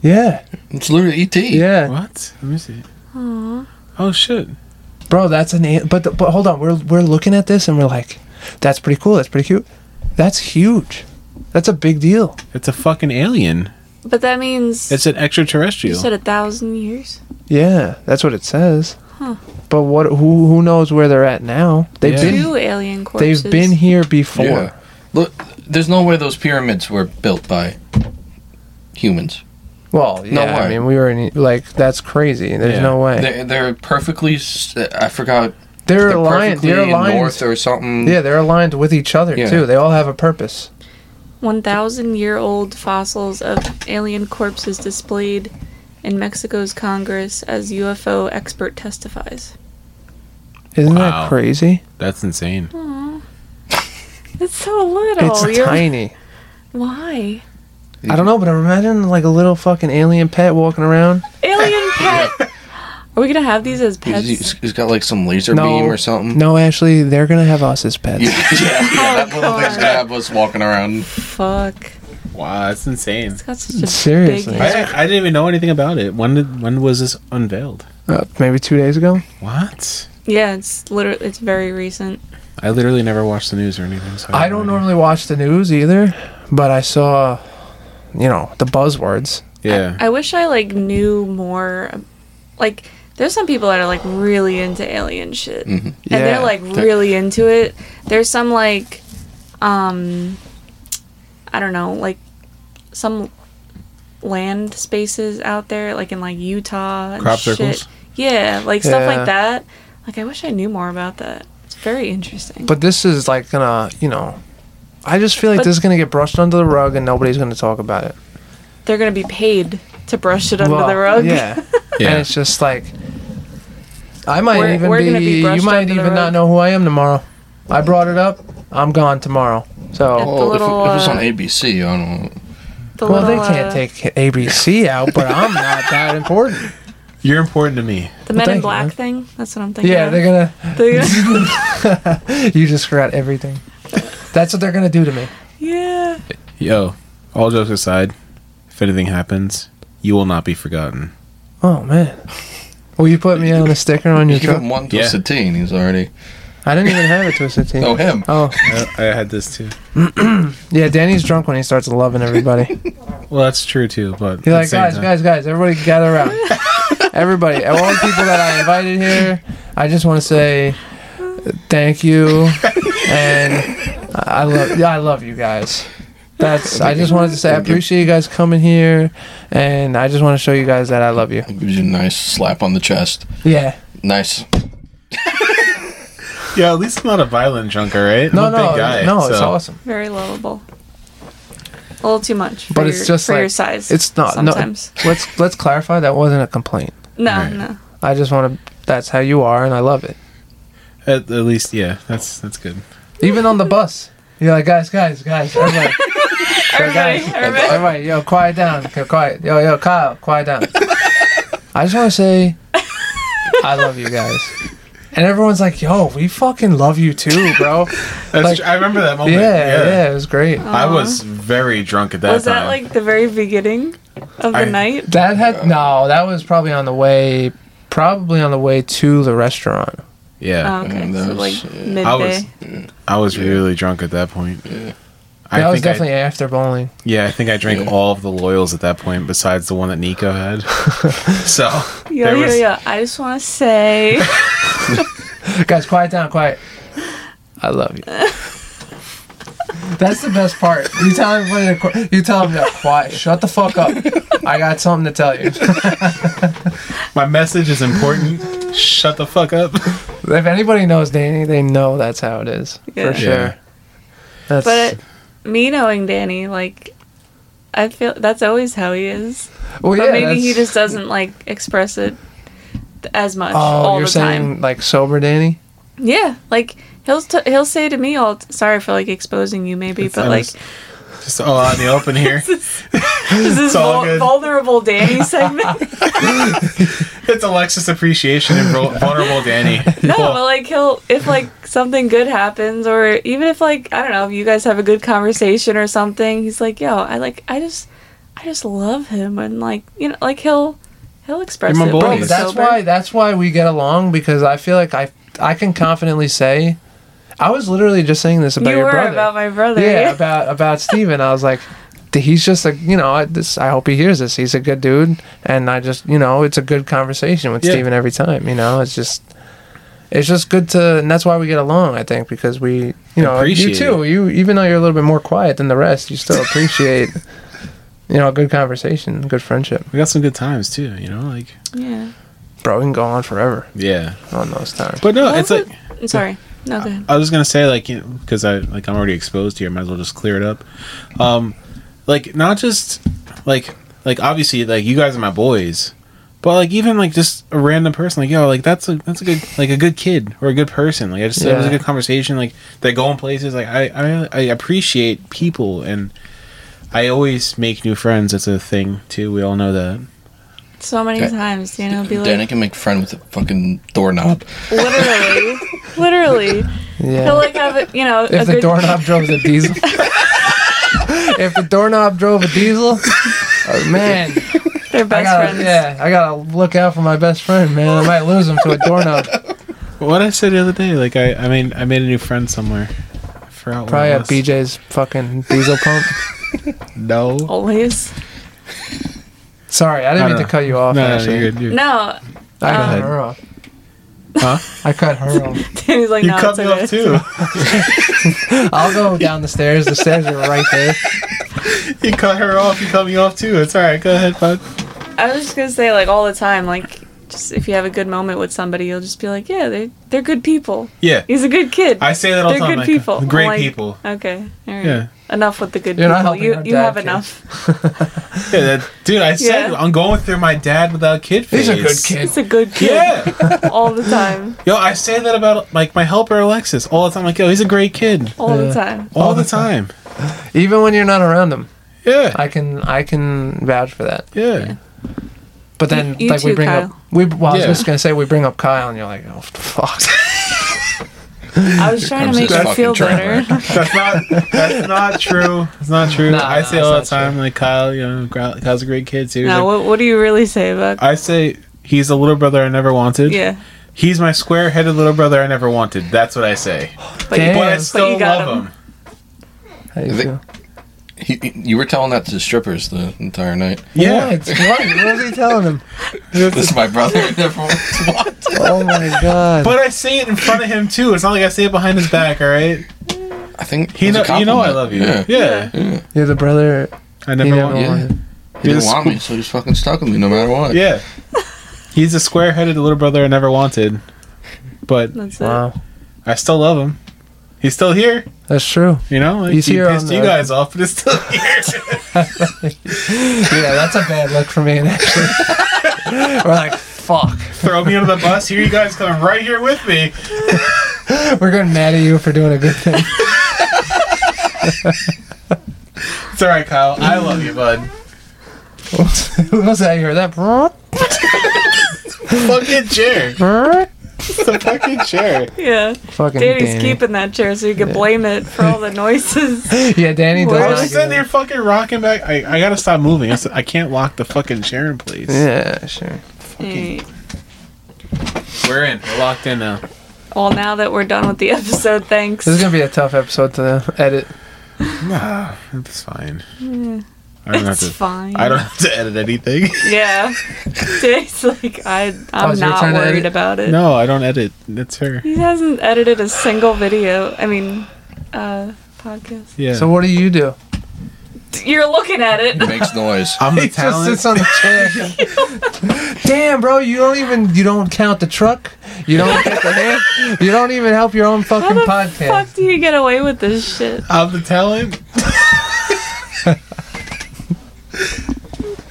C: Yeah,
D: It's literally E ET.
C: yeah,
A: What? Let me see. Oh shit!
C: bro. That's an. al- But the- but hold on, we're we're looking at this and we're like, that's pretty cool. That's pretty cute. That's huge. That's a big deal.
A: It's a fucking alien.
B: But that means
A: It's an
B: you
A: extraterrestrial.
B: said a thousand years.
C: Yeah, that's what it says. But what? Who who knows where they're at now? They've
A: Yeah.
C: been
B: Two alien corpses.
C: they've been here before.
D: Yeah. Look, there's no way those pyramids were built by humans.
C: Well, yeah.
D: No
C: I
D: way.
C: mean, we were in, like that's crazy. There's
A: Yeah.
C: no way. They're,
D: They're, they're perfectly. s- I forgot. They're
C: aligned.
D: perfectly
C: They're aligned.
D: north or something.
C: yeah, they're aligned with each other
D: Yeah.
C: too. They all have a purpose.
B: One thousand year old fossils of alien corpses displayed in Mexico's Congress as UFO expert testifies.
C: Isn't
A: Wow.
C: that crazy?
A: That's insane.
B: It's so little.
C: it's
B: You're-
C: tiny.
B: Why?
C: I don't know, but imagine like a little fucking alien pet walking around.
B: Alien pet. Are we gonna have these as pets?
D: He's- he's got like some laser
C: No.
D: beam or something.
C: No, Ashley, they're gonna have us as pets.
D: Mm. Yeah, yeah,
B: Oh,
D: yeah, that little thing's gonna have us walking around.
B: Fuck.
A: Wow, that's insane.
B: It's got such a
C: Seriously.
B: big.
A: I, I didn't even know anything about it. When did when was this unveiled?
C: Uh, maybe two days ago.
A: What?
B: Yeah, it's literally it's very recent.
A: I literally never watched the news or anything. So
C: I don't
A: know.
C: normally watch the news either, but I saw, you know, the buzzwords.
A: Yeah.
B: I wish I like knew more. Like, there's some people that are like really into alien shit,
C: Mm. Yeah.
B: and they're like really into it. There's some like, um, I don't know, like some land spaces out there, like in like Utah and
A: Crop
B: shit.
A: circles?
B: Yeah, like stuff
C: Yeah.
B: like that. Like, I wish I knew more about that. It's very interesting.
C: But this is like gonna, you know, I just feel like
B: But-
C: this is gonna get brushed under the rug and nobody's gonna talk about it.
B: they're gonna be paid to brush it under
C: Well,
B: the rug.
C: Yeah.
A: yeah.
C: And it's just like, I might
B: We're-
C: even
B: we're
C: be,
B: gonna be
C: you
B: brushed
C: might
B: under the
C: even
B: rug.
C: not know who I am tomorrow. I brought it up. I'm gone tomorrow. So,
B: Yep.
D: Well,
B: little,
D: if, it, if it's on
B: uh,
D: ABC, I don't know.
B: The
C: well, they
B: little,
C: can't
B: uh,
C: take ABC out, but I'm not that important.
A: You're important to me.
B: the Men
C: thank
B: in
C: you,
B: Black
C: man.
B: thing. That's what I'm thinking.
C: Yeah,
B: of.
C: they're gonna.
B: They're gonna-
C: You just forgot everything. That's what they're gonna do to me.
B: Yeah.
A: Yo, all jokes aside, if anything happens, you will not be forgotten.
C: Oh man. Will you put me on a sticker on
D: You
C: your
D: give
C: truck?
D: him one to
A: Yeah.
D: Satine, he's already.
C: I didn't even have it twisted team.
D: Oh, him.
C: Oh
A: I, I had this too.
C: yeah, Danny's drunk when he starts loving everybody.
A: Well, that's true too, but
C: He's
A: at
C: like,
A: the same
C: guys,
A: time-
C: guys, guys, everybody gather around. everybody, all the people that I invited here, I just want to say thank you, and I love, yeah, I love you guys. That's. I just wanted to say I appreciate you guys coming here, and I just want to show you guys that I love you.
D: Gives you a nice slap on the chest.
C: Yeah.
D: Nice.
A: Yeah, at least I'm not a violent drunk, all right?
C: No,
A: I'm a
C: no,
A: big guy,
C: no. It's
A: so-
C: awesome.
B: Very lovable. A little too much. For
C: But
B: your,
C: it's just
B: for
C: like
B: your size.
C: It's not.
B: Sometimes.
C: No, let's let's clarify. That wasn't a complaint.
B: No,
A: Right.
B: no.
C: I just want to. That's how you are, and I love it.
A: At, at least, yeah, that's that's good.
C: Even on the bus, you're like, guys, guys, guys, everybody,
B: Everybody,
C: guys.
B: everybody.
C: everybody, yo, quiet down, okay, quiet, yo, yo, Kyle, quiet down. I just want to say, I love you guys. and everyone's like, "Yo, we fucking love you too, bro."
A: That's
C: Like-
A: tr- I remember that
C: yeah,
A: moment.
C: yeah, it was great.
A: I was very drunk at that
B: Was
A: time.
B: that like the very beginning of the
A: I-
B: night?
C: That had no. That was probably on the way, probably on the way to the restaurant.
A: yeah,
B: Oh, okay,
D: Mm,
B: so
D: that
B: like
D: was-
B: midday.
A: I was I was really drunk at that point.
D: Yeah.
A: I
C: that was
A: think I-
C: definitely after bowling.
A: yeah, I think I drank
D: Yeah.
A: all of the loyals at that point, besides the one that Nico had. so
B: yo,
A: there
B: yo,
A: was-
B: yo! I just want to say,
C: Guys, quiet down, quiet. I love you. That's the best part. You tell him, when you tell him, that quiet. Shut the fuck up. I got something to tell you.
A: my message is important. Shut the fuck up.
C: if anybody knows Danny, they know that's how it is
B: Yeah.
C: for sure.
A: Yeah.
C: That's
B: but me knowing Danny, like, I feel that's always how he is.
C: well,
B: But
C: yeah,
B: maybe he
C: that's-
B: just doesn't like express it th- as much
C: Oh,
B: all
C: you're
B: the
C: saying
B: time.
C: like sober Danny?
B: Yeah, like he'll t- he'll say to me all. T- sorry for like exposing you, maybe,
A: It's-
B: but
A: I'm
B: like
A: just- Just all out in the open here.
B: this is
A: all
B: vul-
A: good.
B: vulnerable Danny segment.
A: It's Alexis appreciation and vul- vulnerable Danny.
B: No,
A: Cool.
B: but like he'll if like something good happens or even if like I don't know, if you guys have a good conversation or something, he's like, "Yo, I like I just I just love him." And like, you know, like he'll he'll express
A: You're my
B: it.
A: boy.
B: when
C: Bro,
B: he's
C: but that's
B: Oh, sober.
C: why that's why we get along because I feel like I I can confidently say I was literally just saying this about
B: you
C: your
B: were
C: brother.
B: about my brother.
C: yeah, about about Steven. I was like, "D- he's just a you know I, this. I hope he hears this. He's a good dude, and I just you know it's a good conversation with
A: Yeah.
C: Steven every time. You know, it's just it's just good to, and that's why we get along. I think because we you know
A: Appreciate
C: you too. You even though you're a little bit more quiet than the rest, you still appreciate. You know, a good conversation, good friendship,
A: we got some good times too. You know, like
B: yeah.
C: bro. We can go on forever
A: yeah.
C: on those times.
A: But no,
B: What
A: it's
B: was
A: like
B: I'm sorry. No, go ahead.
A: I was gonna say like you know, because I like I'm already exposed here. Might as well just clear it up. Um, like not just like like obviously like you guys are my boys, but like even like just a random person like yo like that's a that's a good like a good kid or a good person. Like I just it was a
C: Yeah.
A: good conversation. Like they go in places. Like I I I appreciate people and. I always make new friends. It's a thing too. We all know that.
B: So many
D: Okay.
B: times, you know, be like
D: Danny can make friend with a fucking doorknob.
B: literally, literally,
C: Yeah.
B: he'll like have a, you know a
C: if the
B: good
C: doorknob drove a diesel. if the doorknob drove a diesel, oh, man,
B: their best
C: I gotta,
B: friends.
C: Yeah, I gotta look out for my best friend, man. I might lose him to a doorknob.
A: What I said the other day, like I, I mean, I made a new friend somewhere. I forgot. what
C: Probably
A: it
C: at
A: was.
C: BJ's fucking diesel pump.
A: No.
B: Always.
C: Sorry, I
A: I
C: didn't
A: don't
C: mean
A: know.
C: to cut you off.
A: no, no,
C: actually,
A: you're good. You're good.
B: No,
C: I cut
B: Ah.
A: Um,
C: her off.
A: Huh?
C: I cut her off.
B: Danny's like,
A: You
B: no,
A: cut
B: it's
A: me
B: okay.
A: off too.
C: I'll go down the stairs. The stairs are right there.
A: you cut her off. You cut me off too. It's all right. Go ahead, bud.
B: I was just gonna say, like all the time, like just if you have a good moment with somebody, you'll just be like, yeah, they they're good people.
A: Yeah,
B: He's a good kid.
A: I say that all
B: they're
A: the time.
B: good
A: like,
B: people.
A: Great
B: I'm like,
A: people.
B: Okay. All right.
A: Yeah.
B: Enough with the good
C: You're not
B: people.
C: helping
B: You
C: her
B: you
C: dad,
B: have
C: kid.
B: enough.
A: Yeah, that, dude. I said
B: Yeah.
A: I'm going through my dad without kid phase.
C: He's a good kid.
B: It's a good kid
A: Yeah,
B: all the time.
A: yo, I say that about like my helper Alexis all the time. Like, yo, he's a great kid
B: All the
C: Yeah.
B: time.
A: all,
C: All
A: the
C: the
A: time.
C: Even when you're not around them,
A: Yeah,
C: I can I can vouch for that.
A: yeah,
C: But then,
B: You
C: like we
B: too,
C: bring up,
B: Kyle.
C: we well, I was
A: Yeah.
C: just gonna say we bring up Kyle, and you're like, oh fuck.
B: I was trying to
D: comes
B: make
D: this
B: you
D: fucking
B: feel
D: train
B: better.
A: That's not. That's not true. It's not true.
C: No,
A: I
C: no,
A: say
C: it's
A: all the
C: not true.
A: time. Like Kyle, you know, Kyle- Kyle's a great kid too. He's
B: now,
A: like-
B: what what do you really say about?
A: I say he's the little brother I never wanted.
B: yeah.
A: He's my square-headed little brother I never wanted. That's what I say.
B: But you,
C: Damn.
A: But I
C: But you
A: still
B: got
A: love
B: him.
A: him.
C: How you
D: Is it-
C: feel?
D: He, he- you were telling that to strippers the entire night.
A: Yeah.
C: What? What? What was he telling him?
D: This is my brother. and everyone's what?
C: Oh my god.
A: But I say it in front of him too. It's not like I say it behind his back. All right.
D: I think
A: He
D: it's a
A: know, you know I
D: compliment.
A: love you. Yeah.
D: Yeah.
C: You're the brother.
A: I
C: You
A: never
C: never
A: want.
D: Yeah.
C: wanted.
D: He
A: You're
D: didn't
A: the
D: want me, so he's fucking stuck with me no matter what.
A: Yeah. He's a square-headed little brother I never wanted, but
B: That's it.
C: Wow.
A: I still love him. He's still here.
C: That's true.
A: You know, like,
C: He's
A: he
C: here on
A: pissed
C: the-
A: you guys off, but it's still here.
C: Yeah, that's a bad look for me. Actually, we're like, fuck.
A: Throw me under the bus. Here you guys coming right here with me.
C: We're getting mad at you for doing a good thing.
A: It's all right, Kyle. I love you, bud.
C: Who was that? You heard that?
A: Fucking jerk.
C: Brrrt.
A: It's a fucking chair.
B: Yeah.
C: Fucking
B: Danny's
C: Danny.
B: keeping that chair so you can blame it for all the noises.
C: Yeah, Danny
A: I
B: Why
C: does.
A: was
C: not
A: sitting there
C: get it.
A: fucking rocking back. I, I gotta stop moving. I, said, I can't lock the fucking chair in place.
C: Yeah, sure.
B: Mm.
A: We're in. We're locked in now.
B: Well, now that we're done with the episode, thanks.
C: This is gonna be a tough episode to edit.
A: Nah, it's fine. I don't have
B: It's
A: to.
B: fine.
A: I don't have to edit anything.
B: Yeah. Today's like I
C: Oh,
B: I'm
C: is your
B: not
C: turn to
B: worried
C: edit?
B: about it.
A: no, I don't edit. That's her.
B: He hasn't edited a single video. I mean, uh, podcast.
A: Yeah.
C: So what do you do?
B: You're looking at it.
D: Makes noise.
A: I'm the
C: He just
A: talent.
C: sits on the chair. Damn, bro, you don't even you don't count the truck. You don't get the hand. You don't even help your own
B: How
C: fucking
B: the
C: podcast.
B: fuck do you get away with this shit?
A: I'm the talent.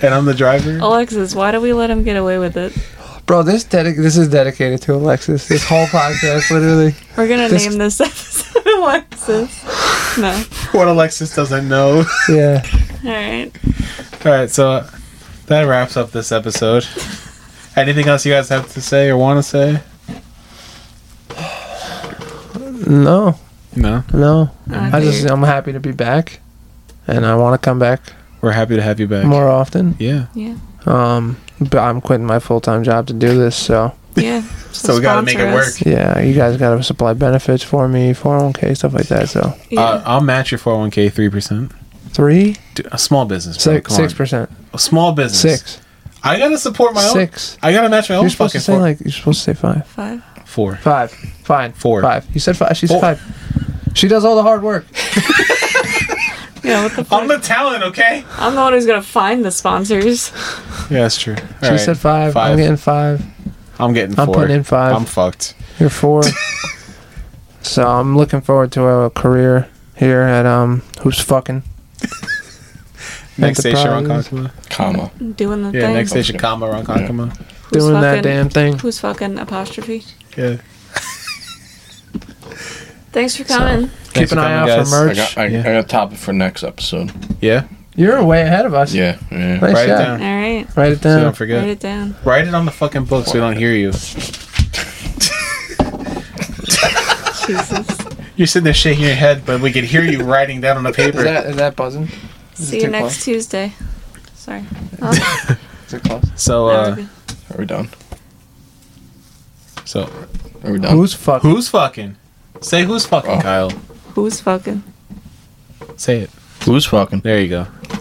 A: and I'm the driver.
B: Alexis, why do we let him get away with it?
C: Bro, this dedic- this is dedicated to Alexis. This whole podcast, literally.
B: We're gonna
C: This-
B: name this episode Alexis. No.
A: What Alexis doesn't know.
C: Yeah.
B: All right.
A: All right, so that wraps up this episode. Anything else you guys have to say or want to say?
C: No,
A: No,
C: no.
B: I
C: I just
B: think-
C: I'm happy to be back, and I want to come back
A: we're happy to have you back.
C: more often.
A: Yeah.
B: Yeah.
C: Um, but I'm quitting my full time job to do this. So
B: Yeah.
A: So we gotta make it
B: sponsor us.
A: work.
C: yeah, you guys gotta supply benefits for me, 401k stuff like that. So
B: Yeah.
A: Uh, I'll match your 401k 3%.
C: three,
A: Dude, a small business. Bro.
C: six,
A: Oh, Come on.
C: six percent,
A: A small business.
C: six,
A: I gotta support my own.
C: six.
A: I gotta match my own
C: You're supposed to
A: fucking
C: say
A: four.
C: like you're supposed to say five,
B: Five.
A: four.
C: five, fine,
A: Four.
C: five. You said five. She said
A: Four.
C: five. She does all the hard work.
B: Yeah. What the fuck?
A: I'm the talent, okay?
B: I'm the one who's gonna find the sponsors.
A: Yeah, that's true. All
C: She
A: right.
C: said five.
A: Five.
C: I'm getting five.
A: I'm getting
C: I'm
A: four.
C: putting in five.
A: I'm fucked.
C: You're four. so I'm looking forward to a career here at um Who's Fucking.
A: Next
C: the
A: station, Ron
C: prize.
A: Kakama.
D: Comma.
B: Doing the
A: Yeah,
B: thing.
A: next station, comma, Ron
D: Yeah.
A: Kakama.
B: Who's
C: doing that
B: fucking-
C: damn thing.
B: Who's fucking apostrophe?
A: Yeah.
B: Thanks for coming.
A: Thanks
C: Keep an
A: for
C: eye out
A: coming, guys.
C: for
D: I
C: merch.
D: got, I,
A: Yeah.
D: I got a topic for next episode.
A: Yeah.
C: You're way ahead of us.
D: Yeah. yeah.
C: Nice
A: Write it
C: job.
A: down.
B: All right.
C: Write it
A: So you
C: down.
A: don't
B: Write
A: forget.
B: it down.
A: Write it on the fucking book so we don't hear you.
B: Jesus.
A: You're sitting there shaking your head, but we can hear you writing down on the
C: Is
A: paper.
C: that is that buzzing? Is it
B: See you
C: too
B: next
C: close?
B: Tuesday. Sorry. Oh,
C: Is it close?
A: so,
B: that
A: uh,
B: would be-
D: Are we done?
A: so
D: Are we done?
C: Who's fucking?
A: who's fucking? Say who's fucking,
D: Oh.
A: Kyle.
B: who's fucking?
A: Say it.
D: Who's fucking?
A: There you go.